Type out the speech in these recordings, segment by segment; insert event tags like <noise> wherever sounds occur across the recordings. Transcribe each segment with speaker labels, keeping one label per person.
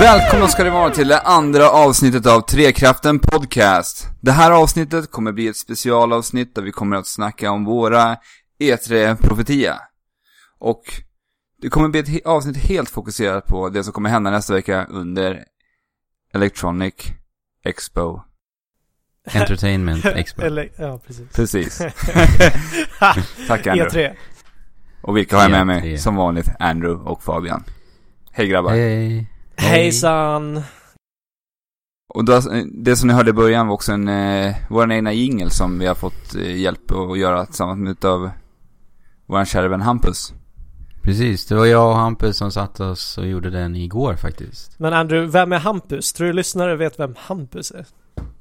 Speaker 1: Välkomna ska det vara till det andra avsnittet av Trekraften Podcast. Det här avsnittet kommer bli ett specialavsnitt där vi kommer att snacka om våra E3-profetia. Och det kommer bli ett he- avsnitt helt fokuserat på det som kommer hända nästa vecka under Electronic Expo.
Speaker 2: <laughs>
Speaker 3: Entertainment Expo.
Speaker 2: Eller, ja
Speaker 1: <laughs>
Speaker 2: precis. E
Speaker 1: Precis. Tack Andrew.
Speaker 2: E3.
Speaker 1: Och vilka har jag med mig?
Speaker 3: E3.
Speaker 1: Som vanligt Andrew och Fabian. Hej grabbar.
Speaker 3: Hej.
Speaker 2: Hejsan.
Speaker 1: Och då, det som ni hörde i början var också en, eh, vår egna jingle som vi har fått eh, hjälp att göra tillsammans med utav vår kära vän Hampus.
Speaker 3: Precis, det var jag och Hampus som satt oss och gjorde den igår faktiskt.
Speaker 2: Men Andrew, vem är Hampus? Tror du lyssnare vet vem Hampus är?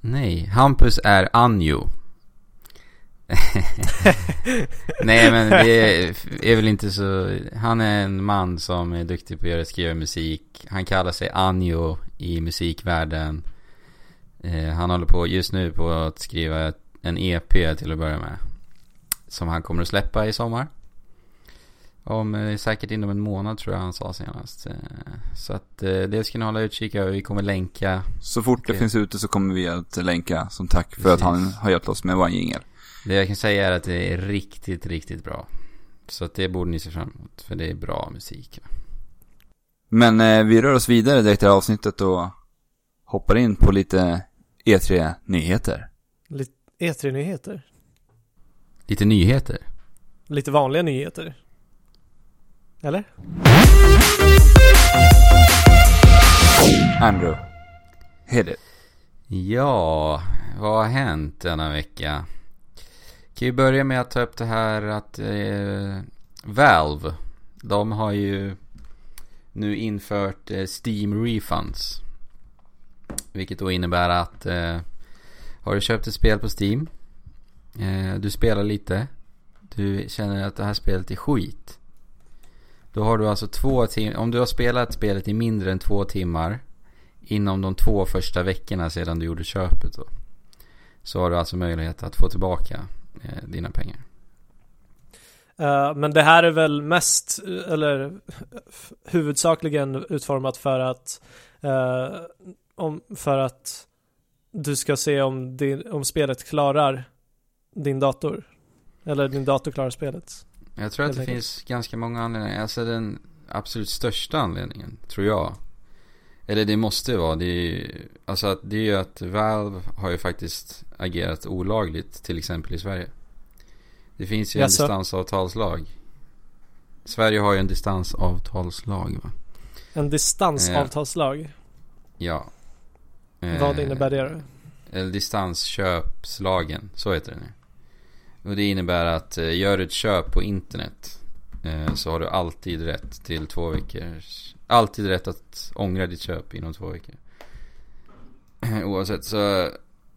Speaker 3: Nej, Hampus är Anjo. <laughs> Nej men det är, är väl inte så, han är en man som är duktig på att göra, skriva musik. Han kallar sig Anjo i musikvärlden. Eh, han håller på just nu på att skriva ett- en EP till att börja med. Som han kommer att släppa i sommar. Om eh, säkert inom en månad tror jag han sa senast. Eh, så att eh, det ska ni hålla utkik över. Vi kommer länka.
Speaker 1: Så fort det
Speaker 3: Okej.
Speaker 1: finns ute så kommer vi att länka som tack för att
Speaker 3: Precis.
Speaker 1: han har hjälpt oss med vår jingel.
Speaker 3: Det jag kan säga är att det är riktigt, riktigt bra. Så att det borde ni se fram emot. För det är bra musik.
Speaker 1: Men eh, vi rör oss vidare direkt i det här avsnittet och hoppar in på lite E E3-nyheter.
Speaker 2: Lite E3-nyheter?
Speaker 3: Lite nyheter.
Speaker 2: Lite vanliga nyheter? Eller?
Speaker 1: Andrew, hit it.
Speaker 3: Ja, vad har hänt denna vecka? Kan ju börja med att ta upp det här att eh, Valve, de har ju nu infört eh, Steam Refunds. Vilket då innebär att eh, har du köpt ett spel på Steam, eh, du spelar lite, du känner att det här spelet är skit. Då har du alltså två timmar, om du har spelat spelet i mindre än två timmar inom de två första veckorna sedan du gjorde köpet då. Så har du alltså möjlighet att få tillbaka eh, dina pengar.
Speaker 2: Eh, men det här är väl mest, eh, eller f- huvudsakligen utformat för att, eh, om, för att du ska se om, din, om spelet klarar din dator. Eller din dator klarar spelet.
Speaker 3: Jag tror att
Speaker 2: Helt
Speaker 3: det
Speaker 2: enkelt.
Speaker 3: finns ganska många anledningar. Alltså den absolut största anledningen, tror jag. Eller det måste vara, det är ju, alltså att det är ju att Valve har ju faktiskt agerat olagligt, till exempel i Sverige. Det finns ju en
Speaker 2: Jaså?
Speaker 3: distansavtalslag. Sverige har ju en distansavtalslag va?
Speaker 2: En distansavtalslag,
Speaker 3: Ja.
Speaker 2: vad
Speaker 3: Eh,
Speaker 2: innebär det då?
Speaker 3: Eller distansköpslagen, så heter den nu. Och det innebär att eh, gör du ett köp på internet eh, så har du alltid rätt till två veckors... Alltid rätt att ångra ditt köp inom två veckor. <clears throat> Oavsett så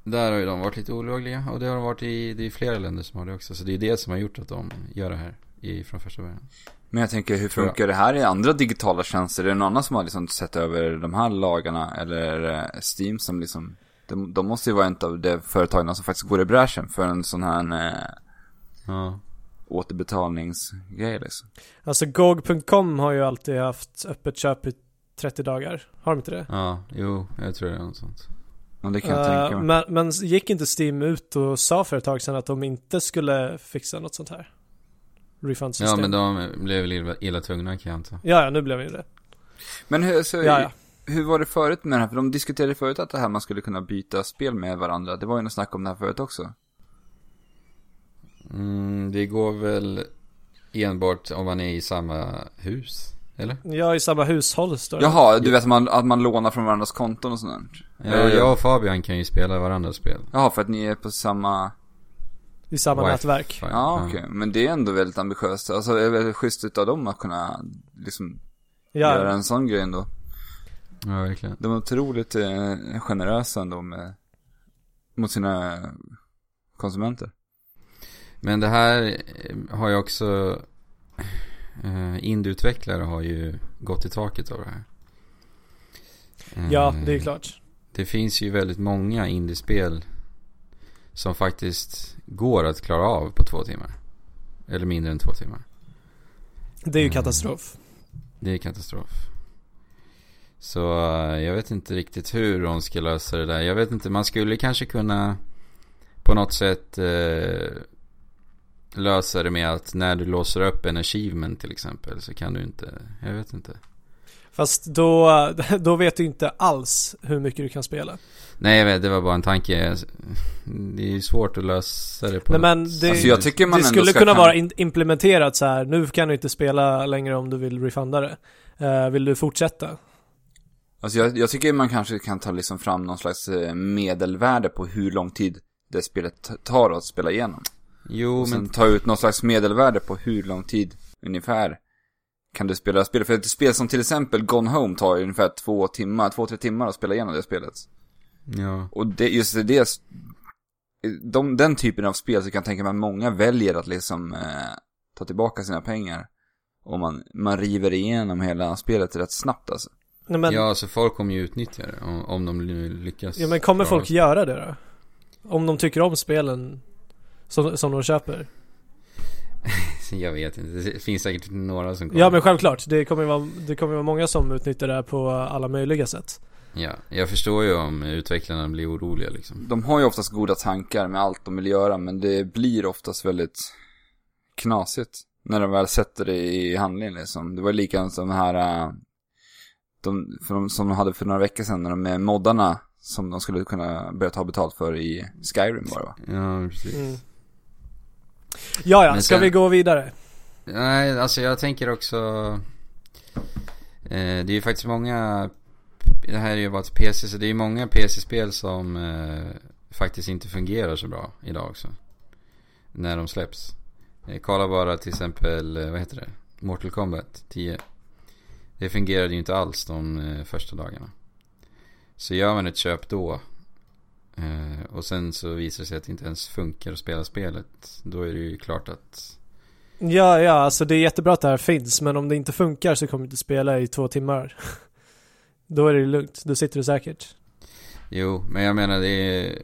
Speaker 3: där har ju de varit lite olagliga och det har de varit i, det är flera länder som har det också. Så det är det som har gjort att de gör det här i, från första början.
Speaker 1: Men jag tänker, hur funkar det här i andra digitala tjänster? Är det någon annan som har liksom sett över de här lagarna? Eller är det Steam som liksom... De, de måste ju vara en av de företagen som faktiskt går i bräschen för en sån här eh,
Speaker 3: Ja,
Speaker 1: återbetalningsgrej liksom.
Speaker 2: Alltså GOG.com har ju alltid haft öppet köp i 30 dagar. Har de inte det?
Speaker 3: ja jo, jag tror det är något sånt.
Speaker 1: Och det kan jag
Speaker 2: Eh,
Speaker 1: tänka mig.
Speaker 2: men, men gick inte Steam ut och sa för ett tag sedan att de inte skulle fixa något sånt här? Refundsystem.
Speaker 3: Ja men de blev väl illa, illa tvungna kan jag anta.
Speaker 2: ja, ja, nu blev det ju det.
Speaker 1: Men hur, så,
Speaker 2: Ja, ja.
Speaker 1: hur var det förut med det här? För de diskuterade förut att det här man skulle kunna byta spel med varandra. Det var ju något snack om det här förut också.
Speaker 3: Mm, det går väl enbart om man är i samma hus, eller?
Speaker 2: Jag är i samma hushåll står det.
Speaker 1: Jaha, du vet att man, att man lånar från varandras konton och sånt där.
Speaker 3: Ja, jag och Fabian kan ju spela varandras spel.
Speaker 1: Jaha, för att ni är på samma...
Speaker 2: I samma
Speaker 3: Wifi.
Speaker 2: nätverk.
Speaker 1: Ja, okej. Men det är ändå väldigt ambitiöst. Alltså, det är väl schysst utav dem att kunna liksom göra
Speaker 2: Ja,
Speaker 1: en sån grej ändå.
Speaker 3: Ja, verkligen.
Speaker 1: De är otroligt eh, generösa ändå med, mot sina konsumenter.
Speaker 3: Men det här eh, har ju också... Eh, Indieutvecklare har ju gått i taket av det här. Eh,
Speaker 2: ja, det är klart.
Speaker 3: Det finns ju väldigt många indiespel som faktiskt går att klara av på två timmar. Eller mindre än två timmar.
Speaker 2: Det är ju
Speaker 3: Mm.
Speaker 2: katastrof.
Speaker 3: Det är katastrof. Så eh, jag vet inte riktigt hur hon ska lösa det där. Jag vet inte, man skulle kanske kunna på något sätt eh, lösa det med att när du låser upp en achievement till exempel så kan du inte, jag vet inte.
Speaker 2: Fast då, <laughs> då vet du inte alls hur mycket du kan spela.
Speaker 3: Nej, jag vet, det var bara en tanke. <laughs> Det är ju svårt att lösa det på
Speaker 2: Nej, men
Speaker 3: något
Speaker 2: det-
Speaker 3: sätt.
Speaker 1: Alltså jag tycker man
Speaker 2: det
Speaker 1: ändå
Speaker 2: skulle
Speaker 1: ska
Speaker 2: kunna
Speaker 1: kan-
Speaker 2: vara in- implementerat så här. nu kan du inte spela längre om du vill refunda det. Eh, vill du fortsätta?
Speaker 1: Alltså jag, jag tycker man kanske kan ta liksom fram någon slags eh, medelvärde på hur lång tid det spelet t- tar att spela igenom.
Speaker 3: Jo,
Speaker 1: Och sen
Speaker 3: men
Speaker 1: ta ut någon slags medelvärde på hur lång tid ungefär kan du spela spelet. För ett spel som till exempel Gone Home tar ju ungefär två timmar, två, tre timmar att spela igenom det spelet.
Speaker 3: ja.
Speaker 1: Och det, just det, de, den typen av spel så kan jag tänka mig att många väljer att liksom eh, ta tillbaka sina pengar. Och man, man river igenom hela spelet rätt snabbt alltså.
Speaker 2: Nej, men, ja,
Speaker 3: ja, så folk kommer ju utnyttja det om, om de nu lyckas.
Speaker 2: men kommer
Speaker 3: dra
Speaker 2: folk
Speaker 3: det.
Speaker 2: göra det då? Om de tycker om spelen som, som de köper?
Speaker 3: Jag vet inte, det finns säkert några som kommer.
Speaker 2: Ja men självklart, det kommer ju vara, det kommer ju vara många som utnyttjar det här på alla möjliga sätt.
Speaker 3: Ja, jag förstår ju om utvecklarna blir oroliga liksom.
Speaker 1: De har ju oftast goda tankar med allt de vill göra, men det blir oftast väldigt knasigt när de väl sätter det i handling liksom. Det var ju likadant som den här, äh, de, för de, som de hade för några veckor sedan, när de med moddarna som de skulle kunna börja ta betalt för i Skyrim bara va?
Speaker 3: Ja, precis.
Speaker 2: Mm. Ja, ja,
Speaker 3: Men
Speaker 2: ska
Speaker 3: sen-
Speaker 2: vi gå vidare?
Speaker 3: Nej, alltså jag tänker också... Eh, det är ju faktiskt många... Det här är ju bara ett PC, så det är ju många PC-spel som eh, faktiskt inte fungerar så bra idag också. När de släpps. Eh, kolla bara till exempel, eh, vad heter det? Mortal Kombat 10. Det fungerade ju inte alls de eh, första dagarna. Så gör man ett köp då. Eh, och sen så visar det sig att det inte ens funkar att spela spelet. Då är det ju klart att
Speaker 2: Ja, ja, alltså det är jättebra att det här finns, men om det inte funkar så kommer du inte spela i två timmar. <laughs> Då är det lugnt, då sitter du säkert.
Speaker 3: Jo, men jag menar det är...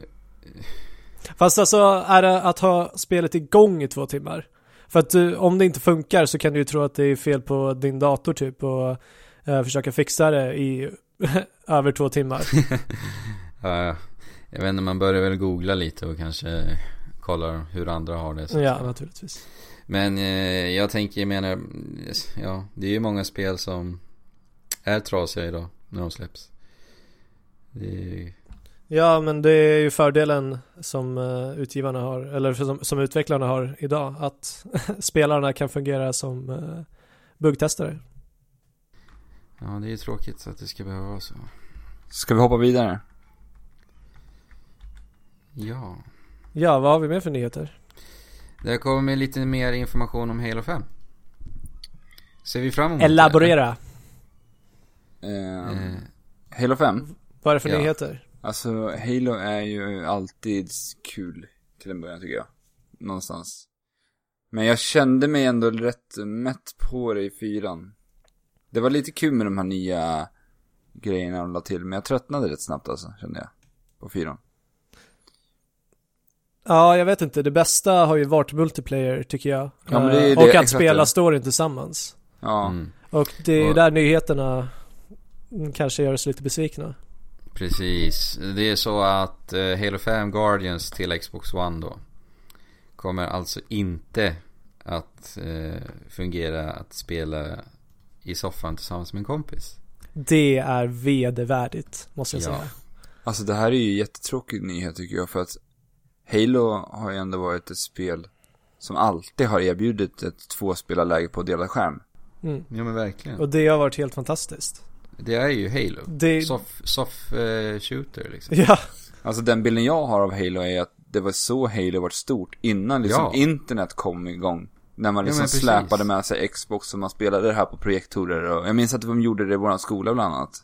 Speaker 3: <laughs>
Speaker 2: Fast alltså, är det att ha spelet igång i två timmar? För att du, om det inte funkar så kan du ju tro att det är fel på din dator typ och eh, försöka fixa det i <laughs> över två timmar.
Speaker 3: ja, jag vet inte, man börjar väl googla lite och kanske kollar hur andra har det. så att
Speaker 2: ja,
Speaker 3: säga.
Speaker 2: naturligtvis.
Speaker 3: Men eh, jag tänker, jag menar, ja, det är ju många spel som är trasiga idag när de släpps. Det är ju...
Speaker 2: Ja, men det är ju fördelen som eh, utgivarna har, eller som, som utvecklarna har idag, att <laughs> spelarna kan fungera som eh, buggtestare.
Speaker 3: Ja, det är ju tråkigt att det ska behöva vara så.
Speaker 1: Ska vi hoppa vidare?
Speaker 3: Ja.
Speaker 2: Ja, vad har vi mer för nyheter?
Speaker 3: Det har kommit lite mer information om Halo 5. Ser vi fram emot det?
Speaker 2: Elaborera.
Speaker 1: Eh,
Speaker 3: Eh,
Speaker 1: Halo 5?
Speaker 2: Vad är det för
Speaker 3: Ja.
Speaker 2: nyheter?
Speaker 1: Alltså, Halo är ju alltid kul till en början tycker jag. Någonstans. Men jag kände mig ändå rätt mätt på det i fyran. Det var lite kul med de här nya grejerna de la till, men jag tröttnade rätt snabbt alltså, kände jag. På fyran.
Speaker 2: Ja, jag vet inte. Det bästa har ju varit multiplayer, tycker jag.
Speaker 1: Ja, men det är ju
Speaker 2: Eh,
Speaker 1: det,
Speaker 2: och att
Speaker 1: exakt
Speaker 2: spela
Speaker 1: det.
Speaker 2: storyn tillsammans.
Speaker 1: Ja.
Speaker 3: mm.
Speaker 2: Och det är ju
Speaker 3: Och-
Speaker 2: där nyheterna mm, kanske gör oss lite besvikna.
Speaker 3: Precis. Det är så att eh, Halo 5 Guardians till Xbox One då kommer alltså inte att eh, fungera att spela i soffan tillsammans med en kompis.
Speaker 2: Det är vedervärdigt, måste jag
Speaker 3: Ja.
Speaker 2: säga.
Speaker 1: Alltså det här är ju jättetråkig nyhet tycker jag för att Halo har ju ändå varit ett spel som alltid har erbjudit ett tvåspelarläge på delad skärm.
Speaker 2: Mm.
Speaker 3: Ja men verkligen.
Speaker 2: Och det har varit helt fantastiskt.
Speaker 3: Det är ju Halo.
Speaker 2: Det...
Speaker 3: Soft, soft eh, shooter liksom.
Speaker 2: <laughs> Ja,
Speaker 1: Alltså den bilden jag har av Halo är att det var så Halo vart stort innan liksom
Speaker 3: Ja.
Speaker 1: internet kom igång. När man
Speaker 3: Ja,
Speaker 1: liksom
Speaker 3: men precis.
Speaker 1: släpade med sig Xbox och man spelade det här på projektorer och jag minns att de gjorde det i våran skola bland annat.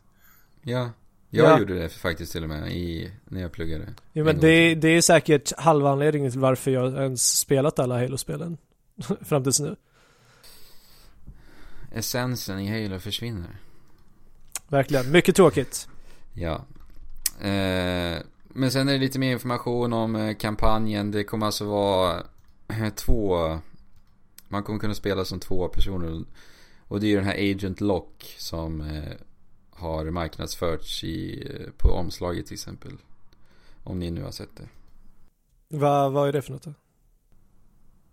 Speaker 3: Ja. Jag
Speaker 2: Ja.
Speaker 3: gjorde det faktiskt till och med i, när jag pluggade.
Speaker 2: jo,
Speaker 3: En
Speaker 1: Mm.
Speaker 2: men
Speaker 3: gång
Speaker 2: det,
Speaker 3: till.
Speaker 2: det är säkert halva anledningen till varför jag ens spelat alla Halo-spelen. <laughs> Fram tills nu.
Speaker 3: Essensen i Halo försvinner.
Speaker 2: Verkligen. Mycket tråkigt.
Speaker 3: Ja. Eh, men sen är det lite mer information om eh, kampanjen. Det kommer alltså vara eh, två... Man kommer kunna spela som två personer. Och det är ju den här Agent Lock som eh, har marknadsförts i, eh, på omslaget till exempel. Om ni nu har sett det.
Speaker 2: Va, vad är det för något då?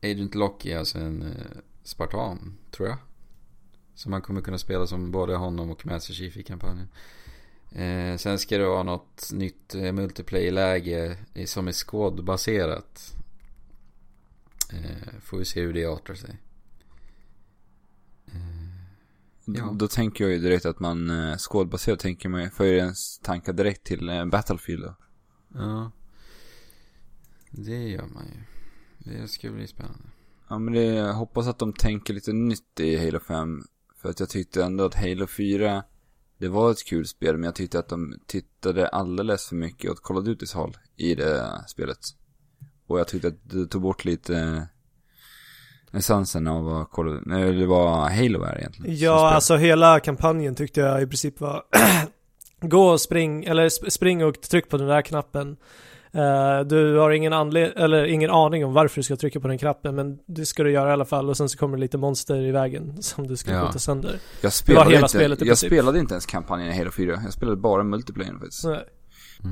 Speaker 3: Agent Locke är alltså en eh, spartan, tror jag. Så man kommer kunna spela som både honom och Master Chief i kampanjen. Eh, sen ska det vara något nytt eh, multiplayer-läge i- som är squad-baserat. Eh, får vi se hur det artar sig. Ja.
Speaker 1: Då tänker jag ju direkt att man eh, skådbaserat tänker man ju- för ens tankar direkt till eh, Battlefield då.
Speaker 3: Ja. Det gör man ju. Det ska bli spännande.
Speaker 1: Ja men det, jag hoppas att de tänker lite nytt i Halo 5. För att jag tyckte ändå att Halo 4, det var ett kul spel men jag tyckte att de tittade alldeles för mycket åt Call of Duty's håll i det spelet. Och jag tyckte att det tog bort lite eh, essensen av vad Call of, nej, det var Halo är egentligen. som
Speaker 2: Ja,
Speaker 1: spel.
Speaker 2: alltså hela kampanjen tyckte jag i princip var Gå och spring, eller sp- spring och tryck på den där knappen. Eh, du har ingen, anled- eller ingen aning om varför du ska trycka på den knappen, men det ska du göra i alla fall och sen så kommer det lite monster i vägen som du ska
Speaker 3: Ja.
Speaker 2: skjuta sönder.
Speaker 1: Jag spelade,
Speaker 2: alltså, hela
Speaker 1: inte,
Speaker 2: spelet i
Speaker 1: jag
Speaker 2: princip.
Speaker 1: spelade inte ens kampanjen i Halo 4, jag spelade bara multiplayern faktiskt.
Speaker 2: Så,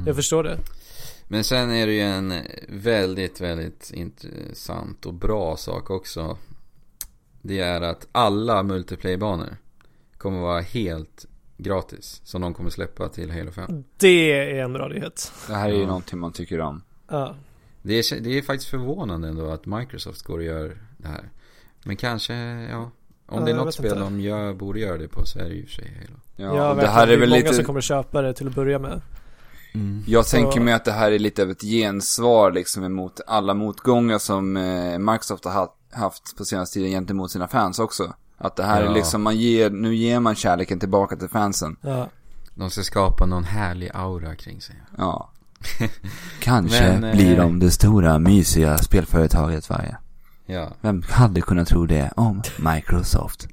Speaker 2: Jag förstår det.
Speaker 3: Men sen är det ju en väldigt, väldigt intressant och bra sak också. Det är att alla multiplayer-banor kommer vara helt gratis. Som de kommer släppa till Halo 5.
Speaker 2: Det är en bra nyhet.
Speaker 1: Det här är ju
Speaker 3: Ja.
Speaker 1: någonting man tycker om.
Speaker 2: Ja.
Speaker 3: Det är, det är faktiskt förvånande ändå att Microsoft går och gör det här. Men kanske, ja. Om
Speaker 2: Ja,
Speaker 3: det är
Speaker 2: jag
Speaker 3: något
Speaker 2: vet
Speaker 3: spel
Speaker 2: inte.
Speaker 3: de gör, borde göra det på så är det ju i och för sig Halo.
Speaker 1: Ja,
Speaker 2: Ja,
Speaker 1: och det här
Speaker 2: verkligen.
Speaker 1: är väl
Speaker 2: många
Speaker 1: lite...
Speaker 2: som kommer köpa det till att börja med.
Speaker 1: Jag
Speaker 2: Så-
Speaker 1: tänker mig att det här är lite av ett gensvar liksom emot alla motgångar som eh, Microsoft har ha- haft på senaste tiden gentemot sina fans också. Att det här
Speaker 3: Ja.
Speaker 1: är liksom, man ger, nu ger man kärleken tillbaka till fansen.
Speaker 2: Ja.
Speaker 3: De ska skapa någon härlig aura kring sig. <laughs>
Speaker 1: Ja. Kanske
Speaker 3: Men, eh,
Speaker 1: blir de det stora mysiga spelföretaget i Sverige.
Speaker 3: Ja.
Speaker 1: Vem hade kunnat tro det om Microsoft?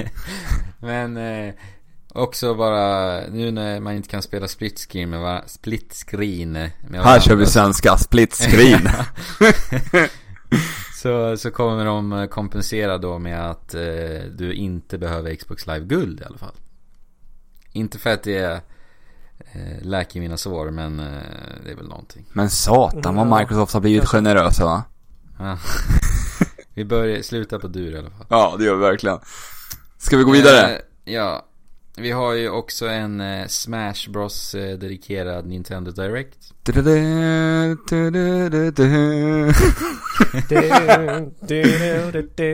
Speaker 3: <laughs> Men eh, också bara nu när man inte kan spela split screen med, va? split screen med
Speaker 1: Här
Speaker 3: varandra,
Speaker 1: kör vi svenska, split screen.
Speaker 3: så, så kommer de eh, kompensera då med att eh, du inte behöver Xbox Live Guld i alla fall. Inte för att det eh, läker mina sår men eh, det är väl någonting.
Speaker 1: <laughs> Men satan vad
Speaker 2: Ja.
Speaker 1: Microsoft har blivit generösa va?
Speaker 3: Ja. vi börjar sluta på dur i alla fall.
Speaker 1: Ja, det gör vi verkligen. Ska vi gå
Speaker 3: Eh,
Speaker 1: vidare?
Speaker 3: ja. Vi har ju också en eh, Smash Bros eh, dedikerad Nintendo Direct.
Speaker 1: Du-du-du, du-du-du-du.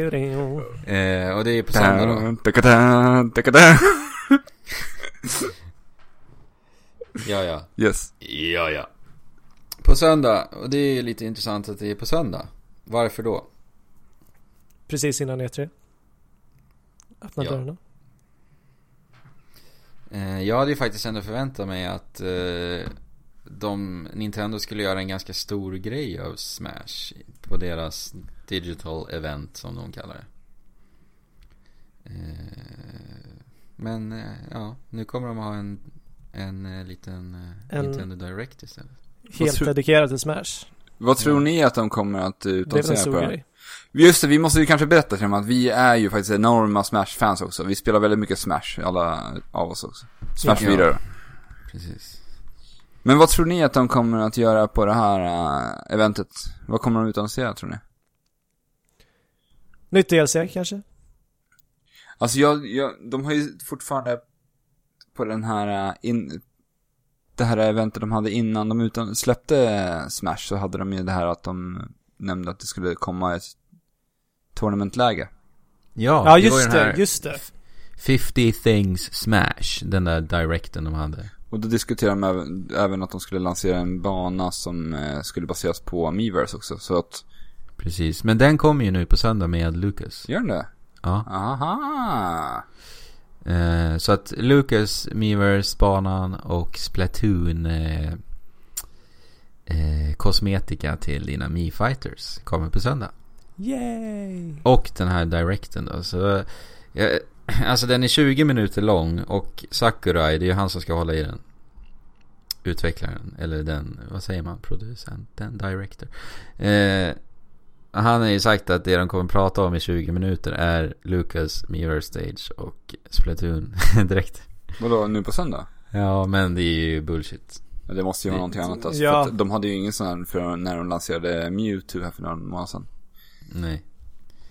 Speaker 3: Eh, och det är på söndag då.
Speaker 1: Tukadun, tukadun.
Speaker 3: Ja, ja.
Speaker 1: Yes.
Speaker 3: Ja, ja. På söndag. Och det är ju lite intressant att det är på söndag. Varför då?
Speaker 2: Precis innan E3. Öppna
Speaker 3: Ja.
Speaker 2: dörrarna.
Speaker 3: Eh, jag hade ju faktiskt ändå förväntat mig att eh, de, Nintendo skulle göra en ganska stor grej av Smash på deras digital event som de kallar det. Eh, men eh, ja, nu kommer de ha en, en eh, liten eh,
Speaker 2: En-
Speaker 3: Nintendo Direct istället.
Speaker 2: Helt
Speaker 1: tror-
Speaker 2: dedikerad till Smash.
Speaker 1: Vad tror ni att de kommer att eh,
Speaker 2: Det är väl en
Speaker 1: utannonsera på
Speaker 2: stor
Speaker 1: det här?
Speaker 2: grej.
Speaker 1: Just det, vi måste ju kanske berätta för dem att vi är ju faktiskt enorma Smash-fans också. Vi spelar väldigt mycket Smash, alla av oss också. Smash
Speaker 3: Ja.
Speaker 1: 4 då.
Speaker 3: Precis.
Speaker 1: Men vad tror ni att de kommer att göra på det här eh, eventet? Vad kommer de utannonsera tror ni?
Speaker 2: Nytt DLC kanske?
Speaker 1: Alltså jag, jag, de har ju fortfarande på den här, eh, in, det här eventet de hade innan de utan, släppte eh, Smash så hade de ju det här att de nämnde att det skulle komma ett tournamentläge.
Speaker 3: Ja,
Speaker 2: Ja,
Speaker 3: det var ju
Speaker 2: just
Speaker 3: den här
Speaker 2: det, just det.
Speaker 3: 50 things smash, den där directen de hade.
Speaker 1: Och då diskuterade de även, även att de skulle lansera en bana som eh, skulle baseras på Miiverse också, så att,
Speaker 3: Precis, men den kommer ju nu på söndag med Lucas.
Speaker 1: gör den det?
Speaker 3: Ja.
Speaker 1: Aha!
Speaker 3: Eh, så att Lucas, Miiverse, banan och Splatoon eh, eh, kosmetika till dina Mii Fighters kommer på söndag.
Speaker 2: Yay!
Speaker 3: Och den här directen då. Så, eh, <clears throat> alltså den är 20 minuter lång och Sakurai, det är ju han som ska hålla i den. Utvecklaren, eller den, vad säger man, producenten, director. Eh, han har ju sagt att det de kommer prata om i 20 minuter är Lucas, Mirror Stage och Splatoon <laughs> direkt.
Speaker 1: Vadå, nu på söndag?
Speaker 3: Ja, men det är ju bullshit.
Speaker 1: Ja, Det måste ju vara någonting annat alltså.
Speaker 2: Ja.
Speaker 1: För att de hade ju ingen sån här för när de lanserade Mewtwo här för några månader sedan.
Speaker 3: Nej.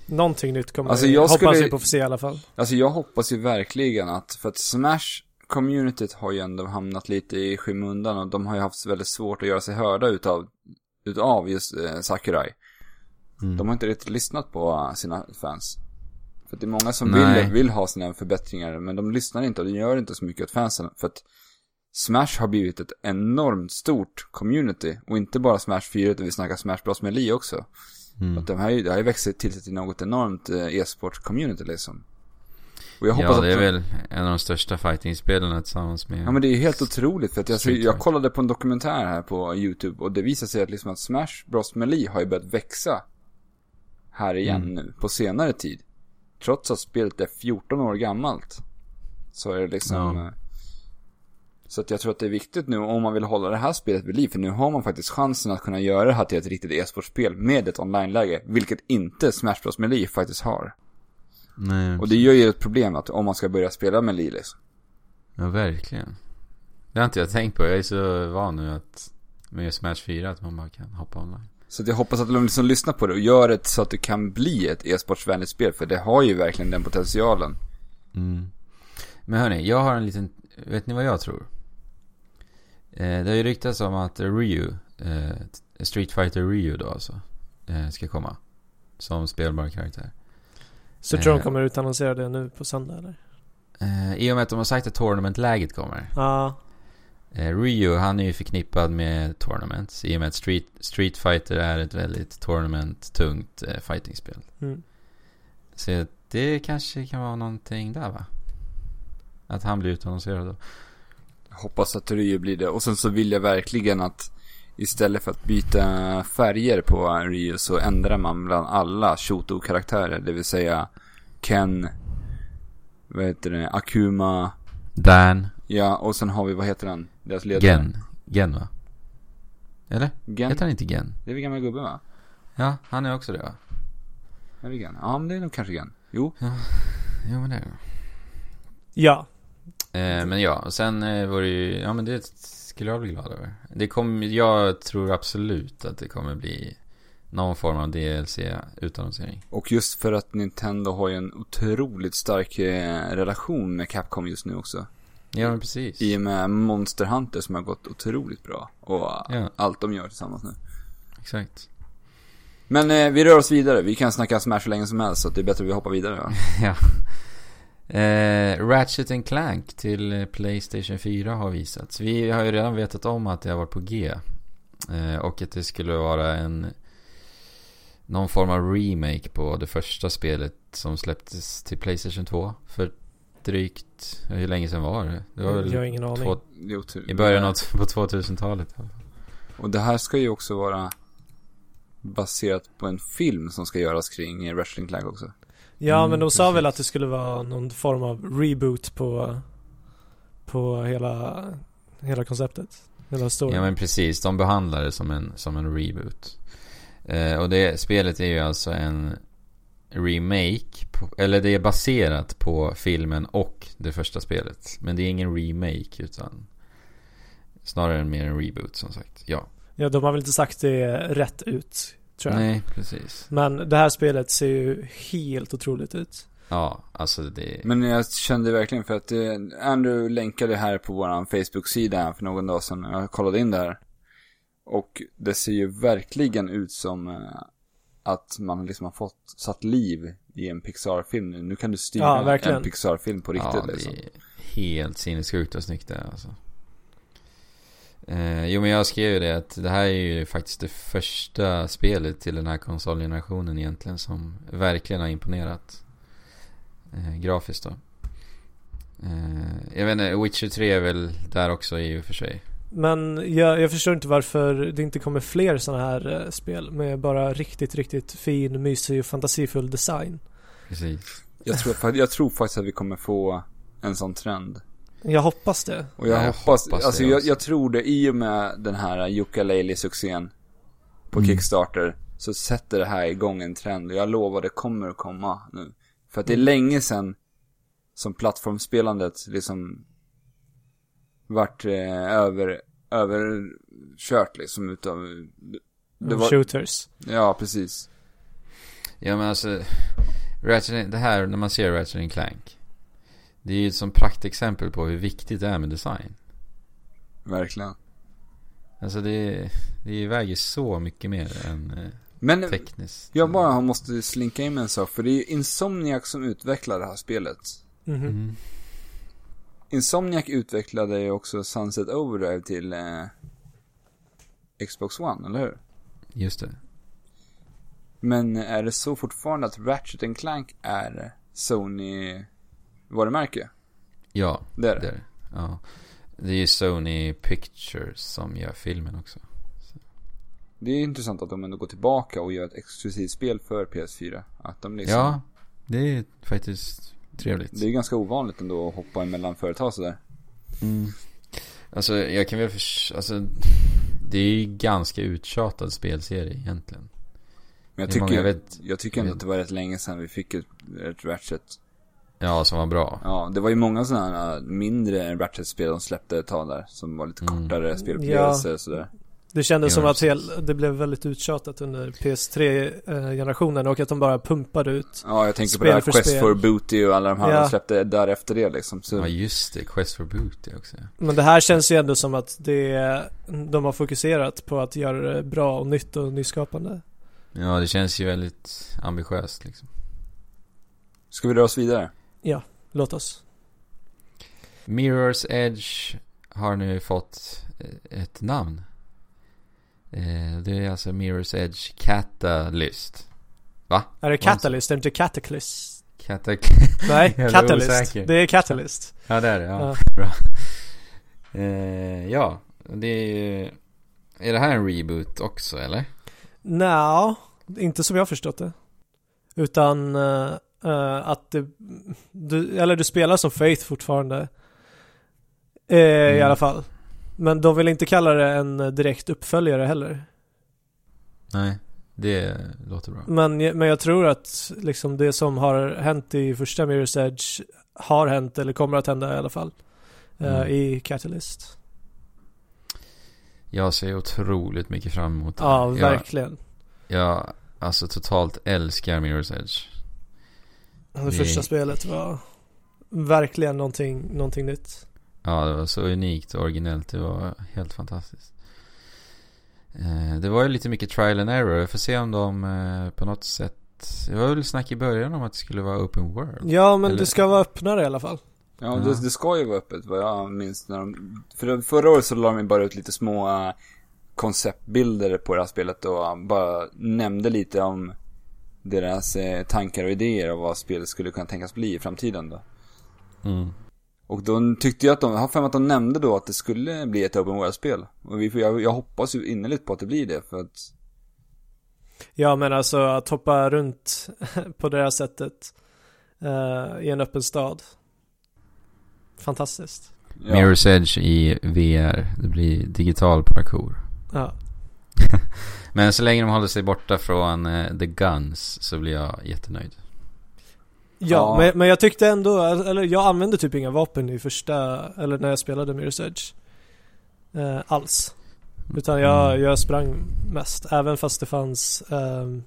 Speaker 2: Någonting nytt kommer
Speaker 1: Alltså,
Speaker 2: vi-
Speaker 1: jag
Speaker 2: hoppas
Speaker 1: skulle-
Speaker 2: vi på få se i alla fall.
Speaker 1: Alltså jag hoppas ju verkligen att, för att Smash-communityt har ju ändå hamnat lite i skymundan och de har ju haft väldigt svårt att göra sig hörda utav, utav just eh, Sakurai.
Speaker 3: Mm.
Speaker 1: De har inte riktigt lyssnat på eh, sina fans. För att det är många som
Speaker 3: Nej.
Speaker 1: vill, vill ha sina förbättringar, men de lyssnar inte och de gör inte så mycket åt fansen. För att Smash har blivit ett enormt stort community. Och inte bara Smash 4, utan vi snackar Smash Bros. Melee också.
Speaker 3: Mm.
Speaker 1: Att de här, det har ju växt till sig till något enormt eh, e-sport-community liksom. Och jag hoppas
Speaker 3: Ja, det är
Speaker 1: att de,
Speaker 3: väl en av de största fighting-spelarna tillsammans med...
Speaker 1: Ja men det är ju helt otroligt för att jag,
Speaker 3: Street
Speaker 1: jag
Speaker 3: Fighter.
Speaker 1: kollade på en dokumentär här på YouTube och det visar sig att liksom att Smash Bros Melee har ju börjat växa här igen nu på senare tid. Trots att spelet är 14 år gammalt. Så är det liksom...
Speaker 3: Ja.
Speaker 1: eh, Så att jag tror att det är viktigt nu om man vill hålla det här spelet vid liv. För nu har man faktiskt chansen att kunna göra det här till ett riktigt e-sportspel med ett online-läge. Vilket inte Smash Bros Melee faktiskt har.
Speaker 3: Nej,
Speaker 1: Och det gör ju ett problem att om man ska börja spela Melee liksom.
Speaker 3: ja, verkligen. Det har inte jag tänkt på. Jag är så van nu att... Med Smash 4, att man bara kan hoppa online.
Speaker 1: Så att jag hoppas att de liksom lyssnar på det och gör det så att det kan bli ett e-sportsvänligt spel. För det har ju verkligen den potentialen.
Speaker 3: Mm. Men hörni, jag har en liten... Vet ni vad jag tror? Eh, det har ju ryktats om att Ryu, eh, Street Fighter Ryu då alltså, eh, ska komma. Som spelbar karaktär.
Speaker 2: Så tror
Speaker 3: Eh.
Speaker 2: de kommer utannonsera det nu på söndag eller?
Speaker 3: Eh, I och med att de har sagt att tournament-läget kommer.
Speaker 2: Ja,
Speaker 3: Eh, Ryu, han är ju förknippad med tournaments. I och med att Street, Street Fighter är ett väldigt tournament-tungt eh, fightingspel.
Speaker 2: mm.
Speaker 3: Så det kanske kan vara någonting där va? Att han blir utannonserad då.
Speaker 1: Jag hoppas att Ryu blir det. Och sen så vill jag verkligen att istället för att byta färger på Ryu så ändrar man bland alla Shoto-karaktärer. Det vill säga Ken, vad heter det, Akuma.
Speaker 3: Dan
Speaker 1: Ja, och sen har vi, vad heter han? Deras ledare.
Speaker 3: Gen. Gen va? Eller?
Speaker 1: Gen.
Speaker 3: Heter han inte Gen?
Speaker 1: Det är väl gamla gubben va?
Speaker 3: Ja, han är också det va?
Speaker 1: Är det Gen? Ja, men det är nog kanske Gen. Jo.
Speaker 3: Jo men det är det.
Speaker 2: Ja,
Speaker 3: Eh, men ja, och sen eh, var det ju, ja men det skulle jag bli glad över. Det kommer, jag tror absolut att det kommer bli någon form av DLC-utannonsering.
Speaker 1: Och just för att Nintendo har ju en otroligt stark eh, relation med Capcom just nu också.
Speaker 3: Ja men precis.
Speaker 1: I och med Monster Hunter som har gått otroligt bra. Och eh,
Speaker 3: Ja.
Speaker 1: allt de gör tillsammans nu.
Speaker 3: Exakt.
Speaker 1: Men eh, vi rör oss vidare. Vi kan snacka Smash hur länge som helst. Så att det är bättre att vi hoppar vidare. va?
Speaker 3: ja. Eh, Ratchet and Clank till eh, Playstation 4 har visats. Vi har ju redan vetat om att det har varit på G. Eh, och att det skulle vara en... Någon form av remake på det första spelet som släpptes till Playstation 2. För drygt... Hur länge sedan var det? Det var
Speaker 2: jag har
Speaker 3: väl
Speaker 2: ingen aning.
Speaker 3: två,
Speaker 1: Det är otur.
Speaker 3: i början av på 2000-talet.
Speaker 1: Och det här ska ju också vara baserat på en film som ska göras kring eh, Wrestling Clank också.
Speaker 2: Ja
Speaker 3: Mm,
Speaker 2: men de sa väl
Speaker 3: precis.
Speaker 2: att det skulle vara någon form av reboot på, på hela, hela konceptet. Hela storyn.
Speaker 3: Ja men precis, de behandlar det som en, som en reboot. Eh, och det spelet är ju alltså en remake, på, eller det är baserat på filmen och det första spelet. Men det är ingen remake utan snarare mer en reboot som sagt. Ja,
Speaker 2: Ja de har väl inte sagt det rätt ut tror jag.
Speaker 3: nej precis.
Speaker 2: Men det här spelet ser ju helt otroligt ut.
Speaker 3: Ja, alltså det...
Speaker 1: Men jag kände verkligen för att eh, Andrew länkade här på våran Facebook-sida för någon dag sedan. Jag kollade in där. Och det ser ju verkligen ut som eh, att man liksom har fått satt liv i en Pixar-film nu. Nu kan du styra
Speaker 2: Ja, verkligen.
Speaker 1: en Pixar-film på riktigt
Speaker 3: ja, det
Speaker 1: liksom.
Speaker 3: är helt sinnessjukt vad snyggt det är alltså. Eh, jo men jag skrev ju det att det här är ju faktiskt det första spelet till den här konsolgenerationen egentligen som verkligen har imponerat. Eh, grafiskt då. Eh, jag vet inte, Witcher 3 är väl där också i och för sig.
Speaker 2: Men jag, jag förstår inte varför det inte kommer fler sådana här eh, spel med bara riktigt, riktigt fin, mysig och fantasifull design.
Speaker 3: Precis.
Speaker 1: Jag, tror, fa- jag tror faktiskt att vi kommer få en sån trend.
Speaker 2: Jag hoppas det.
Speaker 1: Och jag,
Speaker 3: Ja, jag
Speaker 1: hoppas,
Speaker 3: hoppas det
Speaker 1: alltså jag,
Speaker 3: också.
Speaker 1: jag tror det i och med den här Jukka succén på
Speaker 3: Mm.
Speaker 1: Kickstarter så sätter det här igång en trend och jag lovar det kommer att
Speaker 3: Mm.
Speaker 1: komma nu. För att det är länge sedan som plattformspelandet liksom vart eh, över, överkört liksom utav... Det var,
Speaker 2: Shooters.
Speaker 1: ja, precis.
Speaker 3: Ja men alltså, Ratchet, det här när man ser Ratchet and Clank. Det är ju ett som praktexempel på hur viktigt det är med design.
Speaker 1: Verkligen.
Speaker 3: Alltså det, det väger så mycket mer än eh,
Speaker 1: Men
Speaker 3: tekniskt.
Speaker 1: jag bara måste slinka in med en sak, för det är ju Insomniac som utvecklar det här spelet.
Speaker 2: Mhm.
Speaker 3: Mm.
Speaker 1: Insomniac utvecklade ju också Sunset Overdrive till eh, Xbox One, eller hur?
Speaker 3: Just det.
Speaker 1: Men är det så fortfarande att Ratchet Clank är Sony varumärke?
Speaker 3: Ja,
Speaker 1: Det är
Speaker 3: det
Speaker 1: det.
Speaker 3: är det. Ja. Det är ju Sony Pictures som gör filmen också.
Speaker 1: Det är intressant att de ändå går tillbaka och gör ett exklusivt spel för PS4. Att de liksom,
Speaker 3: Ja, det är faktiskt trevligt.
Speaker 1: Det är ju ganska ovanligt ändå att hoppa emellan företag sådär.
Speaker 3: Mm. Alltså jag kan väl förs- alltså, det är ju ganska uttjatad spelserie egentligen.
Speaker 1: Men jag
Speaker 3: Det är många,
Speaker 1: tycker,
Speaker 3: jag vet-
Speaker 1: jag tycker ändå
Speaker 3: jag-
Speaker 1: att det var rätt länge sedan vi fick ett, ett Ratchet.
Speaker 3: Ja, som var bra.
Speaker 1: Ja, det var ju många sådana här mindre Ratchet-spel de släppte ett tag där. Som var lite
Speaker 3: Mm.
Speaker 1: kortare spelupplevelser och sådär.
Speaker 2: Det kändes
Speaker 3: Ja,
Speaker 2: som att
Speaker 3: precis.
Speaker 2: hel, det blev väldigt uttjatat under PS3-generationen och att de bara pumpade ut.
Speaker 1: Ja, jag tänker på
Speaker 2: Spel
Speaker 1: det här
Speaker 2: för
Speaker 1: Quest
Speaker 2: spel.
Speaker 1: for Booty och alla de här
Speaker 2: Ja.
Speaker 1: de släppte därefter det liksom. Så,
Speaker 3: Ja, just det. Quest for Booty också.
Speaker 2: Men det här känns ju ändå som att det, de har fokuserat på att göra det bra och nytt och nyskapande.
Speaker 3: Ja, det känns ju väldigt ambitiöst liksom.
Speaker 1: Ska vi dra oss vidare?
Speaker 2: Låt oss.
Speaker 3: Mirror's Edge har nu fått eh, ett namn. Eh, Det är alltså Mirror's Edge Catalyst.
Speaker 2: Är det
Speaker 3: Vad sa-
Speaker 2: Catalyst? Är det inte Cataclysm?
Speaker 3: Catac-
Speaker 2: <laughs> Nej,
Speaker 3: <laughs> Jag är
Speaker 2: Catalyst.
Speaker 3: osäker.
Speaker 2: Det är Catalyst.
Speaker 3: ja, där ja.
Speaker 2: Ja.
Speaker 3: ja. <laughs> Bra. Eh, ja, det är ju... Är det här en reboot också eller?
Speaker 2: Nja, inte som jag har förstått det. Utan eh, eh, att det, du, eller du spelar som Faith fortfarande. Eh, I
Speaker 3: Mm.
Speaker 2: alla fall. Men de vill inte kalla det en eh, direkt uppföljare heller.
Speaker 3: Nej, det låter bra.
Speaker 2: Men, jag- men jag tror att liksom det som har hänt i första Mirror's Edge har hänt eller kommer att hända i alla fall. eh,
Speaker 3: Mm.
Speaker 2: I Catalyst.
Speaker 3: Jag ser otroligt mycket fram emot det.
Speaker 2: Ja,
Speaker 3: här. Jag-
Speaker 2: verkligen.
Speaker 3: Jag alltså totalt älskar Mirror's Edge.
Speaker 2: Det
Speaker 3: vi-
Speaker 2: första spelet var verkligen någonting, någonting nytt.
Speaker 3: Ja, det var så unikt och originellt. Det var helt fantastiskt. Eh, Det var ju lite mycket trial and error. Jag får se om de eh, på något sätt... Det var väl snack i början om att det skulle vara open world.
Speaker 2: Ja, men
Speaker 3: Eller-
Speaker 2: det ska vara öppnare i alla fall.
Speaker 1: Ja,
Speaker 3: Ja.
Speaker 1: Det, det ska ju vara öppet vad jag minns när de, för förra året så la de ju bara ut lite små eh, konceptbilder på det här spelet och eh, bara nämnde lite om deras eh, tankar och idéer och vad spelet skulle kunna tänkas bli i framtiden då.
Speaker 3: Mm.
Speaker 1: Och då tyckte jag att de, jag har för mig att de nämnde då att det skulle bli ett open world-spel. Och vi, får- jag, jag hoppas ju innerligt på att det blir det för att,
Speaker 2: Ja men alltså att hoppa runt <laughs> på det här sättet eh, i en öppen stad. Fantastiskt.
Speaker 1: ja,
Speaker 3: Mirror's Edge i VR. Det blir digital parkour.
Speaker 2: Ja.
Speaker 3: Men så länge de håller sig borta från eh, The Guns så blir jag jättenöjd.
Speaker 2: Ja,
Speaker 1: Ja.
Speaker 2: Men, men jag tyckte ändå, eller jag använde typ inga vapen i första, eller när jag spelade Mirror's Edge. Eh, alls. Utan jag,
Speaker 3: Mm.
Speaker 2: jag sprang mest, även fast det fanns, ehm,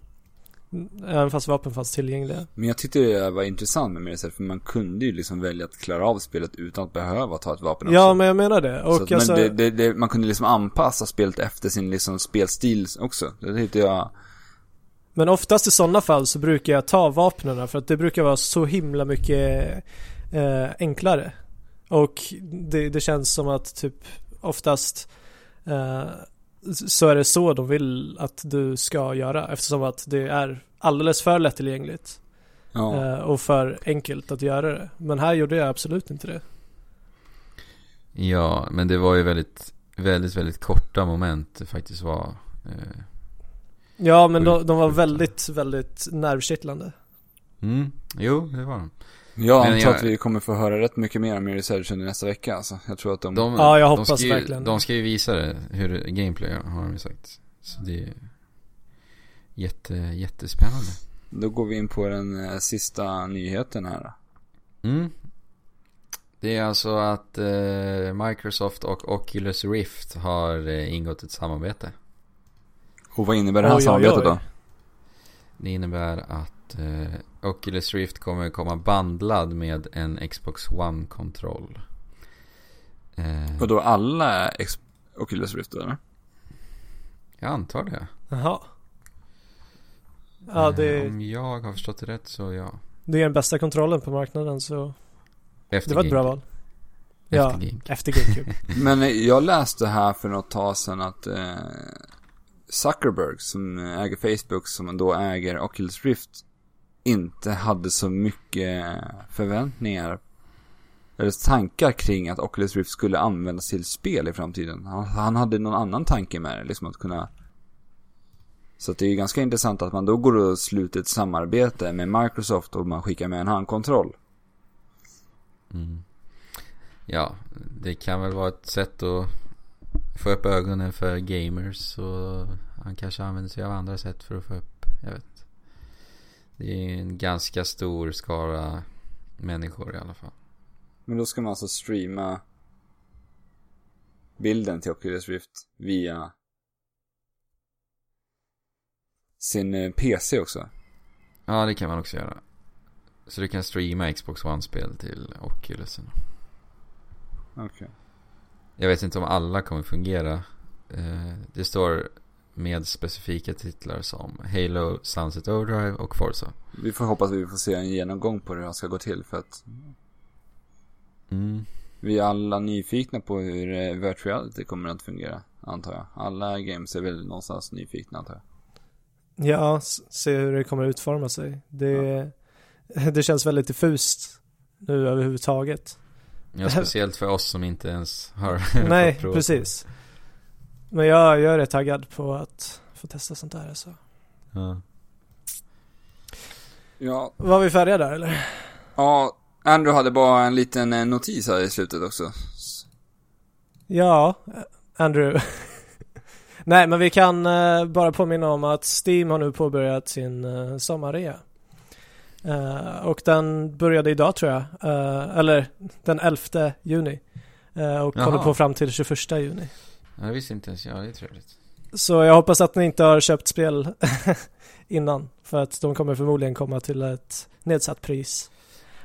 Speaker 2: även fast vapen fanns tillgängliga.
Speaker 1: men jag tyckte det var intressant med Mirror's Edge, för man kunde ju liksom välja att klara av spelet utan att behöva ta ett vapen också.
Speaker 2: Ja men jag menar det. Och
Speaker 1: så att,
Speaker 2: alltså,
Speaker 1: men det, det, det, man kunde liksom anpassa spelet efter sin liksom spelstil också. Det tyckte jag.
Speaker 2: Men oftast i sådana fall så brukar jag ta vapnen för att det brukar vara så himla mycket eh, enklare. Och det, det känns som att typ oftast eh, s- så är det så de vill att du ska göra eftersom att det är alldeles för lättillgängligt
Speaker 1: Ja.
Speaker 2: eh, och för enkelt att göra det. Men här gjorde jag absolut inte det.
Speaker 3: Ja, men det var ju väldigt, väldigt, väldigt korta moment det faktiskt var. eh,
Speaker 2: Ja men de,
Speaker 3: Sjukt,
Speaker 2: de var
Speaker 3: sjukt.
Speaker 2: väldigt, väldigt nervkittlande.
Speaker 3: Mm, jo, det var de.
Speaker 1: Jag
Speaker 3: Men
Speaker 1: antar
Speaker 3: jag-
Speaker 1: att vi kommer få höra rätt mycket mer om Mirror's Edge under nästa vecka alltså. Jag tror att de...
Speaker 3: De,
Speaker 2: Ja, jag
Speaker 3: de
Speaker 2: hoppas
Speaker 3: ska ju,
Speaker 2: verkligen.
Speaker 3: De ska ju visa det, hur gameplay har de ju sagt. Så det är jätte, jättespännande.
Speaker 1: Då går vi in på den eh, sista nyheten här.
Speaker 3: Mm. Det är alltså att eh, Microsoft och Oculus Rift har eh, ingått ett samarbete.
Speaker 1: Och vad innebär det här
Speaker 2: Oj, oj,
Speaker 1: samarbetet
Speaker 2: oj.
Speaker 1: då?
Speaker 3: Det innebär att eh, Oculus Rift kommer komma bandlad med en Xbox One-kontroll. Eh,
Speaker 1: Och då alla ex- Oculus Rift eller?
Speaker 3: jag antar det.
Speaker 2: Jaha. Ja,
Speaker 3: Eh,
Speaker 2: det,
Speaker 3: Om jag har förstått det rätt så ja.
Speaker 2: det är den bästa kontrollen på marknaden så
Speaker 3: Efter
Speaker 2: det var ett bra
Speaker 3: Gamecube.
Speaker 2: val.
Speaker 3: Efter
Speaker 2: Ja.
Speaker 3: Gamecube.
Speaker 2: Efter GameCube.
Speaker 1: Men eh, jag läste här för något tag sedan att eh, Zuckerberg som äger Facebook, som då äger Oculus Rift, inte hade så mycket förväntningar eller tankar kring att Oculus Rift skulle användas till spel i framtiden. Han, han hade någon annan tanke med det, liksom att kunna... Så att det är ju ganska intressant att man då går och sluter ett samarbete med Microsoft och man skickar med en handkontroll.
Speaker 3: Mm. Ja, det kan väl vara ett sätt att få upp ögonen för gamers och han kanske använder sig av andra sätt för att få upp, jag vet. Det är en ganska stor skara människor i alla fall.
Speaker 1: Men då ska man alltså streama bilden till Oculus Rift via sin eh, PC också.
Speaker 3: Ja, det kan man också göra. Så du kan streama Xbox One-spel till Oculusen.
Speaker 1: Okej.
Speaker 3: Jag vet inte om alla kommer fungera. Eh, Det står med specifika titlar som Halo, Sunset Overdrive och Forza.
Speaker 1: Vi får hoppas att vi får se en genomgång på hur det här ska gå till för att
Speaker 3: Mm.
Speaker 1: vi är alla nyfikna på hur eh, virtual reality kommer att fungera, antar jag. Alla games är väl någonstans nyfikna, antar jag.
Speaker 2: <laughs> ja, s- se hur det kommer utforma sig. Det, det känns väldigt diffust nu överhuvudtaget. <laughs>
Speaker 3: Ja, speciellt för oss som inte ens har <laughs>
Speaker 2: Nej,
Speaker 3: fått prova.
Speaker 2: precis. Men jag, jag är rätt taggad på att få testa sånt där alltså.
Speaker 3: Ja.
Speaker 1: Ja,
Speaker 2: Var vi färdiga där eller?
Speaker 1: ja, Andrew hade bara en liten eh, notis här i slutet också. S-
Speaker 2: Ja, eh, Andrew. <laughs> Nej, men vi kan eh, bara påminna om att Steam har nu påbörjat sin eh, sommarrea. Eh, och den började idag tror jag. Eh, eller den 11 juni. Eh, och
Speaker 3: Jaha.
Speaker 2: håller på fram till 21 juni.
Speaker 3: ja, det visste inte ens jag. Det är trevligt.
Speaker 2: Så jag hoppas att ni inte har köpt spel <laughs> innan. För att de kommer förmodligen komma till ett nedsatt pris.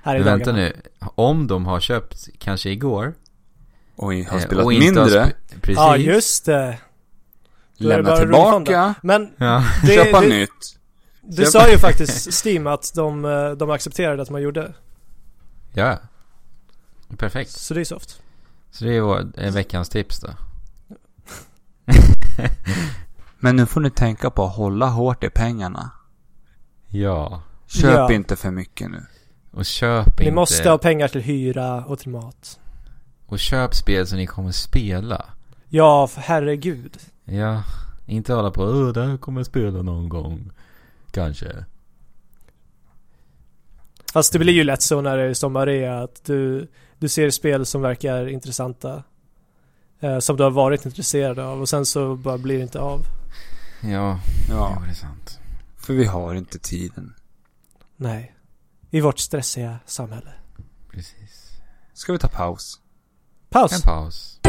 Speaker 2: Här i
Speaker 3: Men
Speaker 2: dagarna.
Speaker 3: vänta nu. Om de har köpt, kanske igår.
Speaker 1: Oj, har
Speaker 3: eh,
Speaker 1: spelat
Speaker 3: och inte
Speaker 1: mindre,
Speaker 3: har sp- precis.
Speaker 2: Ja, just det. Då är det
Speaker 1: lämnat
Speaker 2: bara refunda.
Speaker 1: tillbaka,
Speaker 3: <laughs>
Speaker 2: Men
Speaker 3: Ja.
Speaker 2: det,
Speaker 1: köpa
Speaker 2: det,
Speaker 1: nytt.
Speaker 2: du
Speaker 1: Köp-
Speaker 2: sa ju faktiskt Steam att de, eh, de accepterade att man gjorde.
Speaker 3: ja. Perfekt.
Speaker 2: Så det är soft.
Speaker 3: Så det är vår, eh, veckans tips då.
Speaker 1: Men nu får ni tänka på att hålla hårt i pengarna.
Speaker 3: Ja.
Speaker 1: Köp
Speaker 2: Ja.
Speaker 1: inte för mycket nu.
Speaker 3: Och köp
Speaker 2: Ni
Speaker 3: inte.
Speaker 2: måste ha pengar till hyra och till mat.
Speaker 3: Och köp spel som ni kommer spela.
Speaker 2: Ja, för herregud.
Speaker 3: Ja. Inte hålla på Åh, det här kommer jag spela någon gång. Kanske.
Speaker 2: Fast det blir ju lätt så när det är sommarrea att du, du ser spel som verkar intressanta. Eh, som du har varit intresserad av och sen så bara blir det inte av.
Speaker 3: Ja. Ja,
Speaker 1: Ja,
Speaker 3: det är sant.
Speaker 1: för vi har inte tiden.
Speaker 2: Nej. I vårt stressiga samhälle.
Speaker 3: Precis.
Speaker 1: Ska vi ta paus?
Speaker 2: Paus!
Speaker 3: En paus.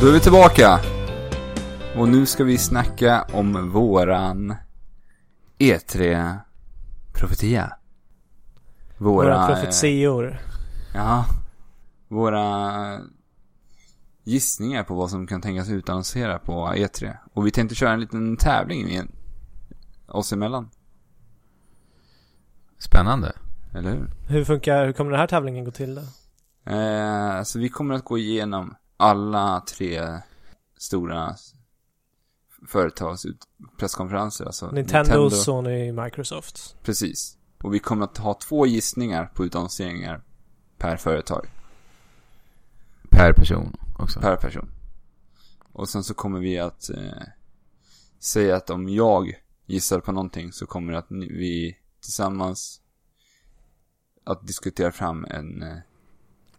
Speaker 1: Då är vi tillbaka. Och nu ska vi snacka om våran E E3-profetia. Våra,
Speaker 2: Våra
Speaker 1: eh,
Speaker 2: profetior.
Speaker 1: Ja. Våra E gissningar på vad som kan tänkas utannonsera på E3. Och vi tänkte köra en liten tävling igen. oss emellan.
Speaker 3: Spännande.
Speaker 1: Eller hur?
Speaker 2: Hur funkar, hur kommer den här tävlingen gå till då?
Speaker 1: Eh, så vi kommer att gå igenom alla tre stora företags ut- presskonferenser. Alltså
Speaker 2: Nintendo, Sony, Microsoft.
Speaker 1: Precis. Och vi kommer att ha två gissningar på utannonseringar per företag,
Speaker 3: Per person också.
Speaker 1: per person. Och sen så kommer vi att eh, säga att om jag gissar på någonting så kommer att ni- vi tillsammans att diskutera fram en eh,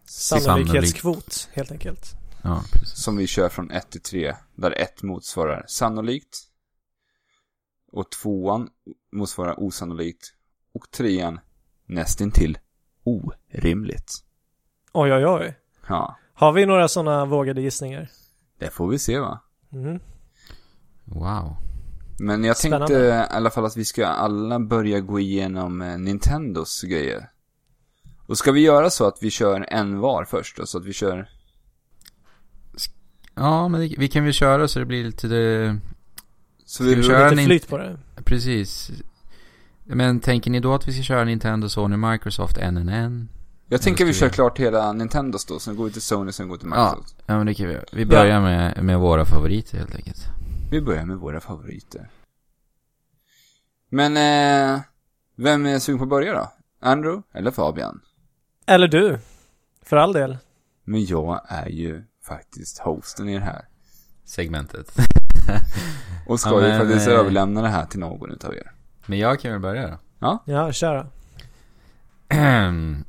Speaker 2: Sannolikhetskvot helt enkelt.
Speaker 3: Ja, precis.
Speaker 1: som vi kör från 1 till 3, där 1 motsvarar sannolikt och 2 motsvarar osannolikt och 3 nästintill orimligt.
Speaker 2: Oj, oj, oj.
Speaker 1: Ja,
Speaker 2: Har vi några sådana vågade gissningar?
Speaker 1: det får vi se va.
Speaker 2: Mm.
Speaker 3: Wow.
Speaker 1: Men jag tänkte
Speaker 2: Spännande.
Speaker 1: i alla fall att vi ska alla börja gå igenom eh, Nintendos grejer. Och ska vi göra så att vi kör en var först då? Så att vi kör...
Speaker 3: Ja, men det, vi kan väl köra så det blir lite... eh,
Speaker 1: Så
Speaker 3: Ska vi köra?
Speaker 2: Lite
Speaker 3: Nin-
Speaker 2: flyt på det.
Speaker 3: Precis. Men tänker ni då att vi ska köra Nintendo, Sony, Microsoft, en en en?
Speaker 1: Jag tänker vi
Speaker 3: ska
Speaker 1: kör
Speaker 3: vi-
Speaker 1: klart hela Nintendos då, sen går vi till Sony, sen går vi till Microsoft.
Speaker 3: Ja, men det kan vi göra. Vi börjar med, med våra favoriter helt enkelt.
Speaker 1: Vi börjar med våra favoriter. Men, eh, vem är sugen på att börja då? Andrew eller Fabian?
Speaker 2: Eller du. För all del.
Speaker 1: Men jag är ju faktiskt hosten i det här.
Speaker 3: Segmentet.
Speaker 1: Och ska
Speaker 3: Ja,
Speaker 1: ju
Speaker 3: men,
Speaker 1: faktiskt
Speaker 3: eh,
Speaker 1: överlämna det här till någon utav er.
Speaker 3: Men jag kan väl börja då. <clears throat>
Speaker 2: Ja, kör då.
Speaker 3: Ehm.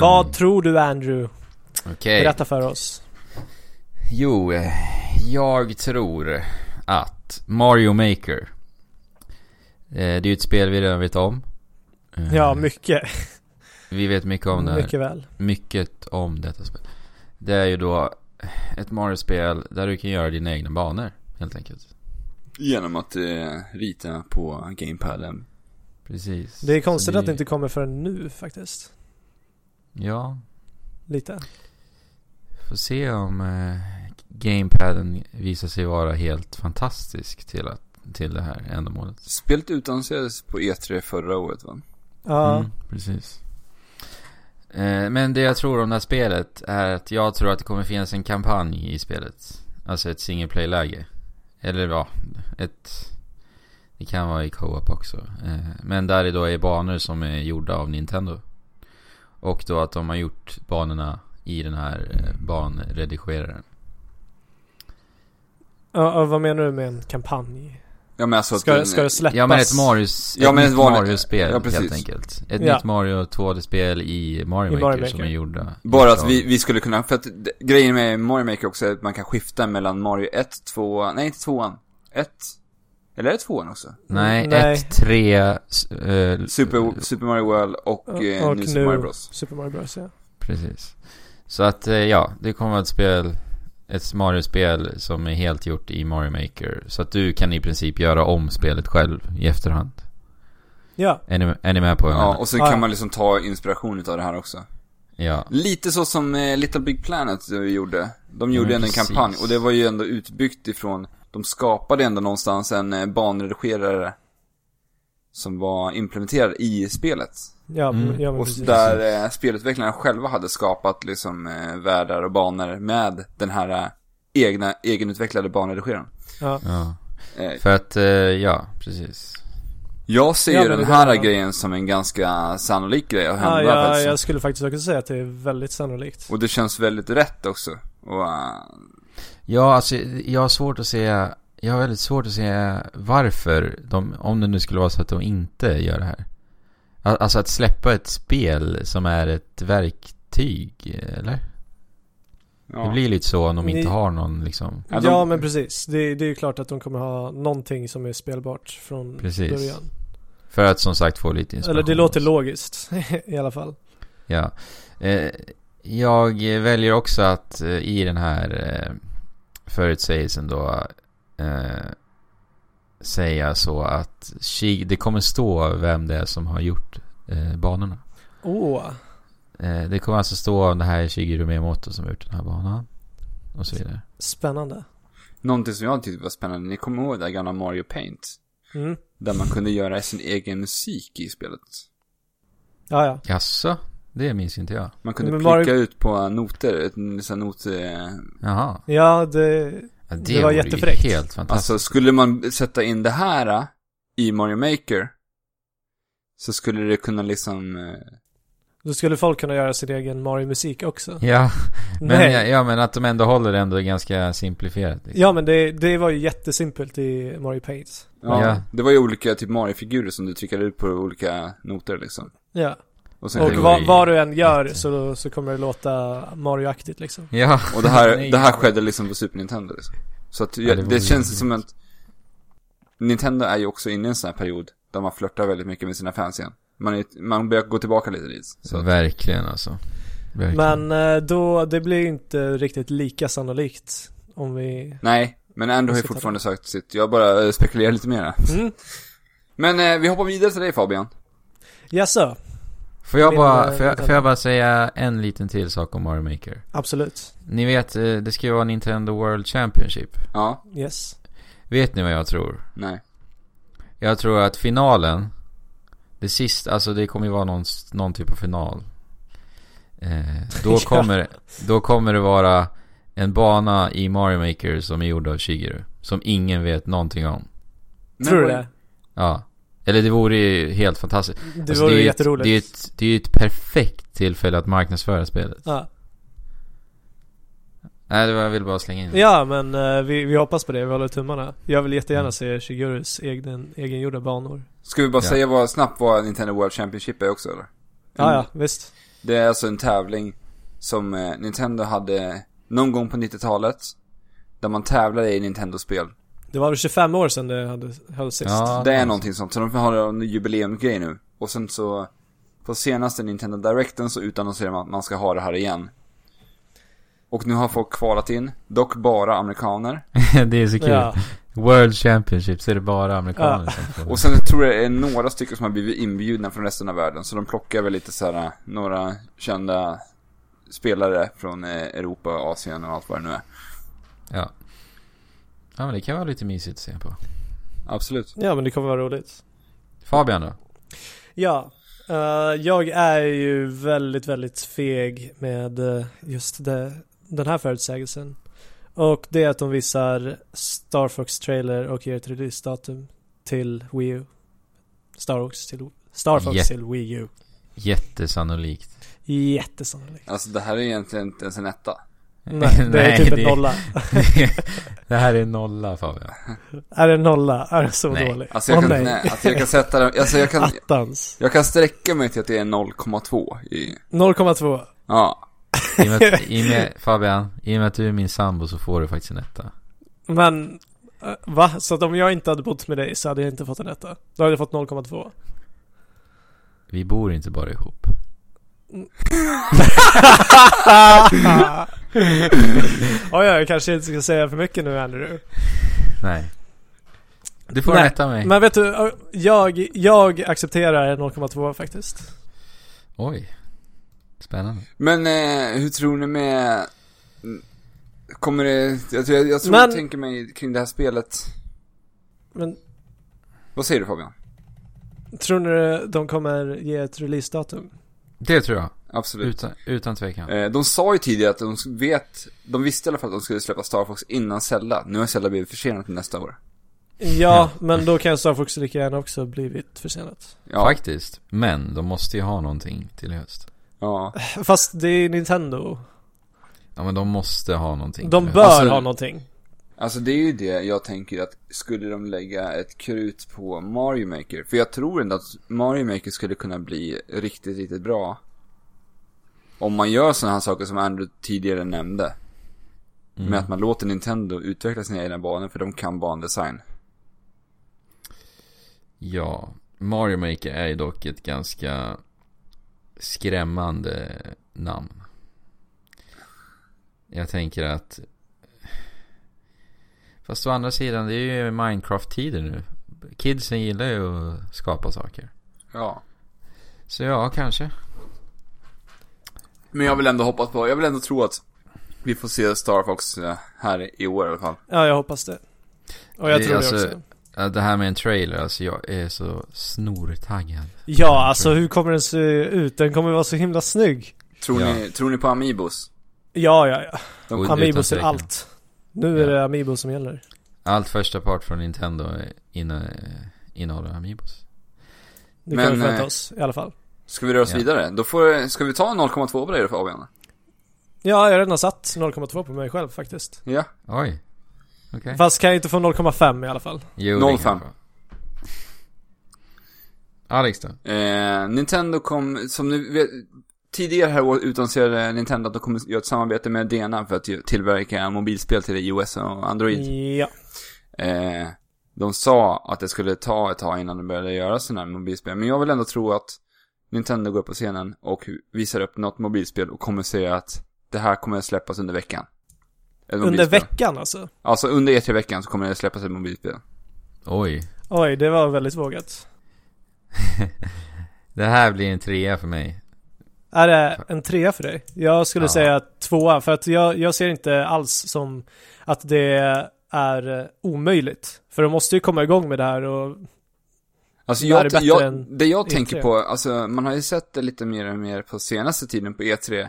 Speaker 2: Vad tror du Andrew?
Speaker 3: Okej.
Speaker 2: Berätta för oss.
Speaker 3: Jo, eh, jag tror att Mario Maker. eh, Det är ju ett spel vi redan vet om. Eh,
Speaker 2: Ja, mycket.
Speaker 3: Vi vet mycket om det här.
Speaker 2: Mycket väl.
Speaker 3: mycket om detta spel. Det är ju då ett Mario-spel där du kan göra dina egna banor, helt enkelt.
Speaker 1: Genom att eh, rita på gamepaden
Speaker 3: Precis.
Speaker 2: Det är konstigt
Speaker 3: Så
Speaker 2: att det inte kommer förrän nu faktiskt.
Speaker 3: Ja,
Speaker 2: Lite.
Speaker 3: får se om eh, gamepaden visar sig vara helt fantastisk till, att, till det här ändamålet.
Speaker 1: Spelet utannonserades på E3 förra året va?
Speaker 2: Ja.
Speaker 3: Mm, precis. Eh, men det jag tror om det här spelet är att jag tror att det kommer finnas en kampanj i spelet. Alltså ett single play-läge. Eller ja, ett... Det kan vara i co-op också. Eh, men där det då är banor som är gjorda av Nintendo. Och då att de har gjort banorna i den här eh, banredigeraren.
Speaker 2: Ja, och vad menar du med en kampanj?
Speaker 1: Ja men alltså
Speaker 2: Ska,
Speaker 1: att,
Speaker 2: ska det släppas?
Speaker 3: Ja men ett Marius,
Speaker 1: Ja,
Speaker 3: ett
Speaker 1: men
Speaker 3: nytt
Speaker 1: ett vanligt-
Speaker 3: Mario-spel
Speaker 1: ja, precis.
Speaker 3: helt enkelt. Ett
Speaker 2: Ja.
Speaker 3: nytt Mario 2D-spel i Mario,
Speaker 2: I Mario
Speaker 3: Maker, som är
Speaker 2: Maker.
Speaker 3: gjorda.
Speaker 1: Bara att
Speaker 3: utav-
Speaker 1: vi, vi skulle kunna, för att d- grejen med Mario Maker också är att man kan skifta mellan Mario 1, 2, nej inte 2an, 1, eller är det 2an också?
Speaker 3: Nej,
Speaker 2: Nej.
Speaker 3: 1-3... eh,
Speaker 1: Super, Super Mario World och, eh,
Speaker 2: och
Speaker 1: nu
Speaker 2: nu-
Speaker 1: Super Mario Bros.
Speaker 2: Super Mario Bros ja.
Speaker 3: Precis. Så att, eh, ja, det kommer vara ett spel, ett Mario-spel som är helt gjort i Mario Maker. Så att du kan i princip göra om spelet själv i efterhand.
Speaker 2: Ja,
Speaker 3: Är ni, är ni med på vad jag
Speaker 1: Ja,
Speaker 3: menar?
Speaker 1: och sen
Speaker 2: Ja,
Speaker 1: kan
Speaker 2: ja.
Speaker 1: man liksom ta inspiration utav det här också.
Speaker 3: Ja,
Speaker 1: Lite så som eh, Little Big Planet eh, gjorde. De gjorde
Speaker 3: men
Speaker 1: ändå en
Speaker 3: precis.
Speaker 1: kampanj och det var ju ändå utbyggt ifrån, de skapade ändå någonstans en eh, banredigerare som var implementerad i spelet.
Speaker 2: ja,
Speaker 3: Mm.
Speaker 2: ja men
Speaker 1: Och
Speaker 2: precis.
Speaker 1: där eh, spelutvecklarna själva hade skapat liksom eh, världar och banor med den här eh, egna, egenutvecklade banredigeraren.
Speaker 2: Ja.
Speaker 3: ja.
Speaker 1: Eh,
Speaker 3: För att, eh, ja, precis.
Speaker 1: jag ser
Speaker 2: Ja,
Speaker 1: ju
Speaker 2: men
Speaker 1: den
Speaker 2: det
Speaker 1: här
Speaker 2: där-
Speaker 1: grejen som en ganska sannolik grej att hända
Speaker 2: Ja, jag,
Speaker 1: faktiskt.
Speaker 2: jag skulle faktiskt också säga att det är väldigt sannolikt.
Speaker 1: Och det känns väldigt rätt också. Och, eh,
Speaker 3: Ja, alltså jag har svårt att se, jag har väldigt svårt att se varför de, om det nu skulle vara så att de inte gör det här. Al- Alltså att släppa ett spel som är ett verktyg, eller?
Speaker 1: ja.
Speaker 3: Det blir lite så om de inte
Speaker 2: Ni-
Speaker 3: har någon liksom.
Speaker 1: Ja,
Speaker 2: Ja,
Speaker 1: de-
Speaker 2: men precis. Det, det är ju klart att de kommer ha någonting som är spelbart från
Speaker 3: Precis.
Speaker 2: början.
Speaker 3: För att som sagt få lite inspiration.
Speaker 2: Eller det låter logiskt <laughs> i alla fall.
Speaker 3: Ja. Eh, jag väljer också att eh, i den här eh, förutsägelsen då eh, säga så att Shi- det kommer stå vem det är som har gjort eh, banorna.
Speaker 2: Åh,
Speaker 3: Eh, det kommer alltså stå om det här är Shigeru Miyamoto som har gjort den här banan. Och så vidare.
Speaker 2: spännande.
Speaker 1: Någonting som jag tyckte var spännande, ni kommer ihåg det där gamla Mario Paint?
Speaker 2: Mm.
Speaker 1: Där man kunde göra sin egen musik i spelet.
Speaker 2: Ja, ja.
Speaker 3: Jaså? Det minns inte jag.
Speaker 1: Man kunde
Speaker 2: Men
Speaker 1: pricka
Speaker 2: var-
Speaker 1: ut på noter, ett- en sån not, eh,
Speaker 3: Jaha.
Speaker 2: Ja, det...
Speaker 3: Ja, det,
Speaker 2: Det var
Speaker 3: vore ju
Speaker 2: jättefräckt.
Speaker 3: Helt fantastiskt.
Speaker 1: Alltså skulle man sätta in det här eh, i Mario Maker så skulle det kunna liksom... eh,
Speaker 2: Då skulle folk kunna göra sin egen Mario-musik också.
Speaker 3: ja, <laughs> men,
Speaker 2: Nej.
Speaker 3: ja, ja, men att de ändå håller det ändå ganska simplifierat. liksom.
Speaker 2: Ja, men det, det var ju jättesimpelt i Mario Paint.
Speaker 1: Ja,
Speaker 3: Ja.
Speaker 1: Det var ju olika typ Mario-figurer som du tryckade ut på olika noter liksom.
Speaker 2: Ja.
Speaker 1: Och, sen
Speaker 2: Och
Speaker 3: det
Speaker 1: tänkte-
Speaker 3: var
Speaker 2: vad,
Speaker 3: ju
Speaker 2: vad du än gör
Speaker 3: jätte-
Speaker 2: så, så kommer det låta Mario-aktigt liksom.
Speaker 3: Ja.
Speaker 1: och det, här,
Speaker 3: Nej.
Speaker 1: det här skedde liksom på Super Nintendo liksom. Så att jag,
Speaker 3: det
Speaker 1: det,
Speaker 3: vore
Speaker 1: känns
Speaker 3: ju
Speaker 1: som att Nintendo är ju också inne i en sån här period där man flörtar väldigt mycket med sina fans igen. Man, är, man börjar gå tillbaka lite dit. Så att,
Speaker 3: Verkligen alltså. Verkligen.
Speaker 2: Men eh, då, det blir ju inte riktigt lika sannolikt om vi...
Speaker 1: nej, men ändå har
Speaker 2: Jag
Speaker 1: ju
Speaker 2: ska ta
Speaker 1: fortfarande sagt sitt. Jag bara eh, spekulerar lite mer.
Speaker 2: Mm.
Speaker 1: Men eh, vi hoppar vidare till dig Fabian.
Speaker 2: Jaså?
Speaker 3: Får jag,
Speaker 2: Vill,
Speaker 3: bara,
Speaker 2: eh,
Speaker 3: får, jag,
Speaker 2: vänta.
Speaker 3: får jag bara säga en liten till sak om Mario Maker?
Speaker 2: Absolut.
Speaker 3: Ni vet, eh, det ska ju vara Nintendo World Championship.
Speaker 1: Ja,
Speaker 2: Yes.
Speaker 3: Vet ni vad jag tror?
Speaker 1: nej.
Speaker 3: Jag tror att finalen, det sista, alltså det kommer ju vara någon, någon typ av final. Eh, då,
Speaker 2: <laughs> Ja.
Speaker 3: kommer, då kommer det vara en bana i Mario Maker som är gjord av Shigeru. Som ingen vet någonting om.
Speaker 1: Men
Speaker 2: Tror du
Speaker 1: vad-
Speaker 2: det?
Speaker 3: Ja. Eller det vore ju helt fantastiskt.
Speaker 2: Det
Speaker 3: Alltså,
Speaker 2: vore
Speaker 3: det är
Speaker 2: ju
Speaker 3: ju ett,
Speaker 2: jätteroligt.
Speaker 3: det är ju ett, det är ju ett perfekt tillfälle att marknadsföra spelet.
Speaker 2: ja.
Speaker 3: Nej, det var, jag ville bara slänga in det.
Speaker 2: ja, men eh, vi, vi hoppas på det. Vi håller tummarna. Jag vill
Speaker 3: Mm.
Speaker 2: jättegärna se Shigurus egen, egengjorda banor.
Speaker 1: Ska vi bara
Speaker 3: Ja.
Speaker 1: säga vad, snabbt vad Nintendo World Championship är också eller?
Speaker 3: Mm.
Speaker 2: Ja, ja, visst.
Speaker 1: Det är alltså en tävling som eh, Nintendo hade någon gång på 90-talet. Där man tävlade i Nintendo-spel.
Speaker 2: Det var väl 25 år sedan det hade, hade sist.
Speaker 3: Ja,
Speaker 1: det är
Speaker 3: alltså.
Speaker 1: någonting sånt. Så de har en jubileumgrej nu. Och sen så, på senaste Nintendo Directen så utannonserar man att man ska ha det här igen. Och nu har folk kvalat in, dock bara amerikaner.
Speaker 3: <laughs> det är så kul.
Speaker 2: Ja.
Speaker 3: World Championship så är det bara amerikaner
Speaker 2: Ja.
Speaker 3: som får
Speaker 1: Och sen tror jag det är några stycken som har blivit inbjudna från resten av världen. Så de plockar väl lite så här några kända spelare från eh, Europa, Asien och allt vad det nu är.
Speaker 3: Ja. ja, men det kan vara lite mysigt att se på.
Speaker 1: Absolut.
Speaker 2: ja, men det kommer vara roligt.
Speaker 3: Fabian då?
Speaker 2: Ja, eh, jag är ju väldigt, väldigt feg med eh, just det, den här förutsägelsen. Och det är att de visar Star Fox trailer och ger ett releasedatum till Wii U. Star Fox till, Star Fox
Speaker 3: Jä-
Speaker 2: till Wii U.
Speaker 3: Jättesannolikt.
Speaker 1: <laughs>
Speaker 2: Jättesannolikt.
Speaker 1: Alltså det här är egentligen inte ens en etta.
Speaker 3: <laughs>
Speaker 2: Nej, det är typ en
Speaker 3: det-
Speaker 2: nolla.
Speaker 3: <laughs> det här är en nolla Fabian.
Speaker 2: Är det nolla? Är det så
Speaker 3: Nej.
Speaker 2: dålig?
Speaker 1: Alltså jag
Speaker 2: Åh,
Speaker 1: kan,
Speaker 2: nej.
Speaker 1: nej, alltså jag kan sätta den, alltså jag kan,
Speaker 2: Attans.
Speaker 1: jag kan sträcka mig till att det är 0,2 i,
Speaker 2: 0,2.
Speaker 1: ja.
Speaker 3: I och, med, att- i och med, Fabian, i och med att du är min sambo så får du faktiskt en etta.
Speaker 2: Men, eh, va? Så att om jag inte hade bott med dig så hade jag inte fått en etta. Då hade jag fått 0,2.
Speaker 3: Vi bor inte bara ihop.
Speaker 2: <laughs> Oj, jag kanske inte ska säga för mycket nu Andrew.
Speaker 3: Nej. Du får en
Speaker 2: Nej,
Speaker 3: etta av mig.
Speaker 2: Men vet du, ö, jag, jag accepterar en 0,2 faktiskt.
Speaker 3: Oj. Spännande.
Speaker 1: Men eh, hur tror ni med, mm, kommer det, jag, tror- jag, jag tror
Speaker 2: Men-
Speaker 1: jag tänker mig kring det här spelet,
Speaker 2: Men
Speaker 1: vad säger du Fabian?
Speaker 2: tror ni de kommer ge ett releasedatum?
Speaker 3: Det tror jag.
Speaker 1: Absolut.
Speaker 3: Utan, utan tvekan.
Speaker 1: Eh, de sa ju tidigare att de vet, de visste i alla fall att de skulle släppa Star Fox innan Zelda. Nu har Zelda blivit försenad till nästa år.
Speaker 2: Ja, men då kan Star Fox lika gärna också blivit försenat.
Speaker 1: Ja,
Speaker 3: Faktiskt. Men de måste ju ha någonting till i höst.
Speaker 1: ja.
Speaker 2: Fast det är Nintendo.
Speaker 3: Ja men de måste ha någonting.
Speaker 2: De
Speaker 3: till
Speaker 2: bör
Speaker 1: Alltså-
Speaker 2: ha någonting.
Speaker 1: Alltså det är ju det jag tänker att skulle de lägga ett krut på Mario Maker? För jag tror ändå att Mario Maker skulle kunna bli riktigt, riktigt bra. Om man gör sådana här saker som Andrew tidigare nämnde. Med att man låter Nintendo utveckla sina egna banor för de kan bandesign.
Speaker 3: Ja, Mario Maker är ju dock ett ganska skrämmande namn. Jag tänker att... Fast å andra sidan, det är ju Minecraft-tider nu. Kidsen gillar ju att skapa saker.
Speaker 1: Ja.
Speaker 3: Så ja, kanske.
Speaker 1: Men jag vill ändå hoppas på, jag vill ändå tro att vi får se Star Fox eh, här i år i alla fall.
Speaker 2: Ja, jag hoppas det. Och jag
Speaker 3: Det är
Speaker 2: tror
Speaker 3: alltså-
Speaker 2: det också.
Speaker 3: Ja, Det här med en trailer, alltså jag är så snortaggad.
Speaker 2: Ja, alltså hur kommer den se ut? Den kommer vara så himla snygg.
Speaker 1: Tror,
Speaker 3: Ja.
Speaker 1: ni, tror ni på Amiibos?
Speaker 2: Ja, ja, ja.
Speaker 1: De
Speaker 3: Oj.
Speaker 1: kom,
Speaker 2: Amiibos är
Speaker 3: tvekan.
Speaker 2: allt. Nu är
Speaker 3: Ja.
Speaker 2: det Amiibo som gäller.
Speaker 3: Allt första part från Nintendo är inne- innehåller Amiibos.
Speaker 2: Det
Speaker 1: Men,
Speaker 2: kan vi förvänta
Speaker 1: eh,
Speaker 2: oss i alla fall.
Speaker 1: ska vi röra oss
Speaker 3: Ja.
Speaker 1: vidare? Då får, ska vi ta 0,2 på dig då Fabian?
Speaker 2: Ja, jag har redan satt 0,2 på mig själv faktiskt.
Speaker 1: Ja.
Speaker 3: Oj. Okej.
Speaker 2: Fast kan jag inte få 0,5 i alla fall.
Speaker 3: Jo, det kan
Speaker 1: 05.
Speaker 3: jag få. Alex då?
Speaker 1: Eh, Nintendo kom, som ni vet, tidigare här år utannonserade Nintendo att de kommer göra ett samarbete med DNA för att ju- tillverka mobilspel till iOS och Android.
Speaker 2: Ja.
Speaker 1: Eh, de sa att det skulle ta ett tag innan de började göra sådana här mobilspel. Men jag vill ändå tro att Nintendo går upp på scenen och visar upp något mobilspel och kommer säga att det här kommer att släppas under veckan. Ett
Speaker 2: Under
Speaker 1: mobilspel.
Speaker 2: veckan alltså.
Speaker 1: Alltså under E3-veckan så kommer det släppas ett mobilspel.
Speaker 3: Oj.
Speaker 2: Oj, det var väldigt vågat.
Speaker 3: Det här blir en trea för mig.
Speaker 2: Är det en trea för dig? Jag skulle
Speaker 3: Ja.
Speaker 2: säga tvåa, för att jag, jag ser inte alls som att det är eh, omöjligt. För de måste ju komma igång med det här och
Speaker 1: Alltså
Speaker 2: Det här
Speaker 1: jag,
Speaker 2: är bättre
Speaker 1: jag,
Speaker 2: än E
Speaker 1: det jag
Speaker 2: E3.
Speaker 1: tänker på, alltså man har ju sett det lite mer och mer på senaste tiden på E3.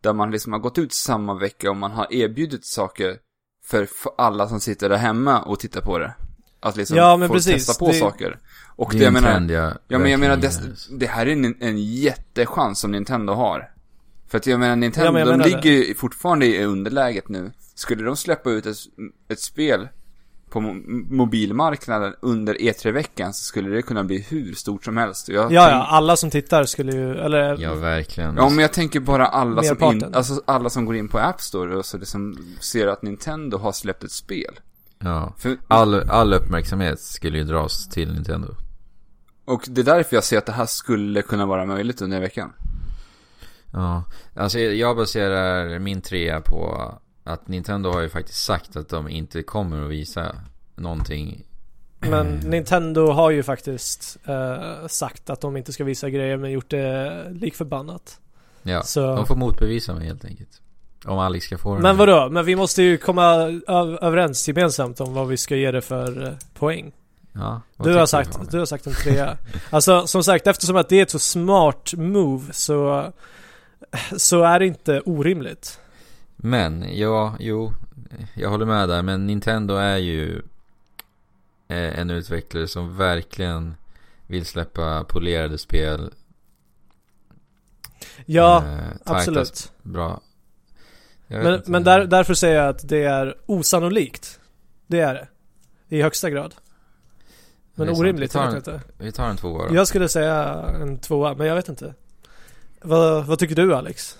Speaker 1: Där man liksom har gått ut samma vecka och man har erbjudit saker för f- alla som sitter där hemma och tittar på det. Att liksom
Speaker 2: Ja, men
Speaker 1: få
Speaker 2: precis.
Speaker 1: testa på
Speaker 2: Det-
Speaker 1: saker. Och det,
Speaker 3: är
Speaker 1: jag
Speaker 3: en
Speaker 1: menar,
Speaker 3: trend jag
Speaker 1: ja, men jag
Speaker 3: verkligen
Speaker 1: menar
Speaker 3: gillar.
Speaker 1: det, det här är en, en jättechans som Nintendo har. För att jag menar Nintendo,
Speaker 2: Ja, men jag
Speaker 1: de
Speaker 2: menar det.
Speaker 1: ligger ju fortfarande i underläget nu. Skulle de släppa ut ett, ett spel på mo- mobilmarknaden under E3-veckan så skulle det kunna bli hur stort som helst. Och Jag
Speaker 2: ja,
Speaker 1: tänk-
Speaker 2: ja, alla som tittar skulle ju, eller
Speaker 3: Ja, verkligen.
Speaker 1: ja, men jag tänker bara alla som, in,
Speaker 2: Merparten.
Speaker 1: alltså alla som går in på App Store och så liksom ser att Nintendo har släppt ett spel.
Speaker 3: Ja.
Speaker 1: För,
Speaker 3: All, all uppmärksamhet skulle ju dras till Nintendo.
Speaker 1: och det är därför jag ser att det här skulle kunna vara möjligt under veckan.
Speaker 3: Ja, alltså jag baserar min trea på att Nintendo har ju faktiskt sagt att de inte kommer att visa någonting.
Speaker 2: Men Nintendo har ju faktiskt eh, sagt att de inte ska visa grejer men gjort det likförbannat.
Speaker 3: Ja,
Speaker 2: Så-
Speaker 3: de får motbevisa mig helt enkelt. Om Alex ska få den.
Speaker 2: Men vadå? Men vi måste ju komma ö- överens gemensamt om vad vi ska ge det för eh, poäng.
Speaker 3: Ja, vad
Speaker 2: Du har,
Speaker 3: tycker
Speaker 2: sagt,
Speaker 3: du...
Speaker 2: du har sagt en trea. Alltså som sagt, eftersom att det är ett så smart move så, så är det inte orimligt.
Speaker 3: Men, ja, jo, jag håller med där. Men Nintendo är ju eh, en utvecklare som verkligen vill släppa polerade spel.
Speaker 2: Ja,
Speaker 3: eh, tajta sp-
Speaker 2: absolut.
Speaker 3: Bra. Jag
Speaker 2: Men,
Speaker 3: vet inte.
Speaker 2: men där, därför säger jag att det är osannolikt. Det är det. I högsta grad. Men
Speaker 3: Det är sant.
Speaker 2: orimligt
Speaker 3: Vi tar
Speaker 2: vet
Speaker 3: en-
Speaker 2: jag inte.
Speaker 3: Vi tar en tvåa då.
Speaker 2: Jag skulle säga en tvåa, men jag vet inte. Vad, vad tycker du Alex?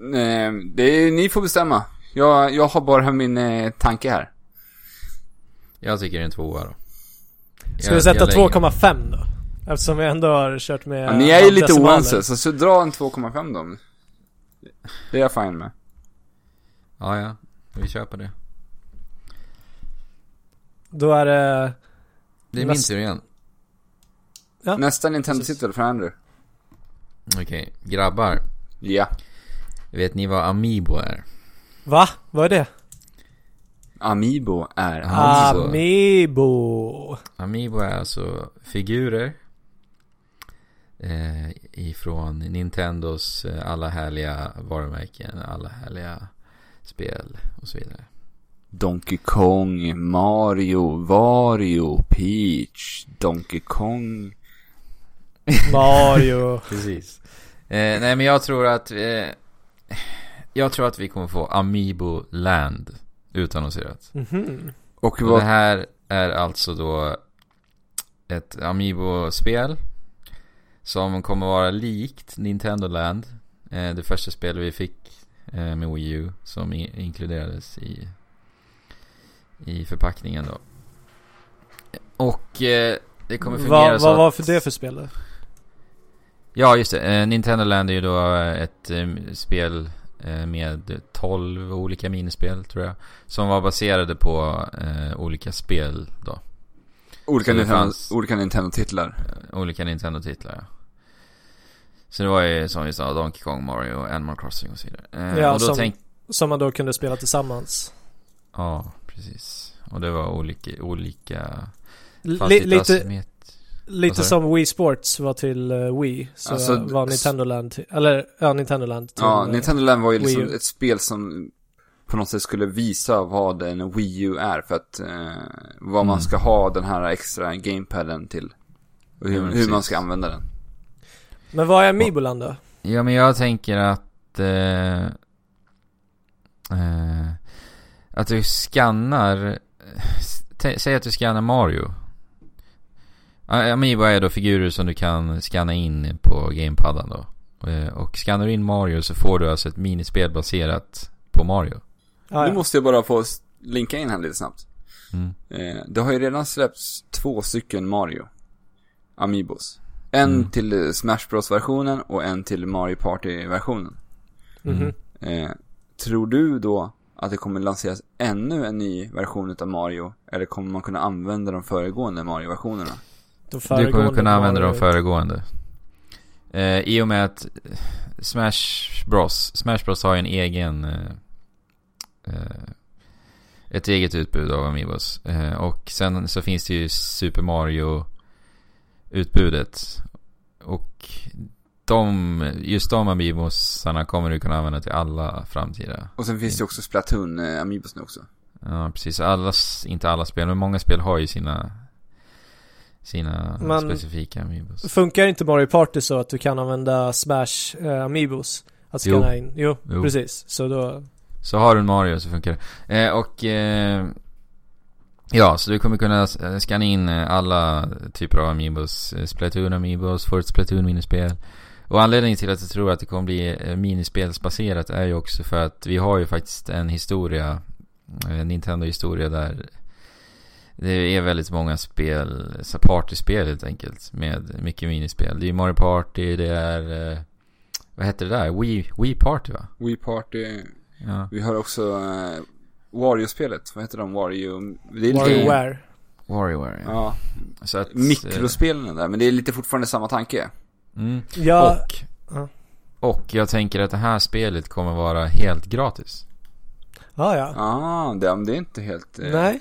Speaker 1: Eh, det är, ni får bestämma. Jag, jag har bara min eh, tanke här.
Speaker 3: Jag tycker det är en tvåa då.
Speaker 2: Ska
Speaker 3: Jag-
Speaker 2: vi sätta
Speaker 3: jag lägger-
Speaker 2: 2,5 då? Eftersom vi ändå har kört med
Speaker 1: Ja,
Speaker 3: Eh,
Speaker 1: ni är ju lite
Speaker 2: decimaler.
Speaker 1: oense, så, så dra en 2,5 då. Det är jag fine med.
Speaker 3: Ja, ja. Vi köper det.
Speaker 2: Då är det...
Speaker 3: Det är min
Speaker 2: Näst-
Speaker 3: tur igen.
Speaker 2: Ja.
Speaker 1: Nästa Nintendo-titel
Speaker 2: Precis.
Speaker 1: för Andrew.
Speaker 3: Okej, grabbar.
Speaker 1: Ja.
Speaker 3: Vet ni vad Amiibo är?
Speaker 2: Va? Vad är det?
Speaker 1: Amiibo är
Speaker 3: Ah,
Speaker 1: alltså...
Speaker 3: så.
Speaker 2: Amiibo!
Speaker 3: Amiibo är alltså figurer eh, ifrån Nintendos eh, alla härliga varumärken, alla härliga spel och så vidare.
Speaker 1: Donkey Kong, Mario, Wario, Peach, Donkey Kong.
Speaker 2: Mario.
Speaker 3: Precis. Eh, nej, men jag tror att eh, jag tror att vi kommer få Amiibo Land utannonserat.
Speaker 2: Mhm.
Speaker 1: Och
Speaker 3: Och det
Speaker 1: vad...
Speaker 3: här är alltså då ett Amiibo-spel som kommer vara likt Nintendo Land. Eh, det första spelet vi fick eh, med Wii U som i- inkluderades i, i förpackningen då. Och eh, det kommer fungera
Speaker 2: Vad
Speaker 3: så
Speaker 2: vad
Speaker 3: att... Eh,
Speaker 2: var för det för spel då?
Speaker 3: Ja, just det. Eh, Nintendo Land är ju då eh, ett eh, spel eh, med 12 olika minispel, tror jag. Som var baserade på eh, olika spel då.
Speaker 1: Olika,
Speaker 3: så det
Speaker 1: Nintendo,
Speaker 3: fanns-
Speaker 1: olika Nintendo-titlar.
Speaker 3: Eh, Olika Nintendo-titlar, ja. Så det var ju som vi sa, Donkey Kong, Mario, Animal Crossing och så vidare. Eh,
Speaker 2: Ja,
Speaker 3: och då
Speaker 2: som-
Speaker 3: tänk...
Speaker 2: Som man då kunde spela tillsammans.
Speaker 3: Ja, precis. Och det var olika, olika
Speaker 2: L-
Speaker 3: fast i
Speaker 2: lite
Speaker 3: tasmet.
Speaker 2: lite
Speaker 3: Vad sa
Speaker 2: som Wii Sports var till eh, Wii. Så
Speaker 1: Alltså,
Speaker 2: var
Speaker 1: s-
Speaker 2: Nintendo Land till, eller ja, Nintendo Land till,
Speaker 1: Ja,
Speaker 2: eh,
Speaker 1: Nintendo Land var ju
Speaker 2: Wii
Speaker 1: liksom
Speaker 2: U.
Speaker 1: ett spel som på något sätt skulle visa vad en Wii U är för att eh, vad man
Speaker 3: Mm.
Speaker 1: ska ha den här extra gamepaden till. Och hur,
Speaker 3: Ja, men
Speaker 1: hur man
Speaker 3: precis.
Speaker 1: ska använda den.
Speaker 2: Men vad är Amiiboland då? Ah,
Speaker 3: Ja men jag tänker att... Eh, eh, att du skannar... Tä- Säg att du skannar Mario. A- Amiibo är då figurer som du kan skanna in på gamepaddan då. Eh, Och skannar du in Mario så får du alltså ett minispel baserat på Mario.
Speaker 2: Ah,
Speaker 1: Nu
Speaker 2: ja.
Speaker 1: måste jag bara få s- linka in här lite snabbt.
Speaker 3: Mm.
Speaker 1: Eh, det har ju redan släppts två stycken Mario Amiibos. En
Speaker 3: Mm.
Speaker 1: till eh, Smash Bros-versionen och en till Mario Party-versionen.
Speaker 2: Mhm.
Speaker 3: Mm.
Speaker 1: Eh, tror du då att det kommer lanseras ännu en ny version utav Mario? Eller kommer man kunna använda de föregående Mario-versionerna?
Speaker 2: De
Speaker 3: Du kommer
Speaker 2: föregående
Speaker 3: kunna använda de
Speaker 2: Mario-
Speaker 3: föregående. Eh, I och med att Smash Bros. Smash Bros har ju en egen... Eh, eh, ett eget utbud av Amiibos. Eh, och sen så finns det ju Super Mario-utbudet. Och de, just de Amiibosarna kommer du kunna använda till alla framtida.
Speaker 1: Och sen finns det ju också Splatoon eh, Amiibos nu också.
Speaker 3: Ja, precis. Alla, s- inte alla spel, men många spel har ju sina, sina
Speaker 2: Men-
Speaker 3: specifika Amiibos.
Speaker 2: Funkar inte Mario Party så att du kan använda Smash eh, Amiibos? Att
Speaker 3: Jo.
Speaker 2: scanna in? Jo,
Speaker 3: Jo.
Speaker 2: precis. Så då...
Speaker 3: Så har du en Mario så funkar det. Eh, och... Eh, ja, så du kommer kunna eh, scanna in eh, alla typer av Amiibos. Eh, Splatoon Amiibos, får ett Splatoon minispel. Och anledningen till att jag tror att det kommer bli eh, minispelsbaserat är ju också för att vi har ju faktiskt en historia, eh, Nintendo-historia där det är väldigt många spel, så partyspel helt enkelt, med mycket minispel. Det är ju Mario Party, det är... Eh, vad hette det där? Wii, Wii Party va?
Speaker 1: Wii Party.
Speaker 3: Ja.
Speaker 1: Vi har också eh, Wario-spelet. Vad heter de? Wario... Det är
Speaker 2: Mario
Speaker 1: lite...
Speaker 2: Ware.
Speaker 3: Warrior. ja.
Speaker 1: Ja,
Speaker 3: Så att,
Speaker 1: mikrospelen där. Men det är lite fortfarande samma tanke.
Speaker 3: eh, Mm.
Speaker 2: Ja,
Speaker 3: Och,
Speaker 2: Ja.
Speaker 3: och jag tänker att det här spelet kommer vara helt gratis.
Speaker 2: ja, ja.
Speaker 1: Ah, det, men det är inte helt... eh,
Speaker 2: Nej.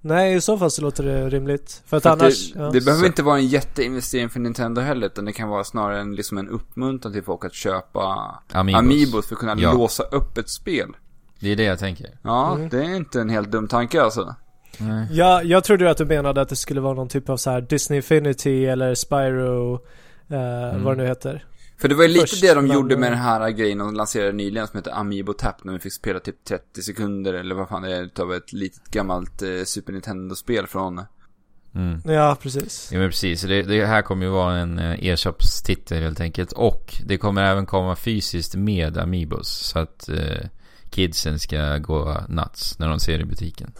Speaker 2: Nej, i så fall så låter det rimligt. För att
Speaker 1: för att
Speaker 2: annars...
Speaker 1: det,
Speaker 2: ja.
Speaker 1: det behöver
Speaker 3: Så-
Speaker 1: inte vara en jätteinvestering för Nintendo heller, utan det kan vara snarare en, liksom en uppmuntran till folk att köpa
Speaker 3: Amiibos.
Speaker 1: Amiibos för att kunna
Speaker 3: Ja.
Speaker 1: låsa upp ett spel.
Speaker 3: Det är det jag tänker.
Speaker 1: Ja,
Speaker 2: Mm.
Speaker 1: det är inte en helt dum tanke alltså.
Speaker 3: Nej.
Speaker 2: Ja, jag trodde ju att du menade att det skulle vara någon typ av så här Disney Infinity eller Spyro, eh, vad det nu heter.
Speaker 1: För det var ju lite
Speaker 2: Först,
Speaker 1: det de
Speaker 2: men-
Speaker 1: gjorde med den här grejen de lanserade nyligen som heter Amiibo Tap när man fick spela typ 30 sekunder eller vad fan det är utav ett litet gammalt eh, Super Nintendo-spel från... eh,
Speaker 3: Mm.
Speaker 2: Ja, precis.
Speaker 3: Ja men precis, Så det, det här kommer ju vara en eh, e-shopstitel helt enkelt. Och det kommer även komma fysiskt med Amiibos. Så att eh, kidsen ska gå nuts när de ser det i butiken.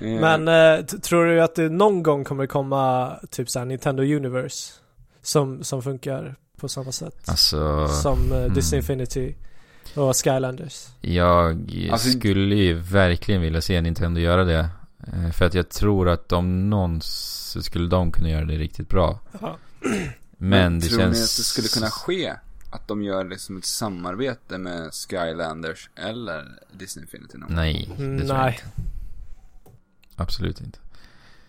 Speaker 1: Eh,
Speaker 2: Men eh, t- tror du att det någon gång kommer komma typ så här Nintendo Universe? Som, som funkar på samma sätt
Speaker 3: Alltså,
Speaker 2: som eh, Disney
Speaker 3: mm.
Speaker 2: Infinity och Skylanders?
Speaker 3: jag
Speaker 1: Alltså-
Speaker 3: skulle ju verkligen vilja se Nintendo göra det. Eh, För att jag tror att de någonsin så skulle de kunna göra det riktigt bra.
Speaker 2: Ja.
Speaker 3: Men, det
Speaker 1: tror
Speaker 3: känns...
Speaker 1: ni att det skulle kunna ske? Att de gör liksom ett samarbete med Skylanders eller Disney Infinity någon gång?
Speaker 3: Nej, det tror jag
Speaker 2: Nej.
Speaker 3: inte. Absolut inte.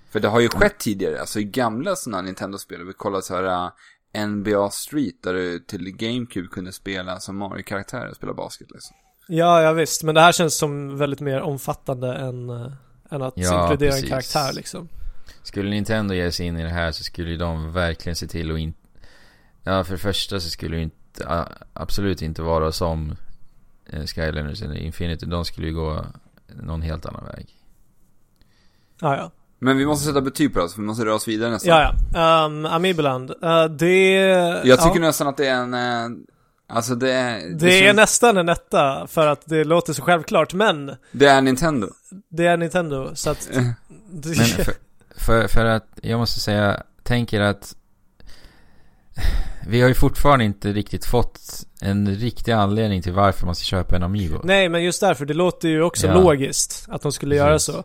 Speaker 1: För det har ju skett tidigare, alltså i gamla sådana Nintendo-spel. Vi kollar så här eh, NBA Street där du till GameCube kunde spela som Mario-karaktärer och spela basket liksom.
Speaker 2: Ja, ja visst. Men det här känns som väldigt mer omfattande än, eh, än att
Speaker 3: Ja,
Speaker 2: inkludera en
Speaker 3: precis.
Speaker 2: karaktär liksom.
Speaker 3: Skulle Nintendo ge sig in i det här så skulle ju de verkligen se till att inte... Ja, för det första så skulle det ju inte, a- absolut inte vara som eh, Skylanders eller Infinity. De skulle ju gå någon helt annan väg.
Speaker 2: Ja, ja.
Speaker 1: Men vi måste sätta betyg på det, här, för vi måste röra oss vidare nästan.
Speaker 2: Ja, ja. Um, Amiiboland. Eh, det...
Speaker 1: Jag tycker
Speaker 2: ja.
Speaker 1: nästan att det är en... eh, Alltså det är...
Speaker 2: Det
Speaker 3: liksom-
Speaker 2: är
Speaker 1: känns-
Speaker 2: nästan en etta för att det låter så självklart, men
Speaker 1: det är Nintendo.
Speaker 2: det är Nintendo så att...
Speaker 1: <laughs>
Speaker 2: Det,
Speaker 3: Eh. Men för, för, för att, jag måste säga, tänker att vi har ju fortfarande inte riktigt fått en riktig anledning till varför man ska köpa en Amiibo.
Speaker 2: <laughs> Nej, men just därför, det låter ju också
Speaker 3: Ja.
Speaker 2: logiskt att de skulle göra
Speaker 3: Precis.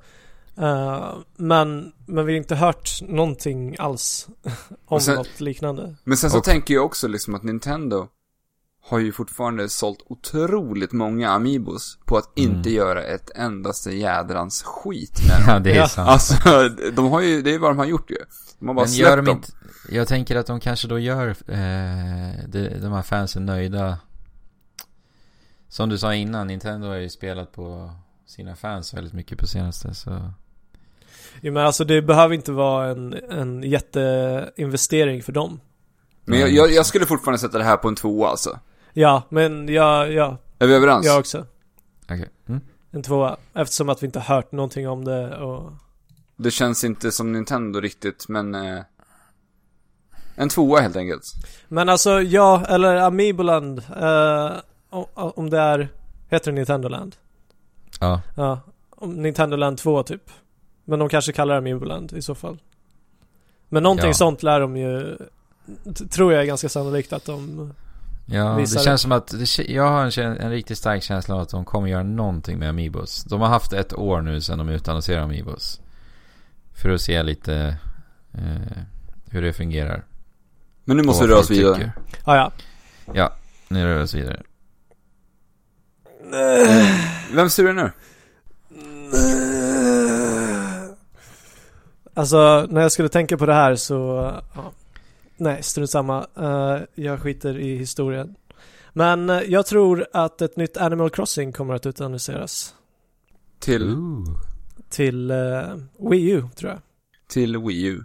Speaker 2: så. Eh, men, men vi har inte hört någonting alls <laughs> om
Speaker 1: Och sen-
Speaker 2: något liknande.
Speaker 1: Men sen så
Speaker 3: Och-
Speaker 1: tänker jag också liksom att Nintendo har ju fortfarande sålt otroligt många Amiibos på att
Speaker 3: Mm.
Speaker 1: inte göra ett endaste jädrans skit med dem.
Speaker 3: <laughs> Ja, det är
Speaker 2: Ja.
Speaker 3: sant.
Speaker 1: Alltså, de har ju, det är vad de har gjort ju. De har bara
Speaker 3: Men
Speaker 1: släppt
Speaker 3: gör de
Speaker 1: dem.
Speaker 3: inte, jag tänker att de kanske då gör eh, de, de här fansen nöjda. Som du sa innan, Nintendo har ju spelat på sina fans väldigt mycket på senaste så.
Speaker 2: Jo, men alltså det behöver inte vara en, en jätteinvestering för dem.
Speaker 1: Men jag, jag, jag skulle fortfarande sätta det här på en tvåa alltså.
Speaker 2: Ja, men ja, ja,
Speaker 1: Är vi överens?
Speaker 2: jag också.
Speaker 3: Okej. Mm.
Speaker 2: En tvåa. Eftersom att vi inte hört någonting om det och...
Speaker 1: Det känns inte som Nintendo riktigt, men... Eh, en tvåa helt enkelt.
Speaker 2: Men alltså, ja, eller Amiiboland. Eh, o- o- om det är... Heter det Nintendo Land?
Speaker 3: Ja.
Speaker 2: Ja. Om Nintendo Land 2 typ. Men de kanske kallar det Amiiboland i så fall. Men någonting
Speaker 3: Ja.
Speaker 2: sånt lär de ju... t- Tror jag är ganska sannolikt att de...
Speaker 3: Ja,
Speaker 2: Visar
Speaker 3: det
Speaker 2: det.
Speaker 3: känns som att, det, kä- jag har en, kä- en riktigt stark känsla av att de kommer göra någonting med Amiibos. De har haft ett år nu sedan de utannonserade Amiibos. För att se lite eh, hur det fungerar.
Speaker 1: Men nu måste
Speaker 3: Och
Speaker 1: vi
Speaker 3: vad
Speaker 1: röra oss
Speaker 3: folk
Speaker 1: vidare.
Speaker 3: tycker.
Speaker 2: Ah, ja.
Speaker 3: Nu rör vi oss vidare.
Speaker 1: Vem styr det nu?
Speaker 2: Eh, Alltså, när jag skulle tänka på det här så... Ja. Nej, strunt samma. Eh, jag skiter i historien. Men eh, jag tror att ett nytt Animal Crossing kommer att utannonseras.
Speaker 1: Till,
Speaker 3: Ooh.
Speaker 2: Till eh, Wii U, tror jag.
Speaker 1: till Wii U.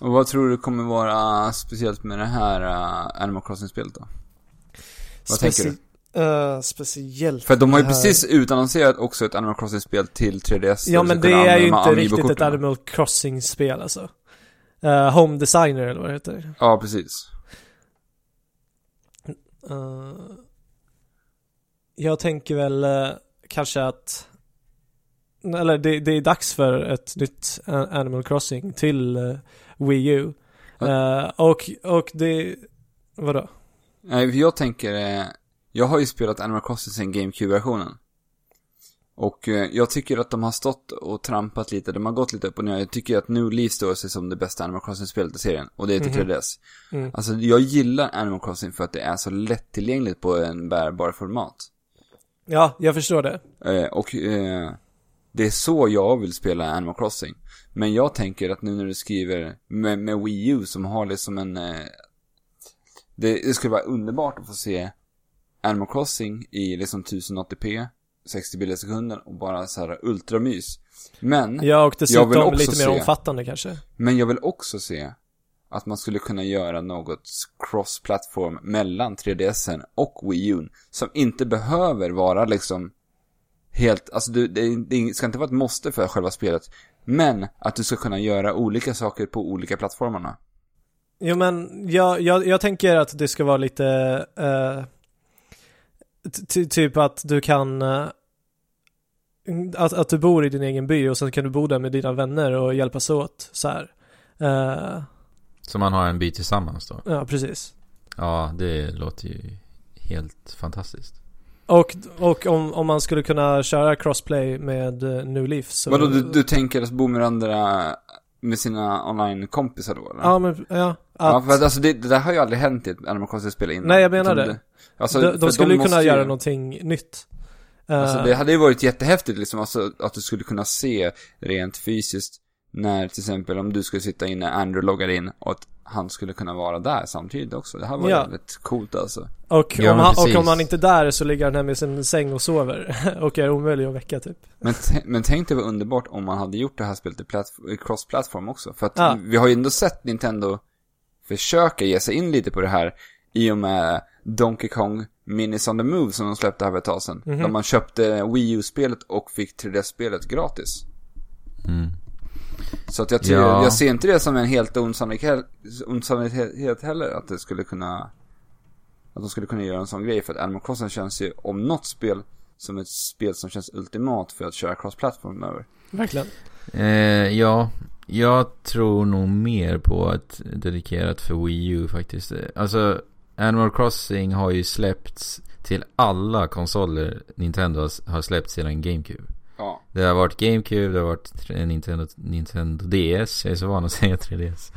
Speaker 1: Och vad tror du kommer vara speciellt med det här eh, Animal Crossing-spelet då? Vad tänker du?
Speaker 2: Eh, speciellt.
Speaker 1: För att de har ju
Speaker 2: det här-
Speaker 1: precis utannonserat också ett Animal Crossing-spel till 3DS. där
Speaker 2: Ja,
Speaker 1: du
Speaker 2: men
Speaker 1: ska
Speaker 2: det
Speaker 1: kunna
Speaker 2: är ju
Speaker 1: använda
Speaker 2: inte
Speaker 1: de här
Speaker 2: riktigt ett
Speaker 1: Amiibo-korten.
Speaker 2: Animal Crossing-spel alltså. Eh, Home Designer, eller vad det heter.
Speaker 1: Ja, precis.
Speaker 2: Eh, jag tänker väl eh, kanske att eller det, det är dags för ett nytt A- Animal Crossing till eh, Wii U. Eh, och, och det, vadå?
Speaker 1: Nej, för jag tänker, eh, jag har ju spelat Animal Crossing sen GameCube-versionen. Och eh, jag tycker att de har stått och trampat lite, de har gått lite upp och ner. Jag tycker att New Leaf står sig som det bästa Animal Crossing-spelet i serien. Och det är till
Speaker 2: Mhm.
Speaker 1: 3DS.
Speaker 2: Mm.
Speaker 1: Alltså, jag gillar Animal Crossing för att det är så lättillgängligt på en bärbar format.
Speaker 2: Ja, jag förstår det.
Speaker 1: Eh, och eh, det är så jag vill spela Animal Crossing. Men jag tänker att nu när du skriver med, med Wii U som har liksom en... Eh, det, det skulle vara underbart att få se Animal Crossing i liksom 1080p, 60 bilder i sekunden och bara så här ultramys. Men,
Speaker 2: Ja, och
Speaker 1: vill
Speaker 2: dessutom
Speaker 1: också
Speaker 2: lite
Speaker 1: se.
Speaker 2: mer omfattande kanske.
Speaker 1: men jag vill också se att man skulle kunna göra något cross-platform mellan 3DSen och Wii U som inte behöver vara liksom helt, alltså du, det, det ska inte vara ett måste för själva spelet, men att du ska kunna göra olika saker på olika plattformarna.
Speaker 2: Jo men jag, jag, jag tänker att det ska vara lite eh, ty- ty, typ att du kan eh, att, att du bor i din egen by och sen kan du bo där med dina vänner och hjälpas åt så här. Eh,
Speaker 3: Så man har en by tillsammans då.
Speaker 2: ja precis.
Speaker 3: Ja, det låter ju helt fantastiskt.
Speaker 2: Och, och om, om man skulle kunna köra crossplay med eh, New Leaf så...
Speaker 1: Vadå, du, du tänker att bo med andra med sina online-kompisar då eller?
Speaker 2: Ja men ja. Att,
Speaker 1: ja, för att, alltså det, det där har ju aldrig hänt i ett Animal Crossing-spel innan.
Speaker 2: Nej, jag menar
Speaker 1: Utan
Speaker 2: det.
Speaker 1: alltså,
Speaker 2: de,
Speaker 1: för
Speaker 2: de skulle ju
Speaker 1: måste
Speaker 2: kunna göra någonting nytt. Eh,
Speaker 1: Alltså det hade ju varit jättehäftigt liksom, alltså, att du skulle kunna se rent fysiskt när till exempel om du skulle sitta inne, Andrew loggar in och att han skulle kunna vara där samtidigt också. Det här var
Speaker 2: Ja.
Speaker 1: jävligt coolt alltså.
Speaker 2: Och,
Speaker 3: Ja,
Speaker 2: om
Speaker 3: men
Speaker 2: han, och
Speaker 3: precis.
Speaker 2: om han inte är där så ligger han hemma i sin säng och sover <laughs> och är omöjlig att väcka typ.
Speaker 1: Men, t- men tänk det var underbart om man hade gjort det här spelet i platt- i cross-platform också. För att
Speaker 2: Ja.
Speaker 1: vi har ju ändå sett Nintendo försöka ge sig in lite på det här i och med Donkey Kong Minis on the Move som de släppte här för ett tag sedan.
Speaker 2: Mhm.
Speaker 1: Där man köpte Wii U-spelet och fick 3D-spelet gratis.
Speaker 3: Mm.
Speaker 1: Så att jag, tycker,
Speaker 3: Ja.
Speaker 1: jag ser inte det som en helt osannolik- osannolikt heller, att det skulle kunna... Att de skulle kunna göra en sån grej, för att Animal Crossing känns ju, om något spel, som ett spel som känns ultimat för att köra cross-platform över.
Speaker 2: Verkligen.
Speaker 3: Eh, ja, jag tror nog mer på ett dedikerat för Wii U faktiskt. Eh, Alltså, Animal Crossing har ju släppts till alla konsoler Nintendo har- har släppt sedan GameCube.
Speaker 1: Ja.
Speaker 3: Det har varit GameCube, det har varit tre- Nintendo, Nintendo <laughs> DS, jag är så van att säga 3DS.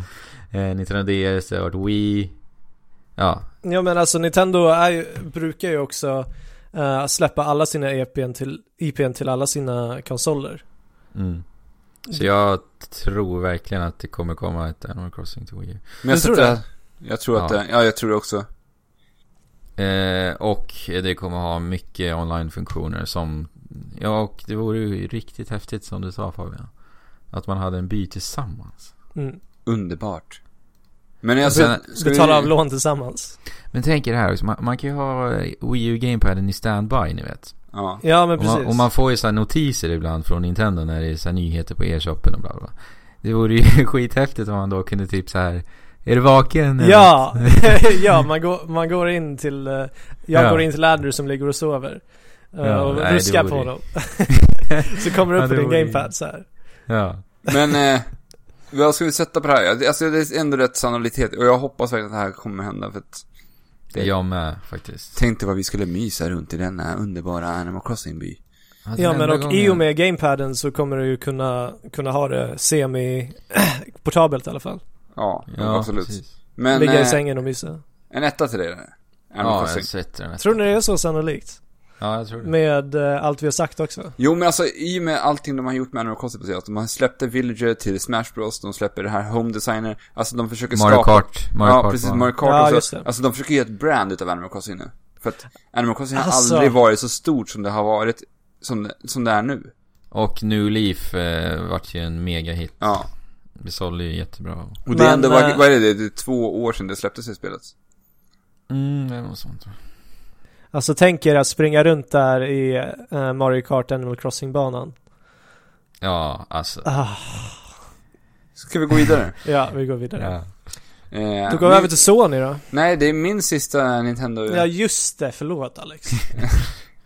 Speaker 3: Eh, Nintendo DS, det har varit Wii. Ja,
Speaker 2: Ja men alltså Nintendo är ju, brukar ju också eh, släppa alla sina EPn till, IPn till alla sina konsoler.
Speaker 4: Mm.
Speaker 3: så jag tror verkligen att det kommer komma ett Animal Crossing till Wii U.
Speaker 1: Men jag
Speaker 2: Du tror
Speaker 1: sätter-
Speaker 2: det?
Speaker 1: Jag tror att
Speaker 3: Ja.
Speaker 1: det, ja jag tror det också.
Speaker 3: Eh, och det kommer ha mycket online-funktioner som... Ja, och det vore ju riktigt häftigt som du sa Fabian. Att man hade en by tillsammans.
Speaker 2: Mm.
Speaker 1: Underbart. Men jag
Speaker 3: sen-
Speaker 1: sätter- ska vi-
Speaker 2: Betala av lån tillsammans.
Speaker 3: Men tänk er det här också, man, man kan ju ha eh, Wii U-gamepaden i standby, ni vet.
Speaker 1: Ja.
Speaker 2: Ja men
Speaker 3: Och
Speaker 2: precis.
Speaker 3: man, och man får ju så här notiser ibland från Nintendo när det är så här nyheter på e-shoppen och bla bla, bla. Det vore ju <laughs> skithäftigt om man då kunde typ så här Är du vaken? eller <laughs>
Speaker 2: Ja, <laughs> ja man, går, man går in till, eh, jag
Speaker 3: Ja.
Speaker 2: går in till Andrew som ligger och sover. eh,
Speaker 3: Ja,
Speaker 2: och
Speaker 3: nej, det
Speaker 2: ruskar på
Speaker 3: vore-
Speaker 2: honom. <laughs> så kommer det upp på
Speaker 3: Ja, det
Speaker 2: din
Speaker 3: vore ju-
Speaker 2: gamepad så här.
Speaker 3: Ja.
Speaker 1: Men, eh, vad ska vi sätta på det här? Alltså det är ändå rätt sannolikhet. Och jag hoppas verkligen att det här kommer hända för att Det-
Speaker 3: Jag med faktiskt.
Speaker 1: Tänk dig vad vi skulle mysa runt i denna underbara Animal Crossing-by.
Speaker 3: Alltså,
Speaker 2: Ja
Speaker 3: den
Speaker 2: men
Speaker 3: enda
Speaker 2: och i och
Speaker 3: gången-
Speaker 2: med gamepaden så kommer du ju kunna, kunna ha det semi <clears throat> portabelt i alla fall.
Speaker 1: Ja,
Speaker 3: Ja,
Speaker 1: absolut.
Speaker 3: precis.
Speaker 1: Men,
Speaker 2: Ligga i
Speaker 1: eh,
Speaker 2: sängen och mysa.
Speaker 1: en etta till dig där. Animal
Speaker 3: Ja,
Speaker 1: Crossing.
Speaker 3: jag sätter den. här.
Speaker 2: Tror ni det är så sannolikt?
Speaker 3: Ja, jag tror det.
Speaker 2: Med eh, allt vi har sagt också?
Speaker 1: Jo men alltså i och med allting de har gjort med Animal Crossing på sig, att de har släppte Villager till Smash Bros, de släpper det här Home Designer, alltså de försöker
Speaker 3: Mario
Speaker 1: skapa...
Speaker 3: Kart. Mario
Speaker 1: ja,
Speaker 3: Kart
Speaker 1: precis,
Speaker 3: var-
Speaker 1: Mario Kart
Speaker 2: Ja,
Speaker 1: också.
Speaker 2: just det.
Speaker 1: Alltså de försöker ge ett brand utav Animal Crossing nu. För att Animal Crossing
Speaker 2: Alltså.
Speaker 1: har aldrig varit så stort som det har varit, som det, som det är nu.
Speaker 3: Och New Leaf eh, vart ju en megahit.
Speaker 1: Ja.
Speaker 3: Det sålde ju jättebra.
Speaker 1: Och det är
Speaker 2: Men,
Speaker 1: ändå, vad,
Speaker 2: eh,
Speaker 1: vad är det, det är två år sedan det släpptes i spelet.
Speaker 3: Mm, det är något sånt. tror jag.
Speaker 2: Alltså tänk er att springa runt där i eh, Mario Kart Animal Crossing-banan.
Speaker 3: Ja, alltså.
Speaker 2: Ah,
Speaker 1: Ska vi gå vidare?
Speaker 2: ja, vi går vidare.
Speaker 3: Ja.
Speaker 1: eh,
Speaker 2: Då går vi
Speaker 1: min-
Speaker 2: över till Sony då.
Speaker 1: Nej, det är min sista Nintendo.
Speaker 2: Ja just det, förlåt Alex. <laughs>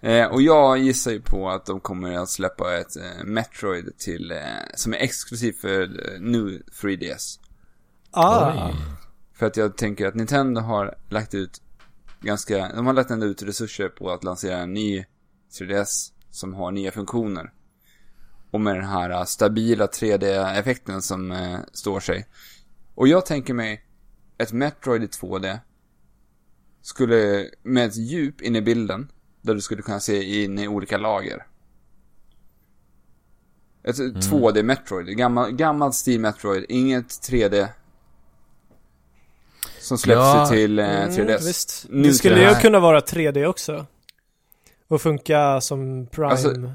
Speaker 1: Eh, och jag gissar ju på att de kommer att släppa ett eh, Metroid till, eh, som är exklusivt för eh, nu 3DS.
Speaker 2: Ah,
Speaker 3: Oj.
Speaker 1: För att jag tänker att Nintendo har lagt ut ganska, de har lagt ändå ut resurser på att lansera en ny 3DS som har nya funktioner. Och med den här eh, stabila 3D-effekten som eh, står sig. Och jag tänker mig ett Metroid i 2D skulle, med ett djup in i bilden, där du skulle kunna se in i olika lager. Ett 2D Metroid, gammal, gammal stil Metroid, inget 3D. Som släpps
Speaker 3: Ja.
Speaker 1: till eh,
Speaker 2: mm,
Speaker 1: 3DS.
Speaker 2: visst.
Speaker 1: Nu
Speaker 2: Det skulle ju
Speaker 1: 3DS.
Speaker 2: kunna vara 3D också. Och funka som Prime.
Speaker 1: Alltså-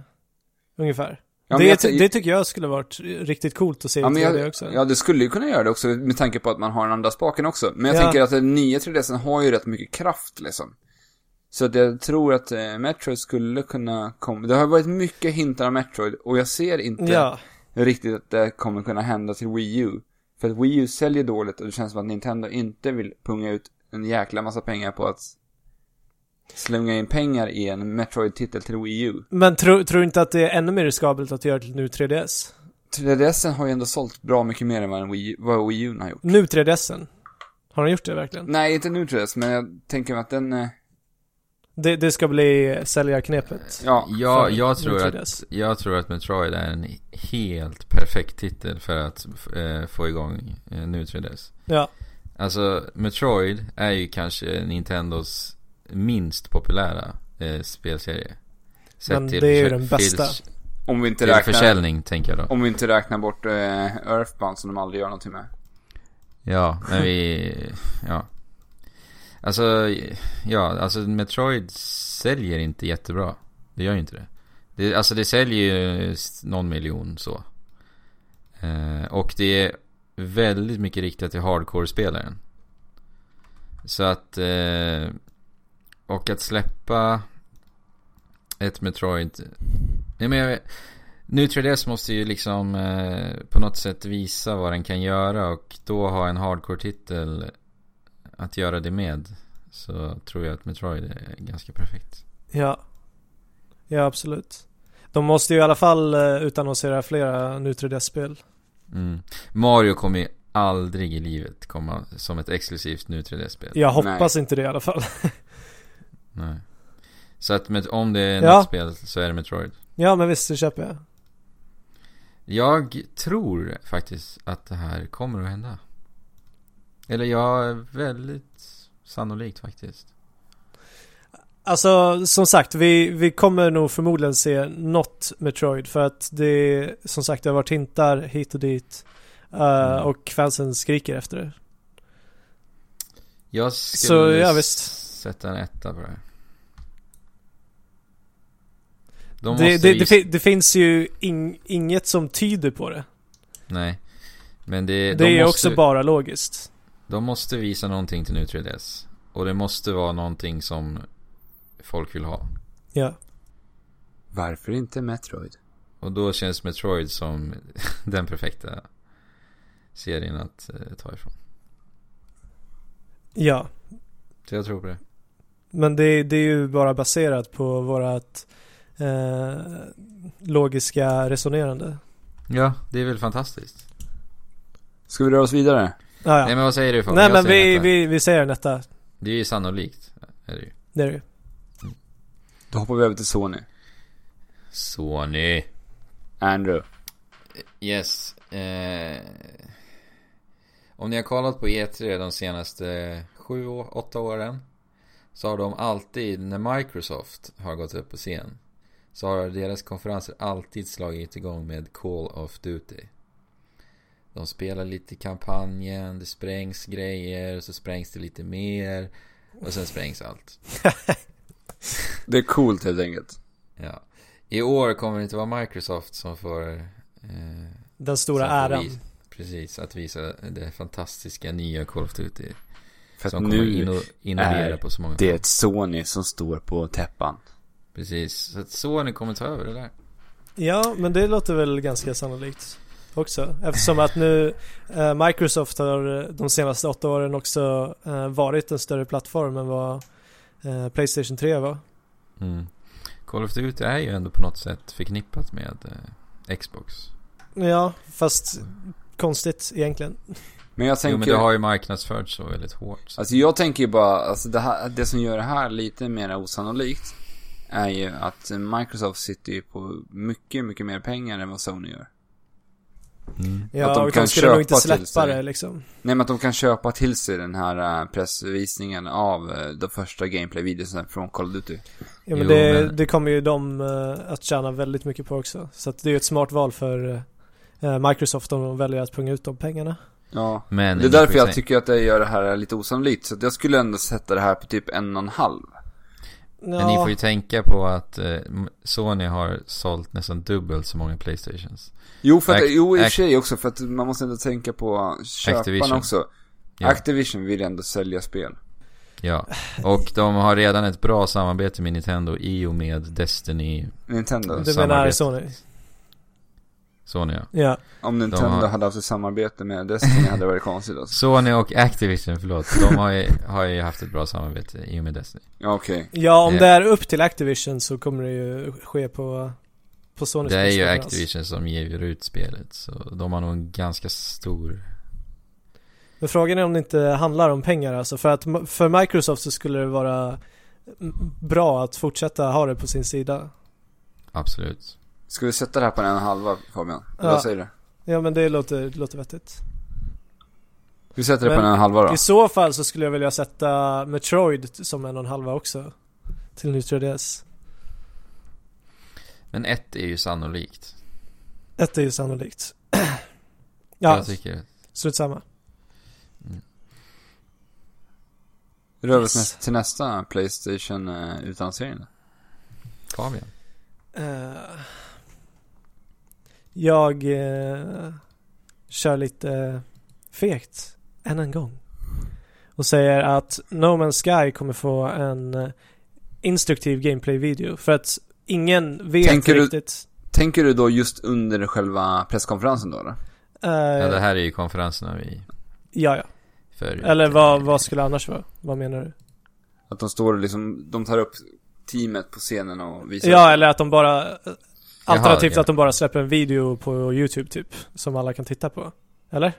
Speaker 2: ungefär.
Speaker 1: Ja, men
Speaker 2: det,
Speaker 1: jag
Speaker 2: ty-
Speaker 1: tänk-
Speaker 2: det tycker jag skulle varit riktigt coolt att se i
Speaker 1: Ja,
Speaker 2: 3D
Speaker 1: men jag,
Speaker 2: också.
Speaker 1: ja, det skulle ju kunna göra det också med tanke på att man har den andra spaken också. Men jag
Speaker 2: Ja.
Speaker 1: tänker att den nya 3DSen har ju rätt mycket kraft liksom. Så att jag tror att eh, Metroid skulle kunna komma. Det har varit mycket hintar om Metroid och jag ser inte
Speaker 2: Ja,
Speaker 1: riktigt att det kommer kunna hända till Wii U. För att Wii U säljer dåligt och det känns som att Nintendo inte vill punga ut en jäkla massa pengar på att slunga in pengar i en Metroid-titel till Wii U.
Speaker 2: men tro, tror inte att det är ännu mer riskabelt att göra till nu 3DS?
Speaker 1: 3DSen har ju ändå sålt bra mycket mer än vad en Wii U, vad Wii U har gjort.
Speaker 2: Nu 3DSen? Har de gjort det verkligen?
Speaker 1: Nej, inte nu 3DS, men jag tänker mig att den, eh,
Speaker 2: Det, det ska bli säljarknepet.
Speaker 1: ja.
Speaker 3: Ja,
Speaker 2: För
Speaker 3: jag tror, att,
Speaker 2: 3DS.
Speaker 3: jag tror att Metroid är en helt perfekt titel för att eh, få igång eh, nu 3DS.
Speaker 2: Ja.
Speaker 3: Alltså, Metroid är ju kanske Nintendos minst populära eh, spelserie. Sett
Speaker 2: Men det är ju
Speaker 3: försä-
Speaker 2: den bästa.
Speaker 3: Till,
Speaker 1: Om vi inte
Speaker 3: till
Speaker 1: räknar,
Speaker 3: försäljning, tänker jag då.
Speaker 1: om vi inte räknar bort eh, Earthbound som de aldrig gör någonting med.
Speaker 3: Ja, men vi... Ja. Alltså, ja, alltså Metroid säljer inte jättebra. Det gör ju inte det. det alltså det säljer ju s- någon miljon så. Eh, och det är väldigt mycket riktat till hardcore-spelaren. Så att... Eh, och att släppa ett Metroid... Nej men jag, nu 3DS måste ju liksom eh, på något sätt visa vad den kan göra och då ha en hardcore-titel att göra det med. Så tror jag att Metroid är ganska perfekt.
Speaker 2: Ja. Ja, absolut. De måste ju i alla fall eh, utannonsera flera nu 3DS-spel.
Speaker 3: Mm. Mario kommer ju aldrig i livet komma som ett exklusivt nu 3DS-spel.
Speaker 2: Jag hoppas inte det i alla fall. <laughs>
Speaker 3: Nej. Så att med, om det är
Speaker 2: Ja.
Speaker 3: något spel så är det Metroid.
Speaker 2: Ja, men visst, det köper jag.
Speaker 3: Jag tror faktiskt att det här kommer att hända. Eller jag är väldigt Sannolikt faktiskt.
Speaker 2: Alltså som sagt, vi, vi kommer nog förmodligen se något Metroid för att det som sagt det har varit hintar hit och dit eh,
Speaker 3: Mm.
Speaker 2: och fansen skriker efter det.
Speaker 3: Jag skulle
Speaker 2: Så, ja,
Speaker 3: s-
Speaker 2: visst.
Speaker 3: sätta en etta på det. De
Speaker 2: Det,
Speaker 3: måste
Speaker 2: det,
Speaker 3: ju-
Speaker 2: det, fi- det finns ju ing, inget som tyder på det.
Speaker 3: Nej. Men
Speaker 2: Det,
Speaker 3: det,
Speaker 2: är
Speaker 3: Eh, de,
Speaker 2: ju
Speaker 3: måste,
Speaker 2: också bara logiskt.
Speaker 3: de måste visa någonting till nu 3DS. Och det måste vara någonting som folk vill ha.
Speaker 2: Ja.
Speaker 1: Varför inte Metroid?
Speaker 3: Och då känns Metroid som <laughs> den perfekta serien att eh, ta ifrån.
Speaker 2: ja.
Speaker 3: Så jag tror på det.
Speaker 2: Men det, det är ju bara baserat på vårat eh, logiska resonerande.
Speaker 3: Ja, det är väl fantastiskt.
Speaker 1: Ska vi röra oss vidare?
Speaker 2: Ah, ja.
Speaker 3: Nej men vad säger du Fabian?
Speaker 2: Nej
Speaker 3: Jag
Speaker 2: men
Speaker 3: säger
Speaker 2: vi,
Speaker 3: detta.
Speaker 2: vi, vi säger en etta.
Speaker 3: Det är ju sannolikt. Är det ju.
Speaker 2: Det är det ju.
Speaker 1: Då hoppar vi över till Sony.
Speaker 3: Sony.
Speaker 1: Andrew.
Speaker 3: Yes. Eh, om ni har kollat på E3 de senaste 7-8 åren. Så har de alltid, när Microsoft har gått upp på scen. Så har deras konferenser alltid slagit igång med Call of Duty. De spelar lite kampanjen, det sprängs grejer, så sprängs det lite mer. Och sen sprängs allt.
Speaker 1: Det är coolt helt enkelt.
Speaker 3: Ja. I år kommer det inte vara Microsoft som får... Eh,
Speaker 2: Den stora
Speaker 3: som får
Speaker 2: äran.
Speaker 3: vis- precis, att visa det fantastiska nya Call of Duty.
Speaker 1: För att
Speaker 3: som kommer
Speaker 1: nu
Speaker 3: inno, innovera
Speaker 1: är
Speaker 3: på så många
Speaker 1: det är
Speaker 3: plan.
Speaker 1: ett Sony som står på täppan.
Speaker 3: Precis, så att Sony kommer ta över det där.
Speaker 2: Ja men det låter väl ganska sannolikt. Också eftersom att nu eh, Microsoft har eh, de senaste åtta åren också eh, varit en större plattform än vad eh, Playstation 3 var.
Speaker 3: Mm. Call of Duty är ju ändå på något sätt förknippat med eh, Xbox.
Speaker 2: Ja fast konstigt egentligen.
Speaker 1: Men jag tänker...
Speaker 3: Jo men det har ju marknadsförts så väldigt hårt. Så.
Speaker 1: Alltså jag tänker ju bara, alltså det, här, det som gör det här lite mer osannolikt är ju att Microsoft sitter ju på mycket, mycket mer pengar än vad Sony gör.
Speaker 3: Mm.
Speaker 2: Ja,
Speaker 1: Att de
Speaker 2: och
Speaker 1: kan
Speaker 2: de skulle nog inte
Speaker 1: köpa till
Speaker 2: släppa
Speaker 1: sig.
Speaker 2: det liksom.
Speaker 1: Nej men att de kan köpa till sig den här äh, pressvisningen av äh, de första gameplay-videorna från Call of Duty.
Speaker 2: Ja, men
Speaker 3: Jo,
Speaker 2: det,
Speaker 3: men-
Speaker 2: det kommer ju de eh, att tjäna väldigt mycket på också. Så att det är ju ett smart val för eh, Microsoft om de väljer att punga ut de pengarna.
Speaker 1: Ja.
Speaker 3: Men
Speaker 1: Det är därför jag
Speaker 3: precis.
Speaker 1: tycker att det gör det här lite osannolikt. Så att jag skulle ändå sätta det här på typ en och en halv.
Speaker 3: Men ni
Speaker 2: Ja,
Speaker 3: får ju tänka på att eh, Sony har sålt nästan dubbelt så många Playstations.
Speaker 1: Jo, för att,
Speaker 3: Act-
Speaker 1: jo i och för
Speaker 3: Act-
Speaker 1: sig också för att man måste ändå tänka på köparna
Speaker 3: Activision.
Speaker 1: också.
Speaker 3: Ja.
Speaker 1: Activision vill ändå sälja spel.
Speaker 3: Ja, och de har redan ett bra samarbete med Nintendo i och med Destiny
Speaker 1: Nintendo.
Speaker 2: du menar
Speaker 3: samarbete.
Speaker 2: Sony?
Speaker 3: Sony ja.
Speaker 2: Ja.
Speaker 1: Om Nintendo
Speaker 3: har-
Speaker 1: hade haft ett samarbete med Destiny hade det varit konstigt alltså.
Speaker 3: <laughs> Sony och Activision, förlåt. De har ju, har ju haft ett bra samarbete i och med Destiny.
Speaker 1: Ja, okej.
Speaker 2: ja, om
Speaker 3: Eh.
Speaker 2: det är upp till Activision så kommer det ju ske på, på Sonys
Speaker 3: Det är ju
Speaker 2: presskonferens.
Speaker 3: Activision som ger ut spelet, så de har nog en ganska stor...
Speaker 2: Men frågan är om det inte handlar om pengar alltså. För att m- för Microsoft så skulle det vara m- bra att fortsätta ha det på sin sida.
Speaker 3: Absolut.
Speaker 1: Ska vi sätta det här på en och en halva Fabian?
Speaker 2: Ja.
Speaker 1: Vad säger du?
Speaker 2: Ja men det låter, det låter vettigt.
Speaker 1: Vi sätter det på
Speaker 2: Men-
Speaker 1: en och en halva då.
Speaker 2: I så fall så skulle jag vilja sätta Metroid som en och en halva också. Till nu 3DS.
Speaker 3: Men ett är ju sannolikt.
Speaker 2: Ett är ju sannolikt. <clears throat>
Speaker 3: Ja.
Speaker 2: ja,
Speaker 3: Jag tycker...
Speaker 2: strunt samma.
Speaker 1: Rör vi oss
Speaker 2: Yes.
Speaker 1: näst- till nästa Playstation eh, utannonsering.
Speaker 3: Fabian.
Speaker 2: Eh, jag eh, kör lite eh, fegt än en gång. Och säger att No Man's Sky kommer få en eh, instruktiv gameplay-video. För att ingen vet
Speaker 1: Tänker du-
Speaker 2: riktigt.
Speaker 1: Tänker du då just under själva presskonferensen då? eller?
Speaker 2: Eh,
Speaker 3: Ja, det
Speaker 2: ja,
Speaker 3: här är ju konferenserna vi...
Speaker 2: ja.
Speaker 3: För
Speaker 2: Eller vad, vad skulle det annars vara? Vad menar du?
Speaker 1: Att de står och liksom, de tar upp teamet på scenen och visar.
Speaker 2: Ja, eller att de bara... Alternativt
Speaker 3: ja.
Speaker 2: att de bara släpper en video på YouTube typ, som alla kan titta på. Eller?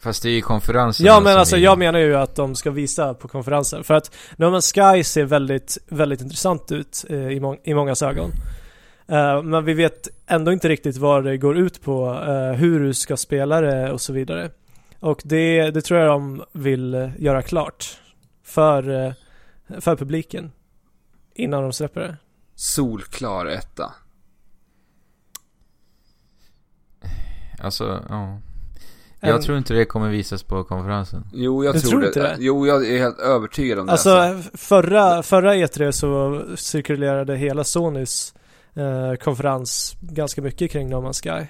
Speaker 3: Fast det är ju konferenserna
Speaker 2: Ja, men
Speaker 3: som
Speaker 2: alltså
Speaker 3: är-
Speaker 2: jag menar ju att de ska visa på konferensen. För att No Man's Sky ser väldigt, väldigt intressant ut eh, i, mång- i många ögon. Eh, men vi vet ändå inte riktigt vad det går ut på, eh, hur du ska spela det och så vidare. Och det, det tror jag de vill eh, göra klart för, eh, för publiken innan de släpper det.
Speaker 1: Solklar etta.
Speaker 3: Alltså, ja. Jag
Speaker 2: En-
Speaker 3: tror inte det kommer visas på konferensen.
Speaker 1: Jo, jag
Speaker 2: Du
Speaker 1: tror,
Speaker 2: tror
Speaker 1: det.
Speaker 2: inte det?
Speaker 1: Jo, jag är helt övertygad om det. alltså.
Speaker 2: Alltså förra, förra E3 så cirkulerade hela Sonys eh, konferens ganska mycket kring No Man's Sky.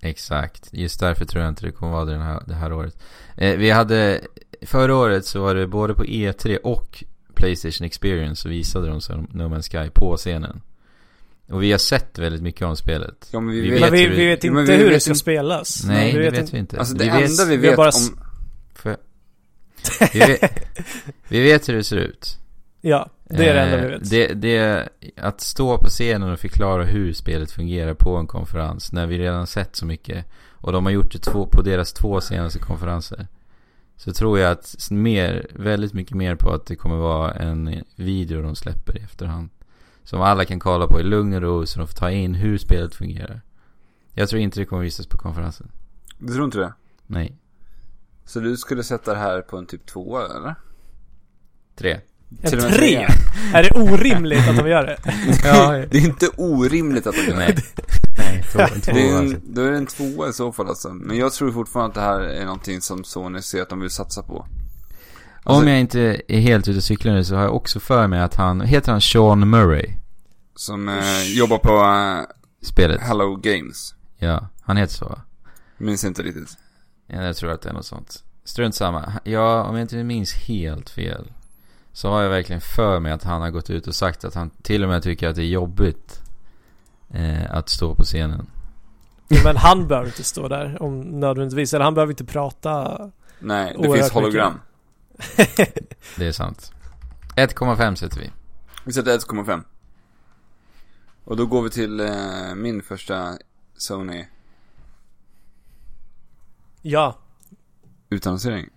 Speaker 3: Exakt. Just därför tror jag inte det kommer vara det, den här, det här året. Eh, vi hade, förra året så var det både på E3 och Playstation Experience så visade de så No Man's Sky på scenen. Och vi har sett väldigt mycket om spelet.
Speaker 1: Ja, men vi
Speaker 3: Vi
Speaker 1: vet,
Speaker 2: Men vi,
Speaker 3: hur det-
Speaker 2: vi vet
Speaker 1: Ja,
Speaker 2: inte
Speaker 1: men vi
Speaker 2: hur det
Speaker 1: vet
Speaker 2: ska
Speaker 1: inte-
Speaker 2: spelas.
Speaker 3: Nej,
Speaker 2: Vi
Speaker 3: det vet
Speaker 2: inte-
Speaker 3: vi inte.
Speaker 1: alltså det
Speaker 3: vi
Speaker 1: enda vi
Speaker 2: vi har
Speaker 1: vet
Speaker 2: bara s-
Speaker 1: om...
Speaker 3: För,
Speaker 2: <laughs>
Speaker 3: vi, vet, vi vet hur det ser ut.
Speaker 2: Ja, det är det enda vi
Speaker 3: Eh,
Speaker 2: vet.
Speaker 3: Det, det, att stå på scenen och förklara hur spelet fungerar på en konferens när vi redan sett så mycket och de har gjort det två, på deras två senaste konferenser. Så tror jag att s- mer, väldigt mycket mer på att det kommer vara en video de släpper i efterhand. Som alla kan kolla på i lugn och ro så de får ta in hur spelet fungerar. Jag tror inte det kommer visas på konferensen.
Speaker 1: Du tror inte det?
Speaker 3: Nej.
Speaker 1: Så du skulle sätta det här på en typ tvåa, eller?
Speaker 3: Tre.
Speaker 2: En
Speaker 1: till och med
Speaker 2: tre? Är det orimligt att de gör det?
Speaker 3: Ja,
Speaker 1: Det är inte orimligt att de gör det.
Speaker 3: nej. <laughs> Nej, två, två
Speaker 1: Det är
Speaker 3: alltså.
Speaker 1: en, då är det en tvåa i så fall alltså. Men jag tror fortfarande att det här är någonting som Sony ser att de vill satsa på. Alltså-
Speaker 3: Om jag inte är helt ute och cyklar nu så har jag också för mig att han, heter han Sean Murray?
Speaker 1: Som eh, jobbar på eh,
Speaker 3: Spelet?
Speaker 1: Hello Games.
Speaker 3: Ja, han heter så va?
Speaker 1: Minns inte riktigt.
Speaker 3: Ja, Jag tror att det är något sånt. Strunt samma. Ja, om jag inte minns helt fel. Så har jag verkligen för mig att han har gått ut och sagt att han till och med tycker att det är jobbigt. Eh, att stå på scenen.
Speaker 2: Men han behöver inte stå där om nödvändigtvis. Eller han behöver inte prata.
Speaker 1: Nej, det
Speaker 2: Oerhört
Speaker 1: finns hologram.
Speaker 2: mycket.
Speaker 3: Det är sant. 1,5 sätter vi.
Speaker 1: Vi sätter 1,5. Och då går vi till eh, min första Sony
Speaker 2: ja,
Speaker 1: utannonsering.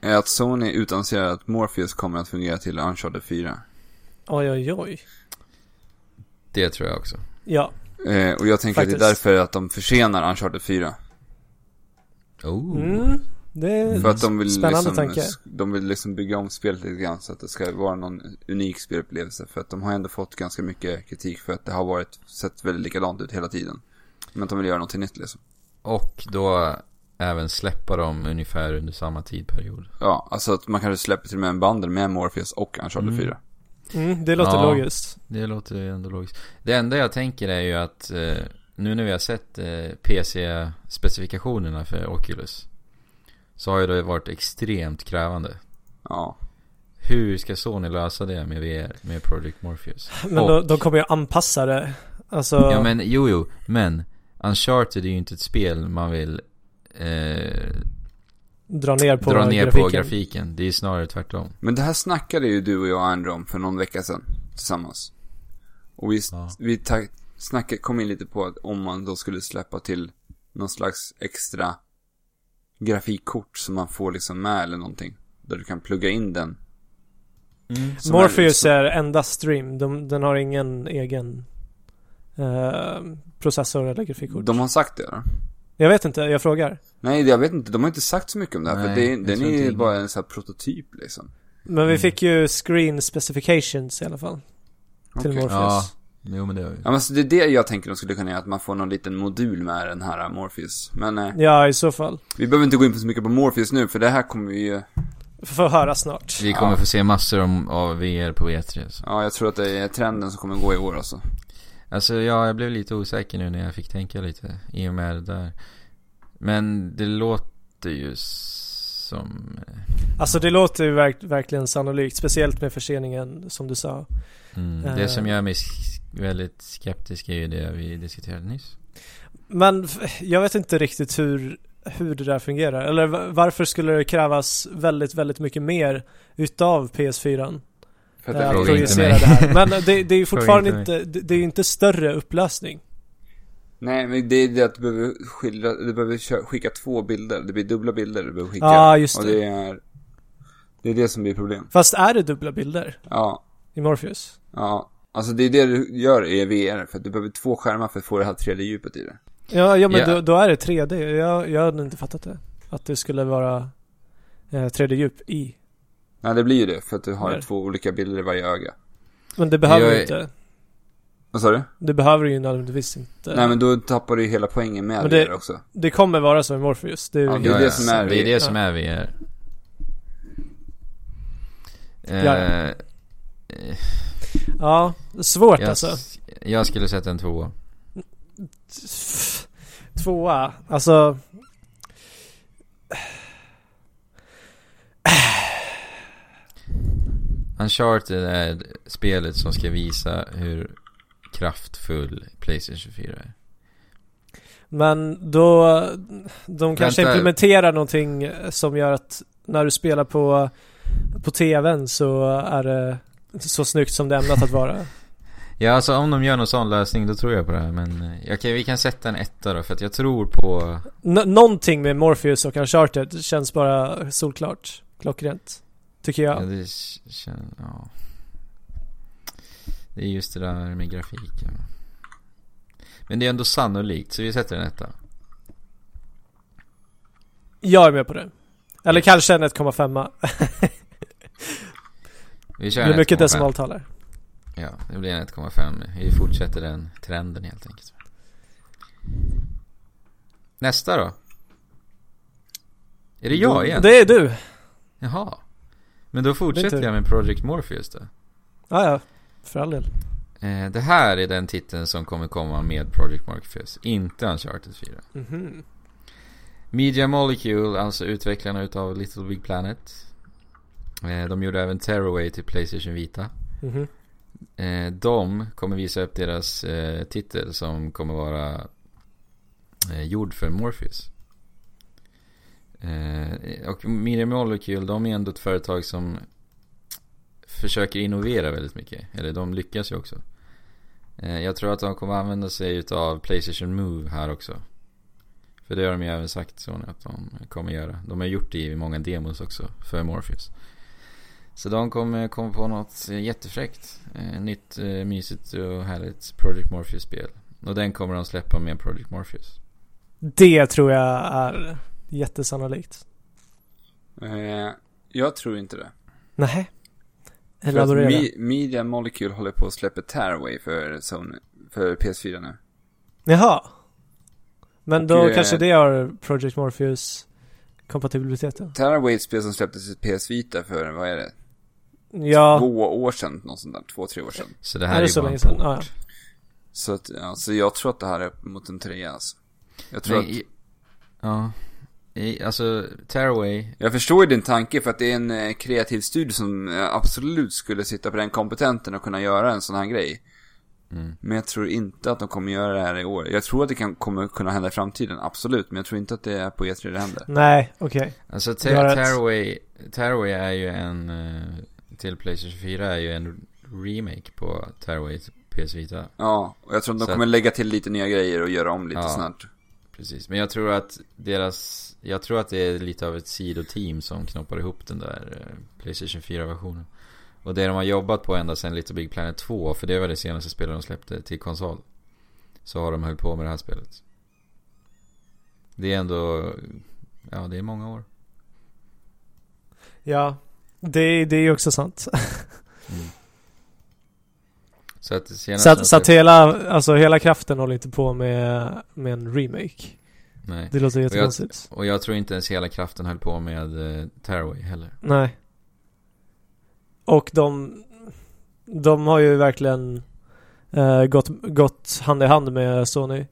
Speaker 1: Är att Sony utannonserar att Morpheus kommer att fungera till Uncharted 4.
Speaker 2: oj oj oj.
Speaker 3: Det tror jag också.
Speaker 2: Ja,
Speaker 1: Eh, och jag tänker att det är
Speaker 2: Faktiskt.
Speaker 1: därför att de försenar Uncharted 4.
Speaker 3: Oh.
Speaker 2: mm, det är
Speaker 1: För att de vill,
Speaker 2: Spännande
Speaker 1: liksom,
Speaker 2: tanke.
Speaker 1: s- de vill liksom bygga om spelet lite grann så att det ska vara någon unik spelupplevelse. För att de har ändå fått ganska mycket kritik för att det har varit, sett väldigt likadant ut hela tiden. Men att de vill göra någonting nytt liksom.
Speaker 3: Och då även släppa dem ungefär under samma tidperiod.
Speaker 1: Ja, alltså att man kanske släpper till och med en bundle med Morpheus och Uncharted
Speaker 3: Mm.
Speaker 1: 4.
Speaker 2: mm, det låter
Speaker 3: Ja.
Speaker 2: logiskt.
Speaker 3: Det låter ju ändå logiskt. Det enda jag tänker är ju att eh, nu när vi har sett eh, PC-specifikationerna för Oculus så har ju det varit extremt krävande.
Speaker 1: Ja.
Speaker 3: Hur ska Sony lösa det med VR, med Project Morpheus?
Speaker 2: Men
Speaker 3: Och-
Speaker 2: då, de kommer ju anpassa det. Alltså,
Speaker 3: Ja men jo jo, men Uncharted är ju inte ett spel man vill eh,
Speaker 2: dra ner på
Speaker 3: dra ner
Speaker 2: grafiken.
Speaker 3: på grafiken. Det är ju snarare tvärtom.
Speaker 1: Men det här snackade ju du och jag Andrew om för någon vecka sedan. Tillsammans. Och vi, s-
Speaker 3: Ja.
Speaker 1: vi ta- snackade, kom in lite på att om man då skulle släppa till någon slags extra grafikkort som man får liksom med eller någonting. Där du kan plugga in den.
Speaker 2: Mm.
Speaker 1: Som
Speaker 2: Morpheus
Speaker 1: är, liksom-
Speaker 2: är enda stream. De, den har ingen egen eh, processor eller grafikkort.
Speaker 1: De har sagt det eller?
Speaker 2: Jag vet inte, jag frågar.
Speaker 1: Nej, jag vet inte. De har inte sagt så mycket om det här. för
Speaker 3: Nej,
Speaker 1: det,
Speaker 3: jag
Speaker 1: den
Speaker 3: tror
Speaker 1: är
Speaker 3: inte
Speaker 1: ju
Speaker 3: det.
Speaker 1: bara en sån här prototyp liksom.
Speaker 2: Men vi
Speaker 3: Mm.
Speaker 2: fick ju screen specifications i alla fall. Till
Speaker 1: Okej.
Speaker 3: Ja,
Speaker 2: Morpheus.
Speaker 3: jo men det har vi.
Speaker 1: Ja, men så det är det jag tänker de skulle kunna göra. Att man får någon liten modul med den här äh, Morpheus. Men eh,
Speaker 2: Ja, i så fall.
Speaker 1: vi behöver inte gå in på så mycket på Morpheus nu. För det här kommer vi ju...
Speaker 2: Får höra snart.
Speaker 3: Vi kommer
Speaker 1: Ja.
Speaker 3: få se massor om, av VR på E3 så.
Speaker 1: Ja, jag tror att det är trenden som kommer gå i år alltså.
Speaker 3: Alltså ja, jag blev lite osäker nu när jag fick tänka lite i och med det där. Men det låter ju som...
Speaker 2: Alltså det låter ju verk, verkligen sannolikt. Speciellt med förseningen som du sa.
Speaker 3: Mm,
Speaker 2: Eh.
Speaker 3: Det som gör mig s- väldigt skeptisk är ju det vi diskuterade nyss.
Speaker 2: Men f- jag vet inte riktigt hur, hur det där fungerar. Eller va- varför skulle det krävas väldigt, väldigt mycket mer utav PS4?
Speaker 1: För
Speaker 2: eh,
Speaker 3: frågar
Speaker 2: att
Speaker 3: inte
Speaker 2: projicera
Speaker 3: mig.
Speaker 2: det
Speaker 3: <laughs>
Speaker 2: här. Men eh, det, det är ju
Speaker 3: Fråga
Speaker 2: fortfarande
Speaker 3: inte
Speaker 2: inte, det, det är ju inte större upplösning.
Speaker 1: Nej, men det är det att du behöver skildra, du behöver kö- skicka två bilder. Det blir dubbla bilder du behöver skicka.
Speaker 2: Ja, just
Speaker 1: Och
Speaker 2: det.
Speaker 1: det är, det är det som blir problem.
Speaker 2: Fast är det dubbla bilder
Speaker 1: Ja,
Speaker 2: i Morpheus?
Speaker 1: ja. Alltså det är det du gör i VR, för att du behöver två skärmar för att få det här 3D-djupet i det.
Speaker 2: Ja, ja men
Speaker 3: Ja.
Speaker 2: Då, då är det 3D. Jag, jag hade inte fattat det. Att det skulle vara eh, 3D-djup i
Speaker 1: Nej, det blir ju det. För att du har
Speaker 2: Nej.
Speaker 1: två olika bilder i varje öga.
Speaker 2: Men det behöver
Speaker 3: Jag
Speaker 2: du
Speaker 3: är-
Speaker 2: inte.
Speaker 1: Vad sa du?
Speaker 2: Det behöver du ju nödvändigtvis inte.
Speaker 1: Nej, men då tappar du ju hela poängen med
Speaker 2: Men
Speaker 1: det,
Speaker 2: det-
Speaker 1: VR också.
Speaker 2: Det kommer vara så i Morpheus. Det är
Speaker 1: Ja,
Speaker 2: ju
Speaker 1: det är
Speaker 3: Ja,
Speaker 1: det
Speaker 3: ja.
Speaker 1: som är
Speaker 3: det
Speaker 1: VR.
Speaker 3: är det som är VR. Eh,
Speaker 2: Ja, ja, svårt
Speaker 3: jag,
Speaker 2: alltså.
Speaker 3: jag skulle sätta en tvåa.
Speaker 2: Tvåa, alltså...
Speaker 3: Uncharted är spelet som ska visa hur kraftfull Playstation 24 är.
Speaker 2: Men då, de kanske
Speaker 3: Vänta.
Speaker 2: implementerar någonting som gör att när du spelar på, på tvn så är det så snyggt som det är ämnat att vara.
Speaker 3: Ja, alltså om de gör någon sån lösning då tror jag på det här. Men eh, okej, vi kan sätta en etta då för att jag tror på...
Speaker 2: N- någonting med Morpheus och Uncharted känns bara solklart, klockrent. Tycker
Speaker 3: Ja.
Speaker 2: jag.
Speaker 3: det, k- kän- ja. det är just det där med grafiken. Men det är ändå sannolikt, så vi sätter en etta.
Speaker 2: Jag är med på det. Eller kanske en 1,5.
Speaker 3: Vi
Speaker 2: Det
Speaker 3: kör en
Speaker 2: är mycket
Speaker 3: 1,5.
Speaker 2: decimaltaler.
Speaker 3: Ja, det blir en 1,5. Vi fortsätter den trenden helt enkelt. Nästa då? Är det jag igen?
Speaker 2: Det är du.
Speaker 3: Jaha. Men då fortsätter
Speaker 2: tur.
Speaker 3: jag med Project Morpheus då.
Speaker 2: Ja, ja. För all del.
Speaker 3: Eh, det här är den titeln som kommer komma med Project Morpheus, inte Uncharted 4.
Speaker 2: Mhm.
Speaker 3: Media Molecule, alltså utvecklarna utav Little Big Planet. Eh, De gjorde även Tearaway till Playstation Vita.
Speaker 2: Mhm.
Speaker 3: Eh, De kommer visa upp deras eh, titel som kommer vara eh, gjord för Morpheus. Eh, Och Media Molecule, de är ändå ett företag som försöker innovera väldigt mycket. Eller de lyckas ju också. Eh, Jag tror att de kommer använda sig utav Playstation Move här också. För det har de ju även sagt så nu att de kommer göra. De har gjort det i många demos också för Morpheus. Så de kommer komma på något eh, jättefräckt. Eh, nytt, eh, mysigt och härligt Project Morpheus-spel. Och den kommer de släppa med Project Morpheus.
Speaker 2: Det tror jag är jättesannolikt.
Speaker 1: Eh, jag tror inte det.
Speaker 2: Nej.
Speaker 1: För att
Speaker 2: Elaborera.
Speaker 1: Mi- Media Molecule håller på att släppa Tearaway för, Sony, för PS4 nu.
Speaker 2: Jaha. Men
Speaker 1: Och,
Speaker 2: då
Speaker 1: eh,
Speaker 2: kanske det har Project Morpheus kompatibiliteten.
Speaker 1: Tearaway är ett spel som släpptes i PS Vita för, vad är det?
Speaker 2: Ja,
Speaker 1: Två år sedan, något sånt där. Två, tre år sedan.
Speaker 3: Så det
Speaker 2: Är
Speaker 3: här
Speaker 2: det
Speaker 3: är,
Speaker 2: så
Speaker 3: ju bara
Speaker 2: länge
Speaker 3: en
Speaker 2: sedan?
Speaker 3: port.
Speaker 2: Ja,
Speaker 1: Så att, ja, så jag tror att det här är upp mot en trea alltså. Jag tror
Speaker 3: Men,
Speaker 1: att,
Speaker 3: i, ja. I, alltså, Tearaway.
Speaker 1: jag förstår ju din tanke för att det är en eh, kreativ studio som eh, absolut skulle sitta på den kompetenten och kunna göra en sån här grej.
Speaker 3: Mm.
Speaker 1: Men jag tror inte att de kommer göra det här i år. Jag tror att det kan, kommer kunna hända i framtiden, absolut. Men jag tror inte att det är på E3 det händer.
Speaker 2: nej, okej.
Speaker 3: Alltså,
Speaker 2: Du har
Speaker 3: te-
Speaker 2: rätt.
Speaker 3: Tearaway, Tearaway är ju en... eh, Till Playstation 4 är ju en remake på Tearaway till PS Vita.
Speaker 1: Ja, och jag tror att de
Speaker 3: Så
Speaker 1: kommer lägga till lite nya grejer och göra om lite
Speaker 3: Ja.
Speaker 1: snart.
Speaker 3: Precis, men jag tror att deras Jag tror att det är lite av ett sidoteam som knoppar ihop den där eh, Playstation 4-versionen Och det de har jobbat på ända sedan Little Big Planet 2 För det var det senaste spelet de släppte till konsol Så har de hållit på med det här spelet Det är ändå Ja, det är många år
Speaker 2: Ja. Det, det är ju också sant.
Speaker 3: Så att det senaste
Speaker 2: Så
Speaker 3: de
Speaker 2: att, så att
Speaker 3: släppte-
Speaker 2: hela, alltså hela kraften håller inte på med, med en remake.
Speaker 3: Nej
Speaker 2: Det låter
Speaker 3: jag-
Speaker 2: jättekonstigt.
Speaker 3: Och jag tror inte ens hela kraften höll på med eh, Tearaway heller
Speaker 2: Nej. Och de, de har ju verkligen eh, gått, gått hand i hand med Sony.
Speaker 3: Ja,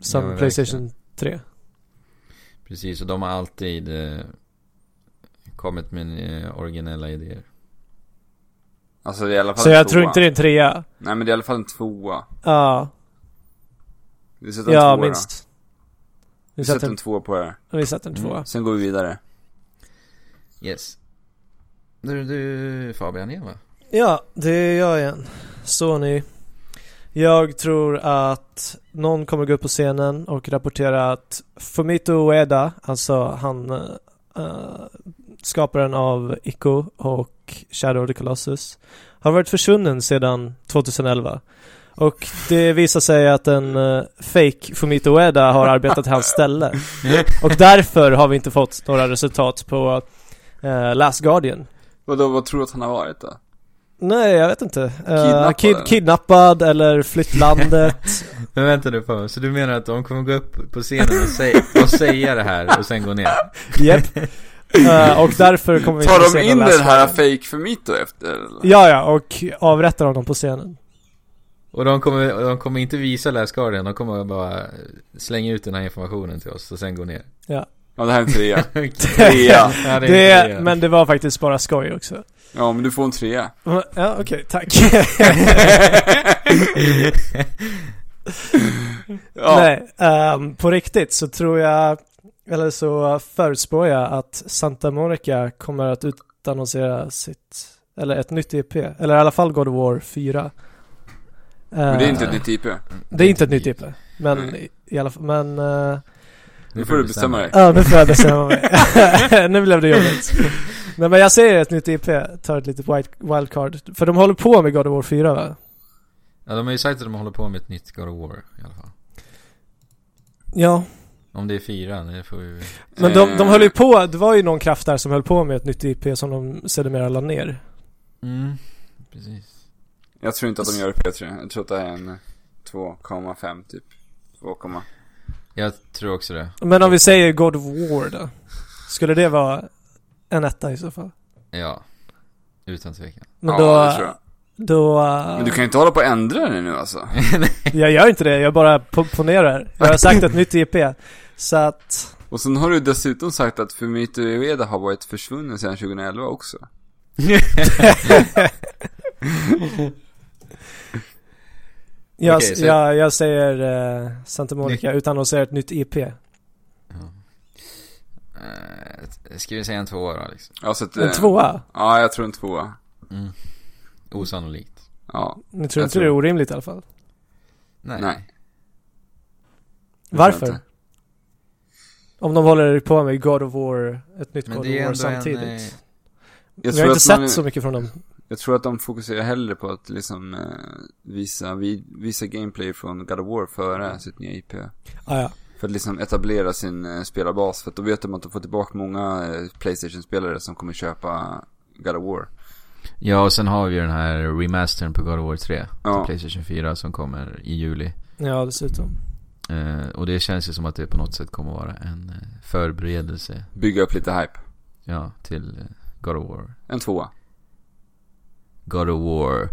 Speaker 2: Sen
Speaker 3: verkligen.
Speaker 2: Playstation 3.
Speaker 3: Precis, och de har alltid eh, kommit med eh, originella idéer
Speaker 1: Alltså det är i alla fall
Speaker 2: Så
Speaker 1: en
Speaker 2: jag
Speaker 1: tvåa.
Speaker 2: tror inte det är en trea.
Speaker 1: Nej men det är i alla fall en tvåa.
Speaker 2: Ja,
Speaker 1: Vi sätter en
Speaker 2: ja
Speaker 1: tvåa då.
Speaker 2: minst. Vi
Speaker 1: Vi
Speaker 2: sätter
Speaker 1: sätter
Speaker 2: en,
Speaker 1: en tvåa på det här.
Speaker 2: vi sätter en
Speaker 3: Mm.
Speaker 2: tvåa.
Speaker 1: Sen går vi vidare.
Speaker 3: Yes. Du, du Fabian igen va?
Speaker 2: Ja, det är jag igen. Sony. Jag tror att någon kommer gå upp på scenen och rapportera att Fumito Ueda, alltså han eh, skaparen av Ico och Shadow of the Colossus, har varit försvunnen sedan 2011. Och det visar sig att en eh, fake Fumito Ueda har arbetat i hans ställe. Och därför har vi inte fått några resultat på eh, Last Guardian.
Speaker 1: Vadå, vad tror du att han har varit då?
Speaker 2: Nej, jag vet inte. Eh,
Speaker 1: Kidnappad,
Speaker 2: kid,
Speaker 1: eller?
Speaker 2: kidnappad eller flytt
Speaker 1: <laughs>
Speaker 2: landet.
Speaker 3: Men vänta nu på så du menar att de kommer gå upp på scenen och, säga, <laughs> och säga det här och sen gå ner?
Speaker 2: Japp. Eh, och därför kommer vi
Speaker 1: Tar
Speaker 2: inte se
Speaker 1: de
Speaker 2: någon
Speaker 1: in den här
Speaker 2: läsare.
Speaker 1: fake för mitt då efter? eller?
Speaker 2: Ja, ja, och avrättar honom på scenen.
Speaker 3: Och de kommer, och de kommer inte visa läskarien, de kommer bara slänga ut den här informationen till oss och sen gå ner.
Speaker 1: Ja, det här är en trea.
Speaker 2: <laughs>
Speaker 3: <laughs> Okej.
Speaker 1: <laughs> Trea.
Speaker 3: <laughs> Ja, det är
Speaker 2: Det,
Speaker 3: en trea. <laughs>
Speaker 2: men det var faktiskt bara skoj också.
Speaker 1: Ja, men du får en
Speaker 2: <laughs>
Speaker 1: trea.
Speaker 2: Ja, okej, tack.
Speaker 1: <laughs> Ja,
Speaker 2: Nej, ehm, på riktigt så tror jag, eller så förutspår jag att Santa Monica kommer att utannonsera sitt, eller ett nytt EP, eller i alla fall God of War Eh, 4.
Speaker 1: men det är inte ett nytt IP.
Speaker 2: Det är inte ett nytt EP, men
Speaker 1: Nej.
Speaker 2: i, i alla fall, men... eh,
Speaker 1: Nu får du bestämma dig.
Speaker 2: Ja, nu får jag bestämma mig.
Speaker 1: <laughs>
Speaker 2: <laughs> nu blev det jobbigt. Nej men jag säger ett nytt IP, tar ett litet white- wildcard. För de håller på med God of War 4 va?
Speaker 3: Ja, de har ju sagt att de håller på med ett nytt God of War i alla fall.
Speaker 2: Ja.
Speaker 3: Om det är fyran, det får vi...
Speaker 2: Men de, de
Speaker 1: Eh,
Speaker 2: höll ju på, det var ju någon kraft där som höll på med ett nytt IP som de sedermera la ner.
Speaker 3: Mm, precis.
Speaker 1: Eh, Jag tror inte att de gör det P3. Jag tror att det här är en 2,5 typ. 2,
Speaker 3: Jag tror också det.
Speaker 2: Men om vi säger God of War då? Skulle det vara en etta i så fall?
Speaker 3: Ja. Utan tvekan.
Speaker 2: Men
Speaker 1: ja,
Speaker 2: då,
Speaker 1: det tror jag.
Speaker 2: då...
Speaker 1: Men du kan ju inte hålla på och ändra det nu alltså.
Speaker 2: Jag gör inte det, jag bara po- ponerar. Jag har sagt ett nytt IP. Så att...
Speaker 1: Och sen har du dessutom sagt att Fumito Ueda har varit försvunnen sedan 2011 också.
Speaker 2: Jag,
Speaker 3: Okej, så-
Speaker 2: jag, jag säger eh, Santa Monica utan att säga ett nytt E IP.
Speaker 3: Eh, Ska vi säga en tvåa då liksom?
Speaker 1: Ja, så att,
Speaker 2: En
Speaker 1: eh,
Speaker 2: tvåa?
Speaker 1: Ja, jag tror en tvåa.
Speaker 3: Mm. Osannolikt.
Speaker 1: Ja.
Speaker 2: Ni tror
Speaker 1: jag
Speaker 2: inte
Speaker 1: tror-
Speaker 2: det är orimligt i alla fall?
Speaker 3: Nej.
Speaker 1: Nej. jag
Speaker 2: Varför?
Speaker 1: inte.
Speaker 2: Om de håller på med God of War, ett nytt
Speaker 3: Men
Speaker 2: God
Speaker 3: det
Speaker 2: of
Speaker 3: är
Speaker 2: War
Speaker 3: ändå en...
Speaker 2: samtidigt.
Speaker 3: eh,
Speaker 1: Jag
Speaker 2: Vi har
Speaker 1: tror,
Speaker 2: inte
Speaker 1: att man,
Speaker 2: sett så mycket från dem.
Speaker 1: jag tror att de fokuserar hellre på att liksom eh, visa, vi, visa gameplay från God of War före sitt nya IP.
Speaker 2: Ah, ja.
Speaker 1: För att liksom etablera sin eh, spelarbas. För att då vet de att de får tillbaka många eh, Playstation-spelare som kommer köpa God of War.
Speaker 3: Ja, och sen har vi ju den här remastern på God of War 3.
Speaker 1: Ja.
Speaker 3: Till Playstation 4 som kommer i juli.
Speaker 2: ja, dessutom.
Speaker 3: Eh, och det känns ju som att det på något sätt kommer vara en eh, förberedelse.
Speaker 1: Bygga upp lite hype.
Speaker 3: Ja, till eh, God of War.
Speaker 1: En tvåa.
Speaker 3: God of War.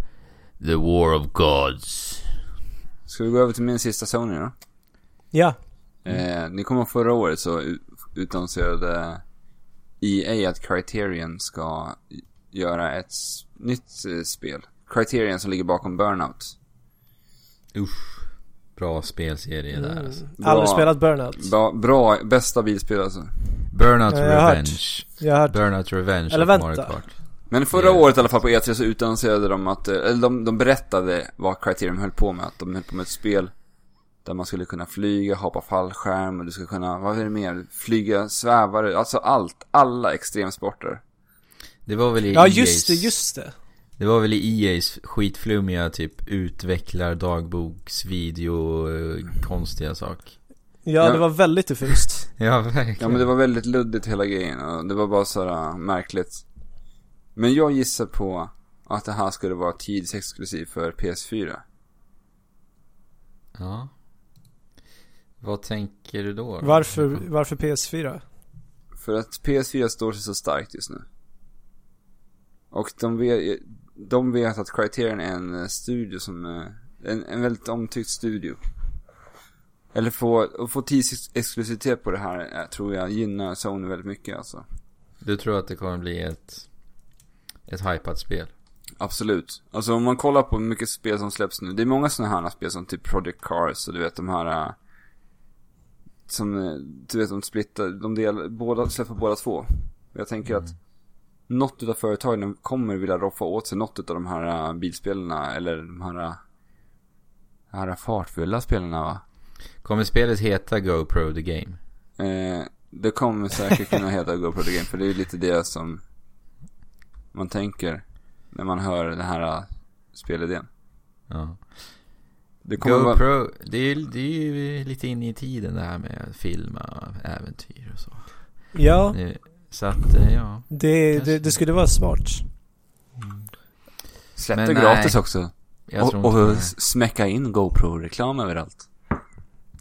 Speaker 3: The War of Gods.
Speaker 1: Ska vi gå över till min sista Sony då?
Speaker 2: Ja,
Speaker 1: Eh, ni kommer ihåg förra året så u- utannonserade EA att Criterion ska i- göra ett s- nytt eh, spel. Criterion som ligger bakom Burnout.
Speaker 3: Usch. Bra spelserie där alltså.
Speaker 2: Mm. aldrig
Speaker 1: Bra.
Speaker 2: spelat Burnout.
Speaker 1: Ba, bra, bästa bilspel alltså.
Speaker 3: Burnout
Speaker 2: Ja, jag har hört.
Speaker 3: Revenge.
Speaker 2: Jag har hört
Speaker 3: Burnout Revenge
Speaker 2: Eller
Speaker 3: och
Speaker 2: vänta.
Speaker 3: Mario Kart.
Speaker 1: Men förra
Speaker 3: Mm.
Speaker 1: året i alla fall på E3 så utannonserade de att, eh, eller de, de berättade vad Criterion höll på med. Att de höll på med ett spel där man skulle kunna flyga, hoppa fallskärm och du skulle kunna, vad är det mer? Flyga, svävare, alltså allt. Alla extremsporter.
Speaker 3: Det var väl i
Speaker 2: Ja,
Speaker 3: EA's,
Speaker 2: just det, just det.
Speaker 3: Det var väl i EA's skitflummiga typ utvecklar dagboksvideo eh, konstiga sak.
Speaker 2: Ja,
Speaker 1: Ja.
Speaker 2: det var väldigt diffust.
Speaker 3: Ja, verkligen.
Speaker 1: Ja men det var väldigt luddigt hela grejen och det var bara sådär äh, märkligt. Men jag gissar på att det här skulle vara tidsexklusiv för PS4.
Speaker 3: Ja. Vad tänker du då? då?
Speaker 2: Varför, varför PS4?
Speaker 1: För att PS4 står sig så starkt just nu. Och de vet, de vet att Criterion är en eh, studio som, eh, en, en väldigt omtyckt studio. Eller få, att få tidsexklusivitet på det här eh, tror jag gynnar Sony väldigt mycket alltså.
Speaker 3: Du tror att det kommer bli ett, ett hypat spel?
Speaker 1: Absolut. Alltså om man kollar på hur mycket spel som släpps nu. Det är många sådana här spel som typ Project Cars och du vet de här. äh, Som, eh, du vet de splittar, de delar, båda, släpper båda två. Jag tänker att något utav företagen kommer vilja roffa åt sig något utav de här äh, bilspelarna eller de här, äh, de här fartfulla spelarna va.
Speaker 3: Kommer spelet heta GoPro The Game?
Speaker 1: Eh, det kommer säkert kunna heta <laughs> GoPro The Game för det är lite det som man tänker när man hör den här äh, spelidén.
Speaker 3: Ja.
Speaker 1: Det kommer vara-
Speaker 3: GoPro, det, är, det är ju lite inne i tiden det här med film och äventyr och så.
Speaker 2: Ja,
Speaker 3: Nu, Så att, eh, ja.
Speaker 2: Det,
Speaker 3: Kanske.
Speaker 2: det, det skulle vara smart.
Speaker 1: Släpp
Speaker 3: Men
Speaker 1: det
Speaker 3: nej,
Speaker 1: gratis också.
Speaker 3: Jag,
Speaker 1: Och,
Speaker 3: tror inte på
Speaker 1: och
Speaker 3: det här.
Speaker 1: smäcka in GoPro-reklam överallt.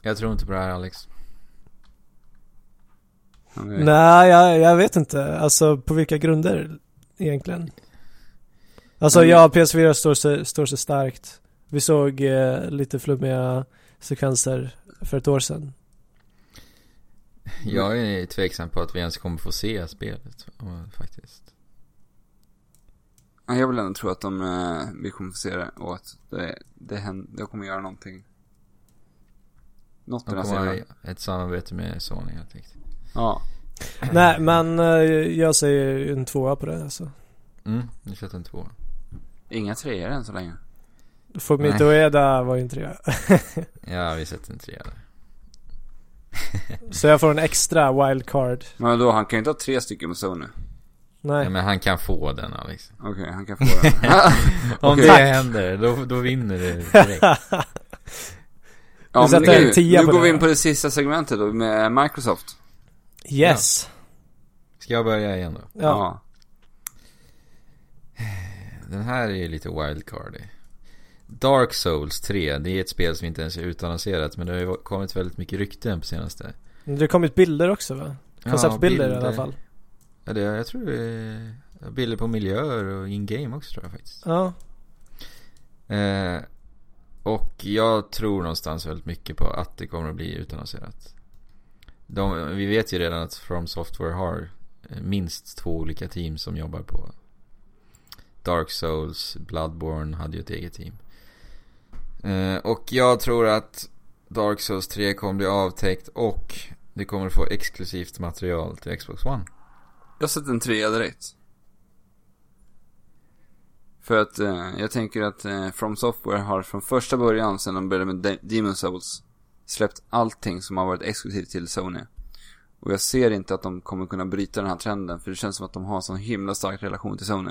Speaker 3: jag tror inte på det här Alex.
Speaker 1: Nej.
Speaker 2: Nej, jag, jag vet inte. Alltså på vilka grunder egentligen? Alltså
Speaker 1: Mm.
Speaker 2: ja, PS4 står sig, står sig starkt. Vi såg eh, lite flummiga sekvenser för ett år sedan.
Speaker 3: Jag är tveksam på att vi ens kommer få se spelet eh, faktiskt.
Speaker 1: Jag vill ändå tro att de, eh, vi kommer få se det och att det, det händer, jag kommer göra någonting. Något
Speaker 3: De
Speaker 1: den här
Speaker 3: kommer ha
Speaker 1: serien.
Speaker 3: ett samarbete med Sony helt enkelt.
Speaker 1: Ja.
Speaker 2: Nej, men eh, jag säger en tvåa på det alltså.
Speaker 3: Mm, nu köpte en tvåa.
Speaker 1: Inga treor än så länge.
Speaker 2: Fumito Ueda var ju inte det.
Speaker 3: Ja, vi sätter en trea där.
Speaker 2: Så jag får en extra wildcard.
Speaker 1: Men då han kan ju inte ha tre stycken på Sony.
Speaker 3: Ja,
Speaker 2: Nej.
Speaker 3: men han kan få den Alex.
Speaker 1: Okej, han
Speaker 3: <laughs>
Speaker 1: kan få den.
Speaker 3: Om
Speaker 1: Okej.
Speaker 3: det händer, då, då vinner du
Speaker 2: <laughs>
Speaker 3: direkt.
Speaker 1: Ja,
Speaker 2: Vi
Speaker 1: men
Speaker 2: sätter
Speaker 1: det är
Speaker 2: en
Speaker 1: ju-
Speaker 2: tia
Speaker 1: nu
Speaker 2: på
Speaker 1: går
Speaker 2: det
Speaker 1: vi
Speaker 2: här.
Speaker 1: in på det sista segmentet då med Microsoft.
Speaker 2: yes.
Speaker 3: Ska jag börja igen då?
Speaker 2: Ja.
Speaker 1: Ja.
Speaker 3: Den här är ju lite wildcardig. Dark Souls 3, det är ett spel som inte ens är utannonserat men det har ju kommit väldigt mycket rykten på senaste.
Speaker 2: Det har kommit bilder också va?
Speaker 3: Ja,
Speaker 2: Konceptbilder i alla fall.
Speaker 3: Ja, det, jag tror det är bilder på miljöer och in-game också tror jag faktiskt.
Speaker 2: Ja.
Speaker 3: Eh, och jag tror någonstans väldigt mycket på att det kommer att bli utannonserat. De, vi vet ju redan att From Software har eh, minst två olika team som jobbar på Dark Souls, Bloodborne hade ju ett eget team. Eh, och jag tror att Dark Souls 3 kommer bli avtäckt och det kommer få exklusivt material till Xbox One.
Speaker 1: Jag sätter en trea direkt. För att eh, jag tänker att eh, From Software har från första början, sen de började med De- Demon Souls, släppt allting som har varit exklusivt till Sony. Och jag ser inte att de kommer kunna bryta den här trenden, för det känns som att de har en sån himla stark relation till Sony.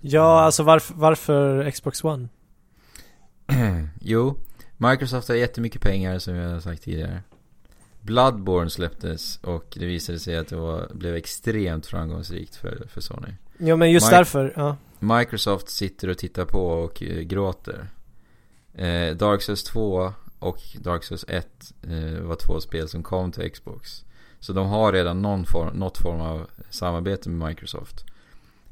Speaker 2: Ja, alltså varför, varför Xbox One?
Speaker 3: Jo, Microsoft har jättemycket pengar som jag har sagt tidigare. Bloodborne släpptes och det visade sig att det var, blev extremt framgångsrikt för, för Sony.
Speaker 2: Ja men just
Speaker 3: Mike-
Speaker 2: därför, ja.
Speaker 3: Microsoft sitter och tittar på och eh, gråter. Eh, Dark Souls 2 och Dark Souls 1 eh, var två spel som kom till Xbox. Så de har redan någon form, något form av samarbete med Microsoft.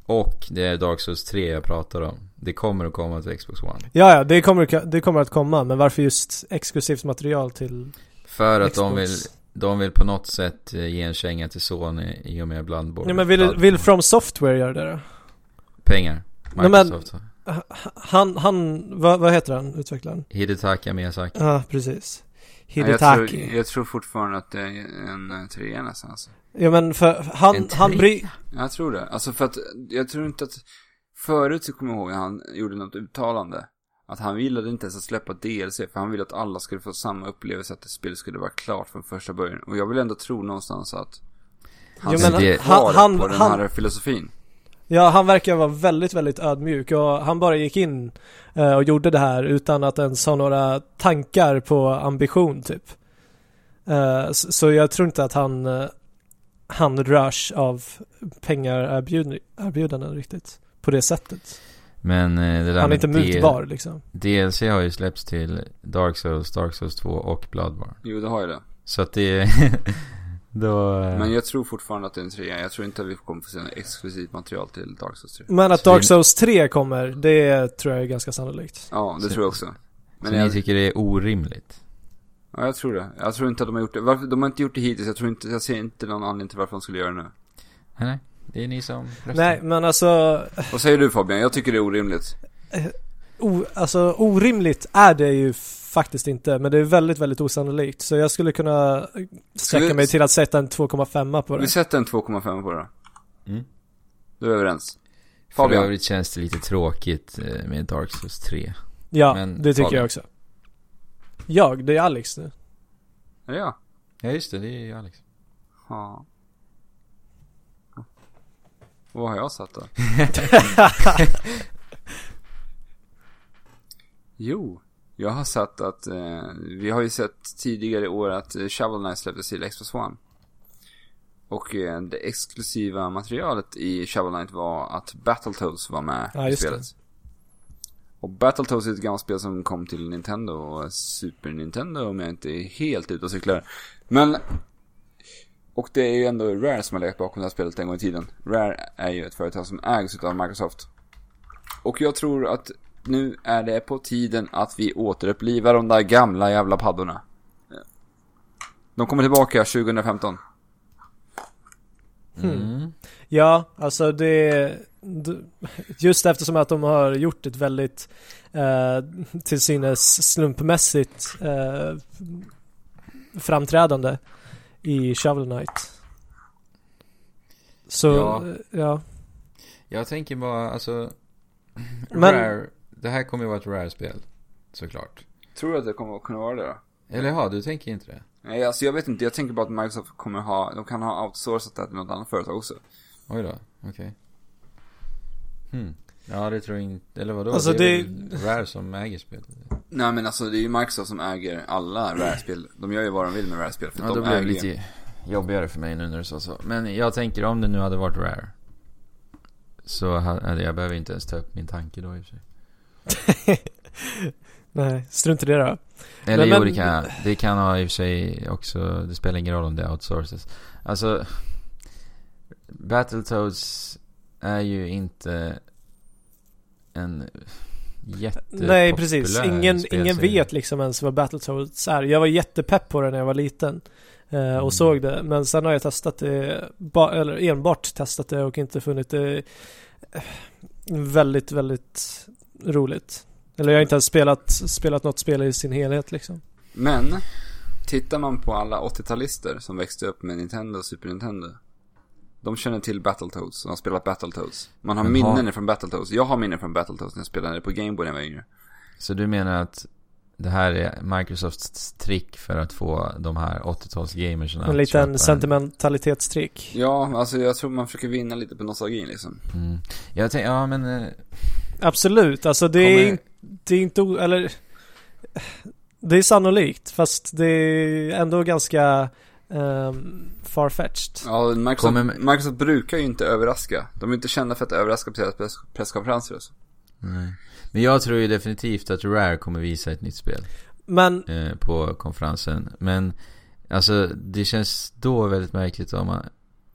Speaker 3: Och det är Dark Souls 3 jag pratar om. Det kommer att komma till Xbox One.
Speaker 2: Ja, ja, det kommer, det kommer att komma, men varför just exklusivt material till
Speaker 3: För att
Speaker 2: Xbox?
Speaker 3: de vill De vill på något sätt eh, ge en känga till Sony i och med Bloodborne.
Speaker 2: Nej men vill,
Speaker 3: Bloodborne.
Speaker 2: vill From Software göra det då?
Speaker 3: Pengar.
Speaker 2: Nej, men-
Speaker 3: Microsoft.
Speaker 2: Han, han, vad, vad heter han, utvecklaren?
Speaker 3: Hidetaka Miyazaki.
Speaker 2: Ja, precis.
Speaker 1: Jag
Speaker 2: Hidetaki.
Speaker 1: tror, jag tror fortfarande att det är en eh, trea nästan alltså.
Speaker 2: Ja men för, han,
Speaker 3: En
Speaker 2: han
Speaker 3: tre?
Speaker 2: bry...
Speaker 1: Jag tror det. Alltså för att, jag tror inte att, förut så kommer jag ihåg att han gjorde något uttalande. Att han gillade inte ens att släppa DLC, för han ville att alla skulle få samma upplevelse, att det spelet skulle vara klart från första början. Och jag vill ändå tro någonstans att han
Speaker 2: Jo,
Speaker 1: sitter
Speaker 2: men
Speaker 1: kvar
Speaker 3: det-
Speaker 2: han- han-
Speaker 1: på den
Speaker 2: han-
Speaker 1: här filosofin.
Speaker 2: Ja, han verkar vara väldigt, väldigt ödmjuk och han bara gick in eh, och gjorde det här utan att ens ha några tankar på ambition typ. Eh, s- Så jag tror inte att han, eh, han rörs av pengarerbjudanden riktigt på det sättet.
Speaker 3: Men eh, det där
Speaker 2: Han är
Speaker 3: med
Speaker 2: inte
Speaker 3: D-
Speaker 2: mutbar liksom.
Speaker 3: DLC har ju släppts till Dark Souls, Dark Souls 2 och Bloodborne.
Speaker 1: Jo, det har ju det.
Speaker 3: Så att det... <laughs> då... eh,
Speaker 1: Men jag tror fortfarande att det är en trea. Jag tror inte att vi kommer få se något exklusivt material till Dark Souls 3.
Speaker 2: Men att
Speaker 3: Så
Speaker 2: Dark
Speaker 3: vi-
Speaker 2: Souls 3 kommer, det tror jag är ganska sannolikt.
Speaker 1: Ja, det
Speaker 3: Så-
Speaker 1: tror jag också.
Speaker 3: Så
Speaker 1: Men
Speaker 3: ni
Speaker 1: jag,
Speaker 3: tycker det är orimligt?
Speaker 1: ja, jag tror det. Jag tror inte att de har gjort det. Varför, de har inte gjort det hittills. Jag tror inte, jag ser inte någon anledning till varför de skulle göra det nu.
Speaker 3: Nej, nej. Det är ni som röstar.
Speaker 2: Nej, men alltså,
Speaker 1: Vad säger du Fabian? Jag tycker det är orimligt.
Speaker 2: o, alltså orimligt är det ju faktiskt inte, men det är väldigt, väldigt osannolikt. Så jag skulle kunna sträcka
Speaker 1: vi-
Speaker 2: mig till att sätta en 2,5 på det.
Speaker 1: Vi sätter en 2,5 på det
Speaker 3: Mm.
Speaker 1: Då är vi överens.
Speaker 3: För
Speaker 1: Fabian,
Speaker 3: övrigt känns det lite tråkigt eh, med Dark Souls 3.
Speaker 2: Ja,
Speaker 3: men
Speaker 2: det tycker
Speaker 3: Fabian.
Speaker 2: jag också. Jag, det är Alex nu.
Speaker 1: är det jag?
Speaker 3: Ja just det, det är ju Alex.
Speaker 1: Ja. Och vad har jag satt då? jo, jag har satt att, eh, vi har ju sett tidigare i år att eh, Shovel Knight släpptes till Xbox One. Och eh, det exklusiva materialet i Shovel Knight var att Battletoads var med
Speaker 2: Ja,
Speaker 1: i
Speaker 2: just det.
Speaker 1: spelet. Och Battletoads är ett gammalt spel som kom till Nintendo och Super Nintendo om jag inte är helt ute och cyklar. Men... Och det är ju ändå Rare som har legat bakom det här spelet en gång i tiden. Rare är ju ett företag som ägs utav Microsoft. Och jag tror att nu är det på tiden att vi återupplivar de där gamla jävla paddorna. De kommer tillbaka 2015.
Speaker 2: Hmm.
Speaker 3: Mm.
Speaker 2: Ja, alltså det... d- Just eftersom att de har gjort ett väldigt eh, till synes slumpmässigt eh, framträdande i Shovel Knight. Så,
Speaker 3: Ja.
Speaker 2: ja. ja.
Speaker 3: Jag tänker bara, alltså... <clears throat>
Speaker 2: Men-
Speaker 3: Rare, det här kommer ju vara ett rare-spel. Såklart.
Speaker 1: Tror du att det kommer att kunna vara det då?
Speaker 3: Eller ja, du tänker inte det?
Speaker 1: Nej, alltså jag vet inte. Jag tänker bara att Microsoft kommer ha, de kan ha outsourcat det här till något annat företag också.
Speaker 3: Oj då, okej. Hmm. Ja, det tror jag inte. Eller vadå?
Speaker 2: Alltså,
Speaker 3: det är
Speaker 2: det-
Speaker 3: väl Rare som äger spelet.
Speaker 1: Nej men alltså det är ju Microsoft som äger alla Rare-spel. De gör ju vad de vill med Rare-spel för
Speaker 3: Ja,
Speaker 1: att
Speaker 3: då
Speaker 1: de
Speaker 3: blir det
Speaker 1: äger ju.
Speaker 3: lite jobbigare för mig nu när du sa så. Men jag tänker om det nu hade varit Rare. Så hade jag behöver inte ens ta upp min tanke då i och för sig.
Speaker 2: <laughs> Nej, strunt i det då.
Speaker 3: Eller
Speaker 2: Men-
Speaker 3: jo, det
Speaker 2: men-
Speaker 3: kan jag. Det kan ha i och för sig också. Det spelar ingen roll om det är outsources. Alltså, Battletoads är ju inte en jättepopulär
Speaker 2: Nej, precis. Ingen, ingen
Speaker 3: spelserie.
Speaker 2: vet liksom ens vad Battletoads är. Jag var jättepepp på det när jag var liten eh, och
Speaker 3: Mm.
Speaker 2: såg det. Men sen har jag testat det, ba, eller enbart testat det och inte funnit det eh, väldigt, väldigt roligt. Eller jag har inte ens spelat, spelat något spel i sin helhet liksom.
Speaker 1: Men, tittar man på alla 80-talister som växte upp med Nintendo och Super Nintendo. De känner till Battletoads, de har spelat Battletoads. Man har
Speaker 3: Men har-
Speaker 1: minnen från Battletoads. Jag har minnen från Battletoads när jag spelade på Gameboy när jag var yngre.
Speaker 3: Så du menar att det här är Microsofts trick för att få de här 80-talsgamersen att
Speaker 2: en
Speaker 3: köpa
Speaker 2: liten
Speaker 3: en-
Speaker 2: sentimentalitetstrick.
Speaker 1: Ja, alltså jag tror man försöker vinna lite på nostalgin liksom.
Speaker 3: Mm. Jag tänker, ja men... eh,
Speaker 2: Absolut, alltså det är
Speaker 3: kommer,
Speaker 2: inte det är inte, o- eller det är sannolikt fast det är ändå ganska um, farfetched.
Speaker 1: Ja, Microsoft,
Speaker 3: Kommer med-
Speaker 1: Microsoft brukar ju inte överraska. De är inte kända för att överraska på deras press, presskonferenser och så.
Speaker 3: nej. Men jag tror ju definitivt att Rare kommer visa ett nytt spel.
Speaker 2: Men
Speaker 3: eh, på konferensen. Men alltså det känns då väldigt märkligt om man-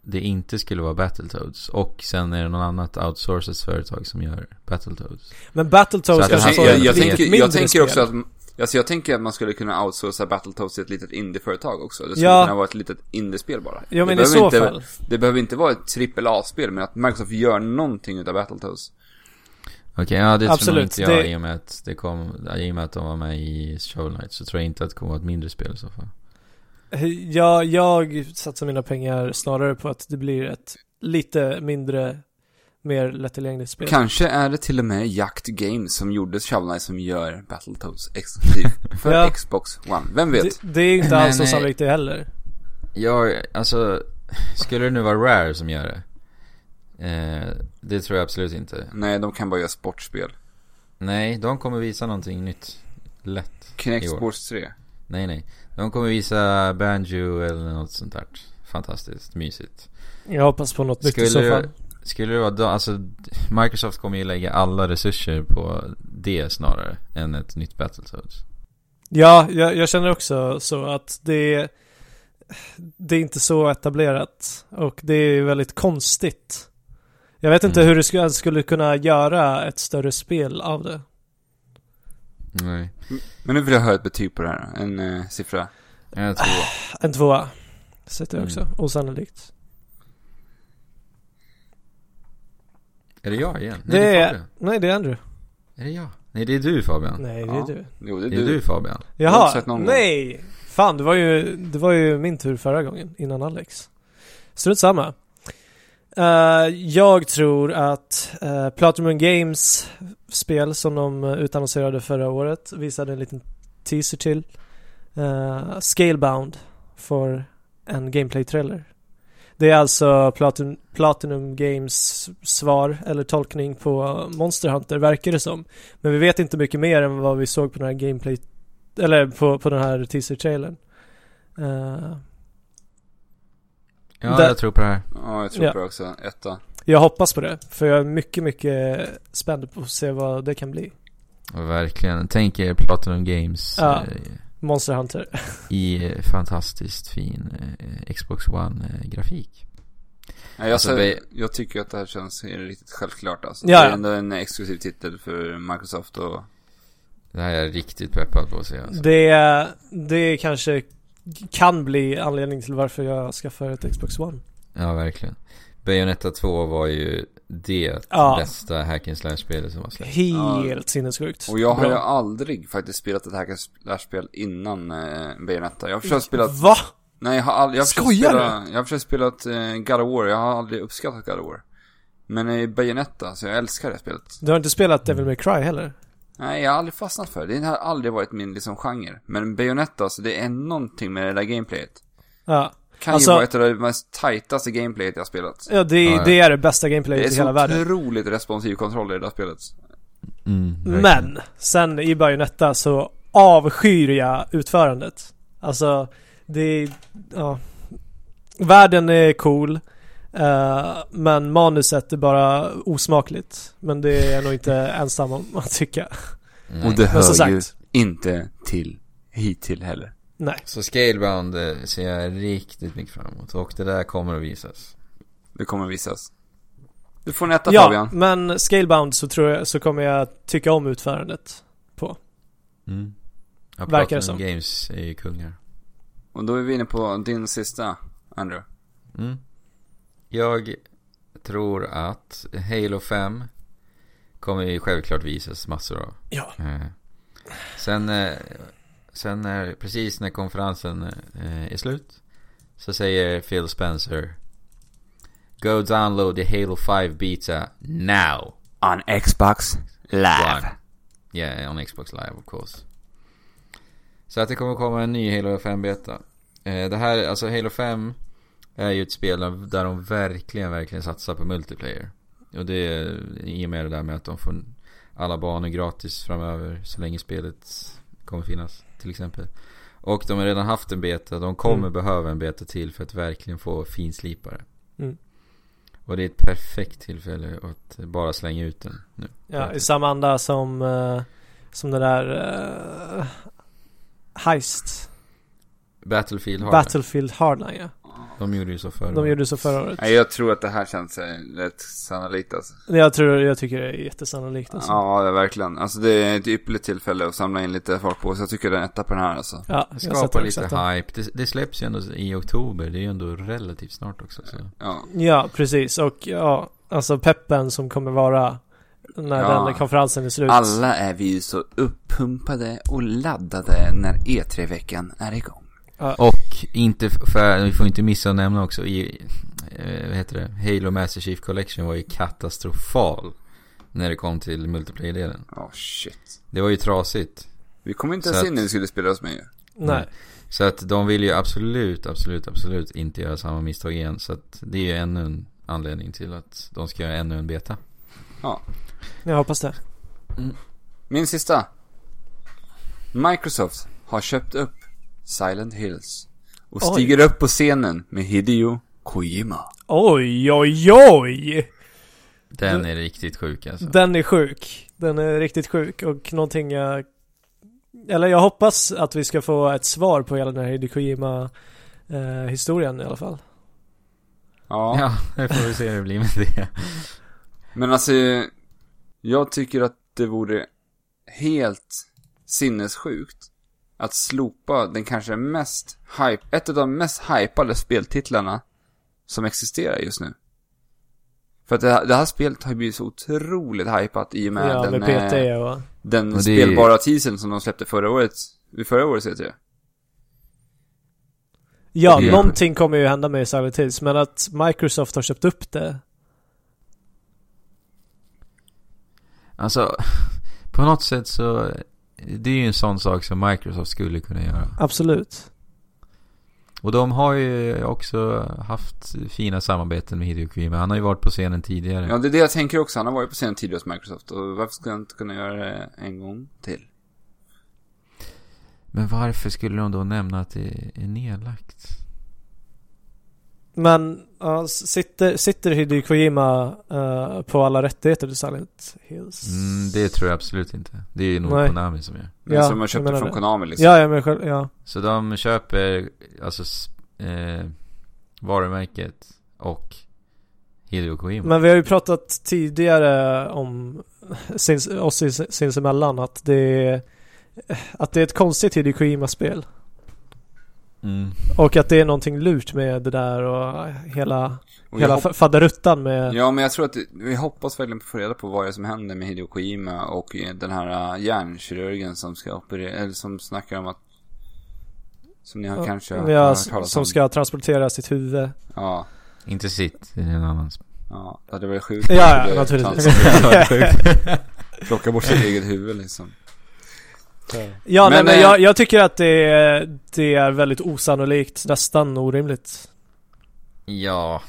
Speaker 3: det inte skulle vara Battletoads. Och sen är det något annat outsourcat företag som gör Battletoads.
Speaker 2: Men
Speaker 3: Så
Speaker 2: Battletoads
Speaker 3: att
Speaker 1: Jag,
Speaker 2: kanske
Speaker 3: han-
Speaker 1: tänker-
Speaker 2: får
Speaker 1: jag,
Speaker 2: Alltså, ett
Speaker 1: jag,
Speaker 2: lite
Speaker 1: tänker,
Speaker 2: mindre
Speaker 1: jag tänker också
Speaker 2: spel.
Speaker 1: att, alltså jag tänker att man skulle kunna outsourca Battletoads till ett litet indieföretag också. Det skulle
Speaker 2: Ja.
Speaker 1: kunna vara ett litet indiespel bara.
Speaker 2: Jo men
Speaker 1: det
Speaker 2: i
Speaker 1: behöver
Speaker 2: så
Speaker 1: inte,
Speaker 2: fall.
Speaker 1: Det behöver inte vara ett trippel A-spel, men att Microsoft gör någonting utav Battletoads.
Speaker 3: Okej, ja det tror nog
Speaker 2: Absolut,
Speaker 3: inte jag
Speaker 2: det-
Speaker 3: i och med att det kom, i och med att de var med i Shovel Knight så tror jag inte att det kommer vara ett mindre spel i så fall.
Speaker 2: Jag, jag satsar mina pengar snarare på att det blir ett lite mindre, mer lättillgängligt spel.
Speaker 1: Kanske är det till och med Jakt Games som gjorde Shovel Knight som gör Battletoads
Speaker 2: <laughs>
Speaker 1: exklusivt för
Speaker 2: Ja.
Speaker 1: Xbox One. Vem vet?
Speaker 2: Det, det är inte alls
Speaker 3: Men,
Speaker 2: så
Speaker 3: eh,
Speaker 2: sannolikt det heller.
Speaker 3: Jag, alltså, skulle det nu vara Rare som gör det? Eh, det tror jag absolut inte.
Speaker 1: Nej, de kan bara göra sportspel.
Speaker 3: Nej, de kommer visa någonting nytt. Lätt.
Speaker 1: Kinect
Speaker 3: I år.
Speaker 1: Sports 3.
Speaker 3: Nej, nej. De kommer visa banjo eller något sånt där. Fantastiskt mysigt.
Speaker 2: Jag hoppas på något nytt i så
Speaker 3: Skulle,
Speaker 2: fall.
Speaker 3: det- skulle det vara då, alltså Microsoft kommer ju lägga alla resurser på det snarare än ett nytt Battletoads.
Speaker 2: Ja, jag, jag känner också så att det, det är inte så etablerat och det är väldigt konstigt. Jag vet inte
Speaker 3: Mm.
Speaker 2: hur du skulle, ens skulle kunna göra ett större spel av det.
Speaker 3: Nej.
Speaker 1: Men nu vill jag höra ett betyg på det här. En eh, siffra.
Speaker 3: Jag tror,
Speaker 2: En tvåa sätter jag
Speaker 3: Mm.
Speaker 2: också, osannolikt.
Speaker 3: är det jag igen?
Speaker 2: Det
Speaker 3: Nej, det är
Speaker 2: är,
Speaker 3: Fabian.
Speaker 2: nej det är Andrew.
Speaker 3: Är det jag? Nej, det är du Fabian.
Speaker 2: Nej det
Speaker 1: Ja.
Speaker 2: är du.
Speaker 1: Jo, det är
Speaker 3: det är
Speaker 1: du.
Speaker 3: du Fabian.
Speaker 1: har inte
Speaker 2: Jaha,
Speaker 1: sett någon gång.
Speaker 2: nej! Fan det var ju, det var ju min tur förra gången innan Alex. Strunt samma. Eh, jag tror att uh, Platinum Games spel som de eh, utannonserade förra året visade en liten teaser till. eh, Scalebound för en gameplay-trailer. Det är alltså Platin- Platinum Games svar eller tolkning på Monster Hunter verkar det som. Men vi vet inte mycket mer än vad vi såg på den här gameplay eller på, på den här teaser-trailern. Eh,
Speaker 3: Ja,
Speaker 2: Det-
Speaker 3: jag tror på det här.
Speaker 1: Ja, jag tror
Speaker 2: Ja.
Speaker 1: på det också. Etta.
Speaker 2: Jag hoppas på det, för jag är mycket, mycket spänd på att se vad det kan bli.
Speaker 3: Verkligen. Tänk er Platinum Games
Speaker 2: Ja.
Speaker 3: eh,
Speaker 2: Monster Hunter.
Speaker 3: i eh, fantastiskt fin eh, Xbox One-grafik.
Speaker 1: Nej, jag,
Speaker 3: Alltså,
Speaker 1: ser-
Speaker 3: vi-
Speaker 1: jag tycker att det här känns riktigt självklart alltså.
Speaker 2: Ja,
Speaker 1: Det är
Speaker 2: ja.
Speaker 1: ändå en exklusiv titel för Microsoft och...
Speaker 3: Det här är jag riktigt peppad på att se. Alltså.
Speaker 2: Det, det kanske kan bli anledning till varför jag skaffar ett Xbox One.
Speaker 3: Ja, verkligen. Bayonetta 2 var ju det
Speaker 2: Ja.
Speaker 3: bästa hack and slash-spelet som har släppts.
Speaker 2: Helt sinnessjukt.
Speaker 1: Och jag har
Speaker 2: Bra.
Speaker 1: ju aldrig faktiskt spelat ett hack and slash-spel innan eh, Bayonetta. Jag har försökt spela...
Speaker 2: Va?
Speaker 1: Nej, jag har aldrig... Jag har försökt
Speaker 2: Skojar
Speaker 1: spela... Jag har försökt spela ett, eh, God of War. Jag har aldrig uppskattat God of War. Men eh, Bayonetta, så jag älskar det spelet.
Speaker 2: Du har inte spelat Devil May Cry heller?
Speaker 1: Nej, jag har aldrig fastnat för det. Det har aldrig varit min liksom genre. Men Bayonetta, så det är någonting med det där gameplayet.
Speaker 2: Ja.
Speaker 1: Kan
Speaker 2: Alltså-
Speaker 1: ju vara ett av det mest tajtaste gameplayet jag har spelat.
Speaker 2: Ja, det,
Speaker 3: Ja, ja.
Speaker 2: det är det bästa
Speaker 1: Det
Speaker 2: gameplayet
Speaker 1: är
Speaker 2: i hela
Speaker 1: så
Speaker 2: världen.
Speaker 1: otroligt responsiv kontroll i det där spelet.
Speaker 3: Mm, verkligen.
Speaker 2: Men, sen i Bayonetta så avskyr jag utförandet. Alltså, det är, ja. Världen är cool. eh, men manuset är bara osmakligt. Men det är jag nog inte ensam om att tycka.
Speaker 3: Nej.
Speaker 1: Och det hör
Speaker 2: Men som
Speaker 1: ju
Speaker 2: sagt,
Speaker 1: inte till hit till heller.
Speaker 2: nej.
Speaker 3: Så Scalebound eh, ser jag riktigt mycket fram emot. Och det där kommer att visas.
Speaker 1: Det kommer visas. Du får en etta
Speaker 2: Ja,
Speaker 1: Fabian.
Speaker 2: men Scalebound så tror jag, så kommer jag tycka om utförandet.
Speaker 3: Mm.
Speaker 2: Verkar
Speaker 3: Ja,
Speaker 2: det
Speaker 3: Platinum
Speaker 2: som.
Speaker 3: Games är ju kungar.
Speaker 1: Och då är vi inne på din sista, Andrew.
Speaker 3: Mm. Jag tror att Halo 5 kommer ju självklart visas massor av.
Speaker 2: Ja.
Speaker 3: Eh, Sen, eh, sen när, precis när konferensen eh, är slut så säger Phil Spencer Go download the Halo 5 beta now.
Speaker 1: On Xbox
Speaker 3: Live. Yeah, on Xbox Live of course. Så att det kommer komma en ny Halo 5 beta. Eh, det här, alltså Halo 5 är ju ett spel där- där de verkligen, verkligen satsar på multiplayer. Och det är i och med det där med att de får alla banor gratis framöver så länge spelet kommer finnas till exempel. Och de har redan haft en beta, de kommer
Speaker 2: Mm.
Speaker 3: behöva en beta till för att verkligen få finslipare.
Speaker 2: Mm.
Speaker 3: Och det är ett perfekt tillfälle att bara slänga ut den nu.
Speaker 2: ja I samma anda som, eh, som det där eh, Heist.
Speaker 3: Battlefield har det.
Speaker 2: Battlefield Hardline ja.
Speaker 3: De gjorde ju så förr.
Speaker 2: De gjorde så förra året.
Speaker 1: Nej, jag tror att det här känns eh, rätt sannolikt alltså.
Speaker 2: Jag tror, jag tycker det är jättesannolikt alltså.
Speaker 1: Ja, det är verkligen. Alltså det är ett ypperligt tillfälle att samla in lite folk på, så jag tycker det är en etta på den här alltså.
Speaker 2: Ja, jag
Speaker 3: Skapa
Speaker 2: sätter
Speaker 3: lite
Speaker 2: också ettan.
Speaker 3: hype. Det, det släpps ju ändå i oktober. Det är ju ändå relativt snart också. Så.
Speaker 1: Ja.
Speaker 2: Ja, precis. Och ja, alltså peppen som kommer vara när
Speaker 1: Ja.
Speaker 2: den konferensen är slut.
Speaker 1: Alla är vi ju så uppumpade och laddade när E3-veckan är igång.
Speaker 3: Och inte f- för, vi får inte missa att nämna också. I, eh, vad heter det? Halo Master Chief Collection var ju katastrofal. När det kom till multiplayer-delen.
Speaker 1: Ja, shit.
Speaker 3: Det var ju trasigt.
Speaker 1: Vi kom inte
Speaker 3: Så
Speaker 1: ens
Speaker 3: att-
Speaker 1: in när vi skulle spela oss med ju.
Speaker 2: Nej.
Speaker 1: Mm.
Speaker 3: Så att de vill ju absolut, absolut, absolut inte göra samma misstag igen. Så att det är ju ännu en anledning till att de ska göra ännu en beta.
Speaker 2: Jag hoppas det.
Speaker 1: Min sista. Microsoft har köpt upp Silent Hills och
Speaker 2: Oj.
Speaker 1: stiger upp på scenen med Hideo Kojima.
Speaker 2: Oj, oj, oj!
Speaker 3: Den
Speaker 2: Du-
Speaker 3: är riktigt sjuk alltså.
Speaker 2: Den är sjuk. Den är riktigt sjuk och någonting jag... Eller jag hoppas att vi ska få ett svar på hela den här Hideo Kojima eh, historien i alla fall.
Speaker 1: Ja.
Speaker 3: Ja, det får vi se hur det blir med det.
Speaker 1: Men alltså, jag tycker att det vore helt sinnessjukt att slopa den kanske mest hype, ett av de mest hypade speltitlarna som existerar just nu. För att det här, det här spelet har ju blivit så otroligt hypat i och med
Speaker 2: ja,
Speaker 1: den,
Speaker 2: med
Speaker 1: eh,
Speaker 2: PT och...
Speaker 1: Den
Speaker 3: Och det är ju-
Speaker 1: spelbara teasern som de släppte förra året, vid förra årets E E3.
Speaker 2: Ja,
Speaker 1: Ja.
Speaker 2: någonting kommer ju hända med Silent Hills, men att Microsoft har köpt upp det.
Speaker 3: Alltså, <laughs> på något sätt så, det är ju en sån sak som Microsoft skulle kunna göra.
Speaker 2: Absolut.
Speaker 3: Och de har ju också haft fina samarbeten med Hideo Kojima. Han har ju varit på scenen tidigare.
Speaker 1: Ja, det är det jag tänker också. Han har varit på scenen tidigare hos Microsoft och varför skulle han inte kunna göra det en gång till?
Speaker 3: Men varför skulle de då nämna att det är nedlagt?
Speaker 2: Men ja, sitter, sitter Hideo Kojima eh, på alla rättigheter till Silent Hills?
Speaker 3: Mm, det tror jag absolut inte. Det är nog
Speaker 2: Nej.
Speaker 3: Konami som gör.
Speaker 1: Men
Speaker 2: Ja,
Speaker 1: som man
Speaker 2: jag
Speaker 1: köpte
Speaker 2: menar
Speaker 1: från
Speaker 2: det.
Speaker 1: Konami liksom.
Speaker 2: ja, ja, men själv, ja.
Speaker 3: Så de köper alltså s- eh, varumärket och Hideo Kojima.
Speaker 2: Men vi har ju pratat tidigare om sins, oss sins, sinsemellan att det är att det är ett konstigt Hideo Kojima-spel.
Speaker 3: Mm.
Speaker 2: Och att det är någonting lurt med det där och hela,
Speaker 1: Och jag
Speaker 2: hela
Speaker 1: hopp-
Speaker 2: fa- faderuttan med...
Speaker 1: Ja, men jag tror att det- vi hoppas verkligen på att få reda på vad det är som händer med Hideo Kojima och eh, den här eh, hjärnkirurgen som ska operera, eller som snackar om att som ni har
Speaker 2: Ja,
Speaker 1: kanske
Speaker 2: Ja,
Speaker 1: har hört
Speaker 2: s-
Speaker 1: talas
Speaker 2: som
Speaker 1: om.
Speaker 2: ska transportera sitt huvud.
Speaker 1: Ja,
Speaker 3: Inte sitt, det är en annan. sp-
Speaker 1: ja, det hade varit sjukt.
Speaker 2: Ja,
Speaker 1: om
Speaker 2: ja,
Speaker 1: han skulle
Speaker 2: naturligtvis.
Speaker 1: trans- <laughs>
Speaker 3: Det var sjukt.
Speaker 1: Plocka bort sitt eget huvud liksom.
Speaker 2: Ja,
Speaker 1: Men,
Speaker 2: men, nej, men
Speaker 1: eh,
Speaker 2: jag, jag tycker att det är, det är väldigt osannolikt, nästan orimligt.
Speaker 3: ja,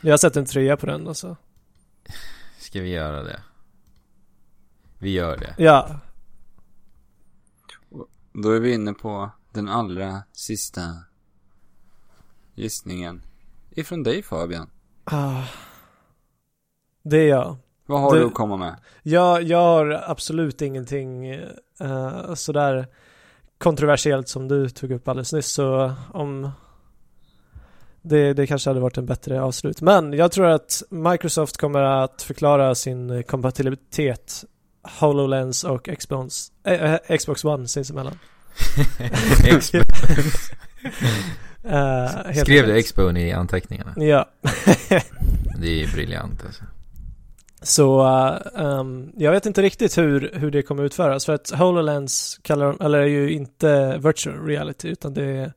Speaker 2: Jag har sett en trea på den alltså.
Speaker 3: ska vi göra det? Vi
Speaker 2: <laughs>
Speaker 3: gör det.
Speaker 2: Ja,
Speaker 1: Då är vi inne på den allra sista gissningen. Ifrån dig Fabian.
Speaker 2: ah. det är jag.
Speaker 1: Vad har
Speaker 2: Du-
Speaker 1: du att komma
Speaker 2: Mm.
Speaker 1: med?
Speaker 2: Jag, jag har absolut ingenting eh, sådär kontroversiellt som du tog upp alldeles nyss så om det, det kanske hade varit en bättre avslut. Men jag tror att Microsoft kommer att förklara sin kompatibilitet HoloLens och Xbox, eh, eh, Xbox One sinsemellan.
Speaker 3: Expo.
Speaker 2: Eh, helt
Speaker 3: Skrev du
Speaker 2: enkelt.
Speaker 3: Expo i anteckningarna?
Speaker 2: Ja.
Speaker 3: Det är ju briljant alltså.
Speaker 2: Så eh, ehm, jag vet inte riktigt hur, hur det kommer utföras för att HoloLens kallar de, eller är ju inte virtual reality utan det är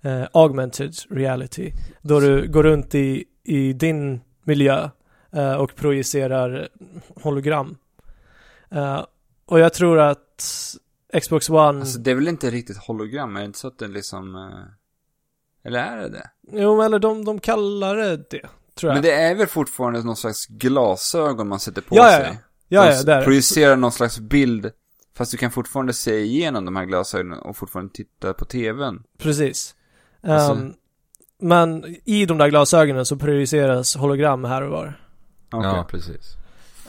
Speaker 2: eh, augmented reality. Då du går runt i, i din miljö eh, och projicerar hologram. Eh, och jag tror att Xbox One,
Speaker 1: Alltså det är väl inte riktigt hologram? Är det inte så att det liksom... eh, Eller är det det?
Speaker 2: jo eller de, de kallar det det tror jag.
Speaker 1: Men det är väl fortfarande någon slags glasögon man sätter på
Speaker 2: Ja, ja,
Speaker 1: sig?
Speaker 2: ja. ja, ja,
Speaker 1: De
Speaker 2: det är det.
Speaker 1: projicerar någon slags bild, fast du kan fortfarande se igenom de här glasögonen och fortfarande titta på tvn.
Speaker 2: Precis. Ehm,
Speaker 1: Alltså-
Speaker 2: men i de där glasögonen så projiceras hologram här och var.
Speaker 1: Okej.
Speaker 3: Ja, precis.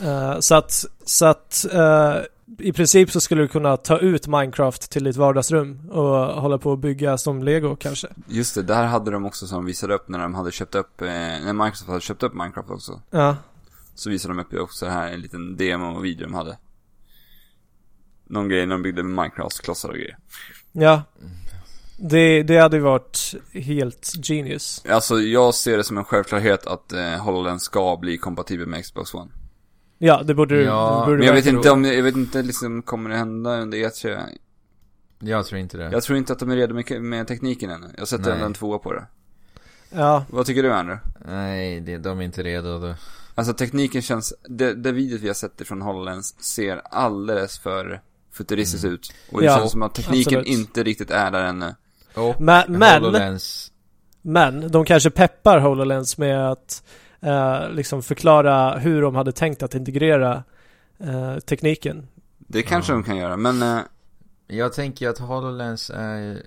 Speaker 2: Eh, så att, så att eh, i princip så skulle du kunna ta ut Minecraft till ditt vardagsrum och hålla på och bygga som Lego kanske.
Speaker 1: Just det, där hade de också som visade upp när de hade köpt upp, eh, när Microsoft hade köpt upp Minecraft också.
Speaker 2: Ja,
Speaker 1: Så visade de upp också här en liten demo-video de hade. Någon grej när de byggde Minecraft-klossar och grejer.
Speaker 2: ja. Det, det hade ju varit helt genius.
Speaker 1: Alltså jag ser det som en självklarhet att eh, HoloLens ska bli kompatibel med Xbox One.
Speaker 2: Ja, det borde du...
Speaker 3: Ja,
Speaker 2: det borde
Speaker 1: Men
Speaker 2: du
Speaker 1: jag vet
Speaker 2: verkligen-
Speaker 1: inte om, jag vet inte liksom, kommer det hända under E3?
Speaker 3: Jag tror inte det.
Speaker 1: Jag tror inte att de är redo med, med tekniken ännu. Jag sätter
Speaker 3: Nej.
Speaker 1: ändå en tvåa på det.
Speaker 2: Ja,
Speaker 1: Vad tycker du Andrew?
Speaker 3: Nej, det, de är inte redo. Då.
Speaker 1: Alltså tekniken känns, det, det videot vi har sett ifrån HoloLens ser alldeles för futuristiskt ut. Och det
Speaker 2: Ja,
Speaker 1: känns som att tekniken
Speaker 2: absolut.
Speaker 1: inte riktigt är där ännu.
Speaker 3: Och
Speaker 2: men, men,
Speaker 3: HoloLens.
Speaker 2: men de kanske peppar HoloLens med att eh, liksom förklara hur de hade tänkt att integrera eh, tekniken.
Speaker 1: Det kanske
Speaker 3: Ja.
Speaker 1: de kan göra, men eh,
Speaker 3: Jag tänker att HoloLens är...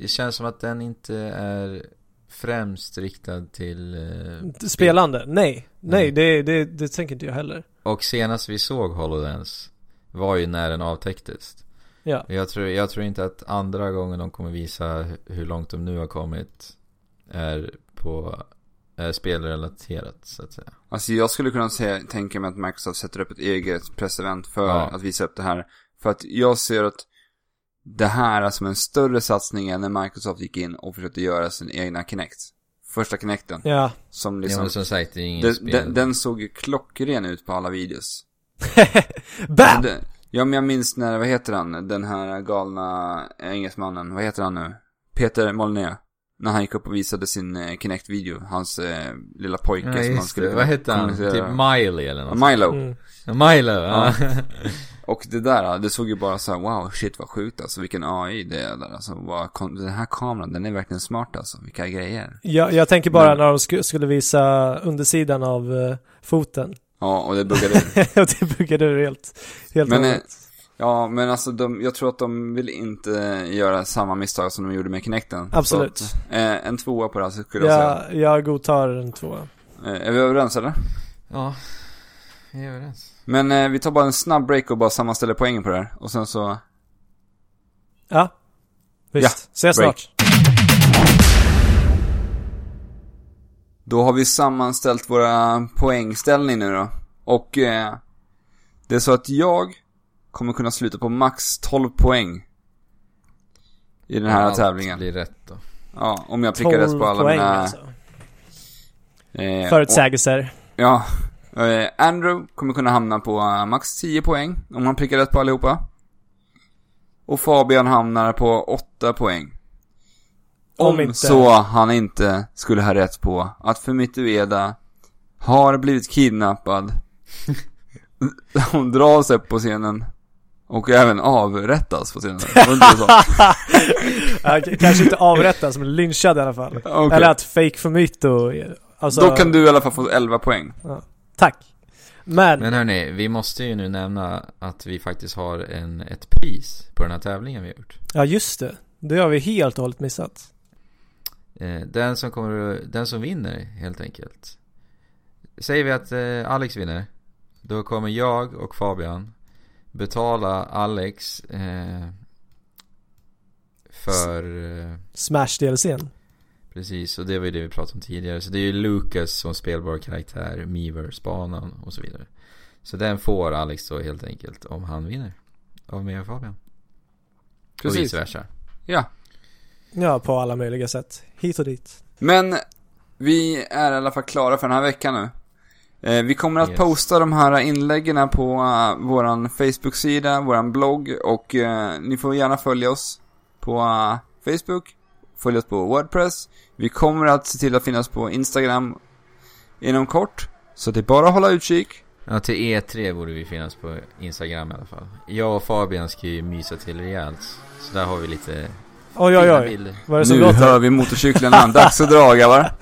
Speaker 3: Det känns som att den inte är främst riktad till...
Speaker 1: Mm.
Speaker 3: eh,
Speaker 2: Spelande? Nej, nej,
Speaker 3: Nej.
Speaker 2: det, det, det tänker inte jag heller.
Speaker 3: Och senast vi såg HoloLens var ju när den avtäcktes.
Speaker 2: Ja.
Speaker 3: Jag tror, jag tror inte att andra gången de kommer visa hur långt de nu har kommit är på är spelrelaterat så att säga.
Speaker 1: Alltså jag skulle kunna se, tänka mig att Microsoft sätter upp ett eget pressevent för
Speaker 3: Ja.
Speaker 1: att visa upp det här. För att jag ser att det här är som en större satsning än när Microsoft gick in och försökte göra sin egna Kinect. Första Kinecten.
Speaker 2: Ja.
Speaker 1: Som
Speaker 3: Liksom,
Speaker 1: liksom,
Speaker 3: ja, men som sagt, det är inget
Speaker 1: den,
Speaker 3: spel.
Speaker 1: den, den såg ju klockren ut på alla videos. Mm.
Speaker 2: BAM!
Speaker 1: Den, ja men jag minns när, vad heter han, den här galna engelsmannen, vad heter han nu? Peter Molyneux. När han gick upp och visade sin eh, Kinect-video, hans eh, lilla pojke
Speaker 3: ja,
Speaker 1: som han
Speaker 3: just
Speaker 1: skulle
Speaker 3: det. Vad hette han?
Speaker 1: kommunicera.
Speaker 3: Typ Miley eller något?
Speaker 1: Milo.
Speaker 2: Mm.
Speaker 3: Milo, ja. <laughs>
Speaker 1: Och det där, det såg ju bara så här, wow, shit vad sjukt alltså, vilken AI det är där alltså, vad, kom, den här kameran, den är verkligen smart alltså, vilka grejer.
Speaker 2: Jag, jag tänker bara
Speaker 1: Men-
Speaker 2: när de sku, skulle visa undersidan av eh, foten. <laughs>
Speaker 1: Ja, och det buggade ur.
Speaker 2: Och det buggade ur helt. helt
Speaker 1: Men, eh,
Speaker 2: och hållet.
Speaker 1: <laughs> Ja, men alltså de, jag tror att de vill inte göra samma misstag som de gjorde med Kinecten.
Speaker 2: Absolut.
Speaker 1: Så att, eh, en tvåa på det här skulle jag säga.
Speaker 2: Jag, jag godtar en tvåa.
Speaker 1: Eh, är vi överens eller?
Speaker 5: Ja, vi är överens.
Speaker 1: Men eh, vi tar bara en snabb break och bara sammanställer poängen på det här. Och sen så...
Speaker 2: Ja, visst. Ses
Speaker 1: break.
Speaker 2: snart.
Speaker 1: Då har vi sammanställt våra poängställning nu då. Och eh, det är så att jag kommer kunna sluta på max 12 poäng. I den här
Speaker 5: Allt
Speaker 1: tävlingen.
Speaker 5: blir rätt då.
Speaker 1: Ja, om jag prickar
Speaker 2: 12
Speaker 1: rätt på alla
Speaker 2: poäng
Speaker 1: mina...
Speaker 2: alltså.
Speaker 1: Eh,
Speaker 2: Förutsägelser.
Speaker 1: och- Ja. Eh, Andrew kommer kunna hamna på eh, max 10 poäng om han prickar rätt på allihopa. Och Fabian hamnar på 8 poäng. Om,
Speaker 2: Om inte-
Speaker 1: så han inte skulle ha rätt på att Fumitueda har blivit
Speaker 2: <laughs>
Speaker 1: kidnappad. Hon dras upp på scenen. Och även avrättas på scenen. Var det inte
Speaker 2: <laughs>
Speaker 1: så?
Speaker 2: Ja, k- Kanske inte avrättas men lynchad i alla fall.
Speaker 1: Okej.
Speaker 2: Eller att fake fumito, alltså,
Speaker 1: Då kan du i alla fall få 11 poäng.
Speaker 2: tack. Men,
Speaker 3: Men hörni, vi måste ju nu nämna att vi faktiskt har en, ett pris på den här tävlingen vi har gjort.
Speaker 2: ja just det. Det har vi helt och hållet missat.
Speaker 3: Eh, Den som, kommer, den som vinner helt enkelt. Säger vi att eh, Alex vinner. Då kommer jag och Fabian betala Alex eh, för... Eh,
Speaker 2: Smash DLCn.
Speaker 3: precis, och det var ju det vi pratade om tidigare. Så det är ju Lucas som spelbar karaktär, Miiverse, banan och så vidare. Så den får Alex då helt enkelt om han vinner. Av mig och Fabian. Och
Speaker 1: Precis.
Speaker 3: vice versa.
Speaker 1: Ja.
Speaker 2: Ja, på alla möjliga sätt. Hit och dit.
Speaker 1: Men vi är i alla fall klara för den här veckan nu. Eh, vi kommer att
Speaker 3: Yes.
Speaker 1: posta de här inläggen på eh, våran Facebook-sida, våran blogg och eh, ni får gärna följa oss på eh, Facebook, följ oss på Wordpress. Vi kommer att se till att finnas på Instagram inom kort. Så det är bara att hålla utkik.
Speaker 3: Ja, till E3 borde vi finnas på Instagram i alla fall. Jag och Fabian ska ju mysa till rejält. Så där har vi lite
Speaker 2: Oj, oj,
Speaker 3: fina
Speaker 2: oj.
Speaker 3: bilder.
Speaker 2: Vad är det som
Speaker 1: Nu
Speaker 2: låter?
Speaker 1: hör vi motorcyklarna, dags att dra
Speaker 2: <laughs>
Speaker 1: grabbar.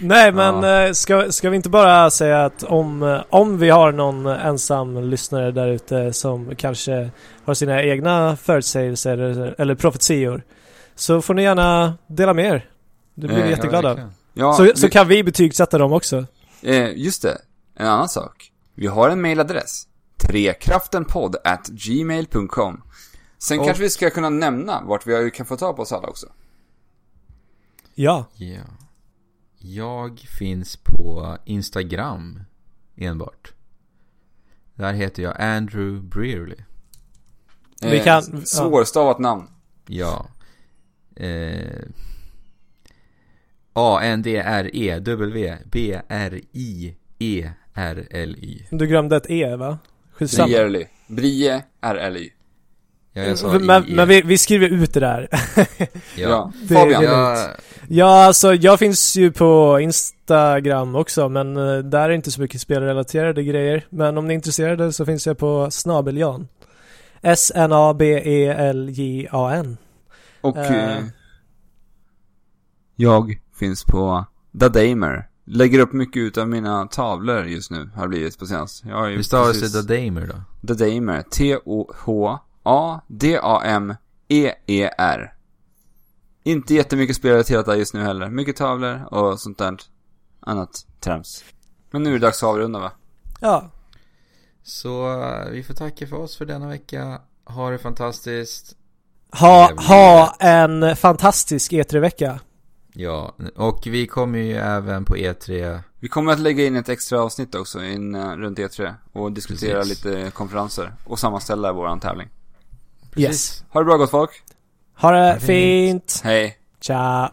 Speaker 2: Nej, men
Speaker 1: Ja.
Speaker 2: eh, ska, ska vi inte bara säga att om, eh, om vi har någon ensam lyssnare där ute som kanske har sina egna förutsägelser eller, eller profetior så får ni gärna dela med er. Det blir
Speaker 1: Eh,
Speaker 2: vi
Speaker 1: ja,
Speaker 2: jätteglada av.
Speaker 3: verkligen.
Speaker 1: Ja,
Speaker 2: Så, så
Speaker 1: vi-
Speaker 2: kan vi betygsätta dem också.
Speaker 1: Eh, just det. En annan sak. Vi har en mailadress. Trekraftenpodd at gmail.com. Sen
Speaker 3: Och-
Speaker 1: kanske vi ska kunna nämna vart vi kan få tag på oss alla också.
Speaker 2: Ja.
Speaker 3: Ja. Jag finns på Instagram enbart. Där heter jag Andrew Brearley.
Speaker 2: Vi kan-
Speaker 1: Eh, s- Svårstavat namn.
Speaker 3: Ja. Eh. E A-N-D-R-E-W-B-R-I-E-R-L-Y.
Speaker 2: Du glömde ett E va? Skitsamma.
Speaker 1: Brierly. Brie RLY.
Speaker 3: Ja, jag sa
Speaker 2: Men,
Speaker 3: I-E.
Speaker 2: men vi, vi skriver ut det där. <laughs>
Speaker 1: Ja.
Speaker 3: Ja.
Speaker 2: Det-
Speaker 1: Fabian.
Speaker 2: det-
Speaker 3: Jag,
Speaker 2: ja, alltså jag finns ju på Instagram också, men eh, där är inte så mycket spelrelaterade grejer. Men om ni är intresserade så finns jag på snabeljan. E S-N-A-B-E-L-J-A-N.
Speaker 1: Och...
Speaker 2: Eh.
Speaker 1: Eh, jag finns på Dadamer. Lägger upp mycket utav mina tavlor just nu, har det blivit på senast. Jag har ju
Speaker 3: hur stavas
Speaker 1: precis-
Speaker 3: det Dadamer då?
Speaker 1: Dadamer. T-O-H-A-D-A-M-E-E-R. E Inte jättemycket spelrelaterat där just nu heller. Mycket tavlor och sånt där annat trams. Men nu är det dags att avrunda va?
Speaker 2: Ja,
Speaker 3: Så eh, vi får tacka för oss för denna vecka. Ha det fantastiskt.
Speaker 2: ha,
Speaker 3: Jävlar.
Speaker 2: ha en fantastisk E E3-vecka.
Speaker 3: Ja, och vi kommer ju även på E E3.
Speaker 1: Vi kommer att lägga in ett extra avsnitt också in, eh, runt E3 och diskutera
Speaker 3: Precis.
Speaker 1: lite konferenser och sammanställa våran tävling.
Speaker 2: Yes.
Speaker 1: Ha det bra gott folk.
Speaker 2: Ha det
Speaker 3: fint.
Speaker 2: fint.
Speaker 1: Hej.
Speaker 2: Ciao.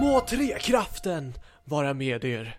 Speaker 2: Må trekraften vara med er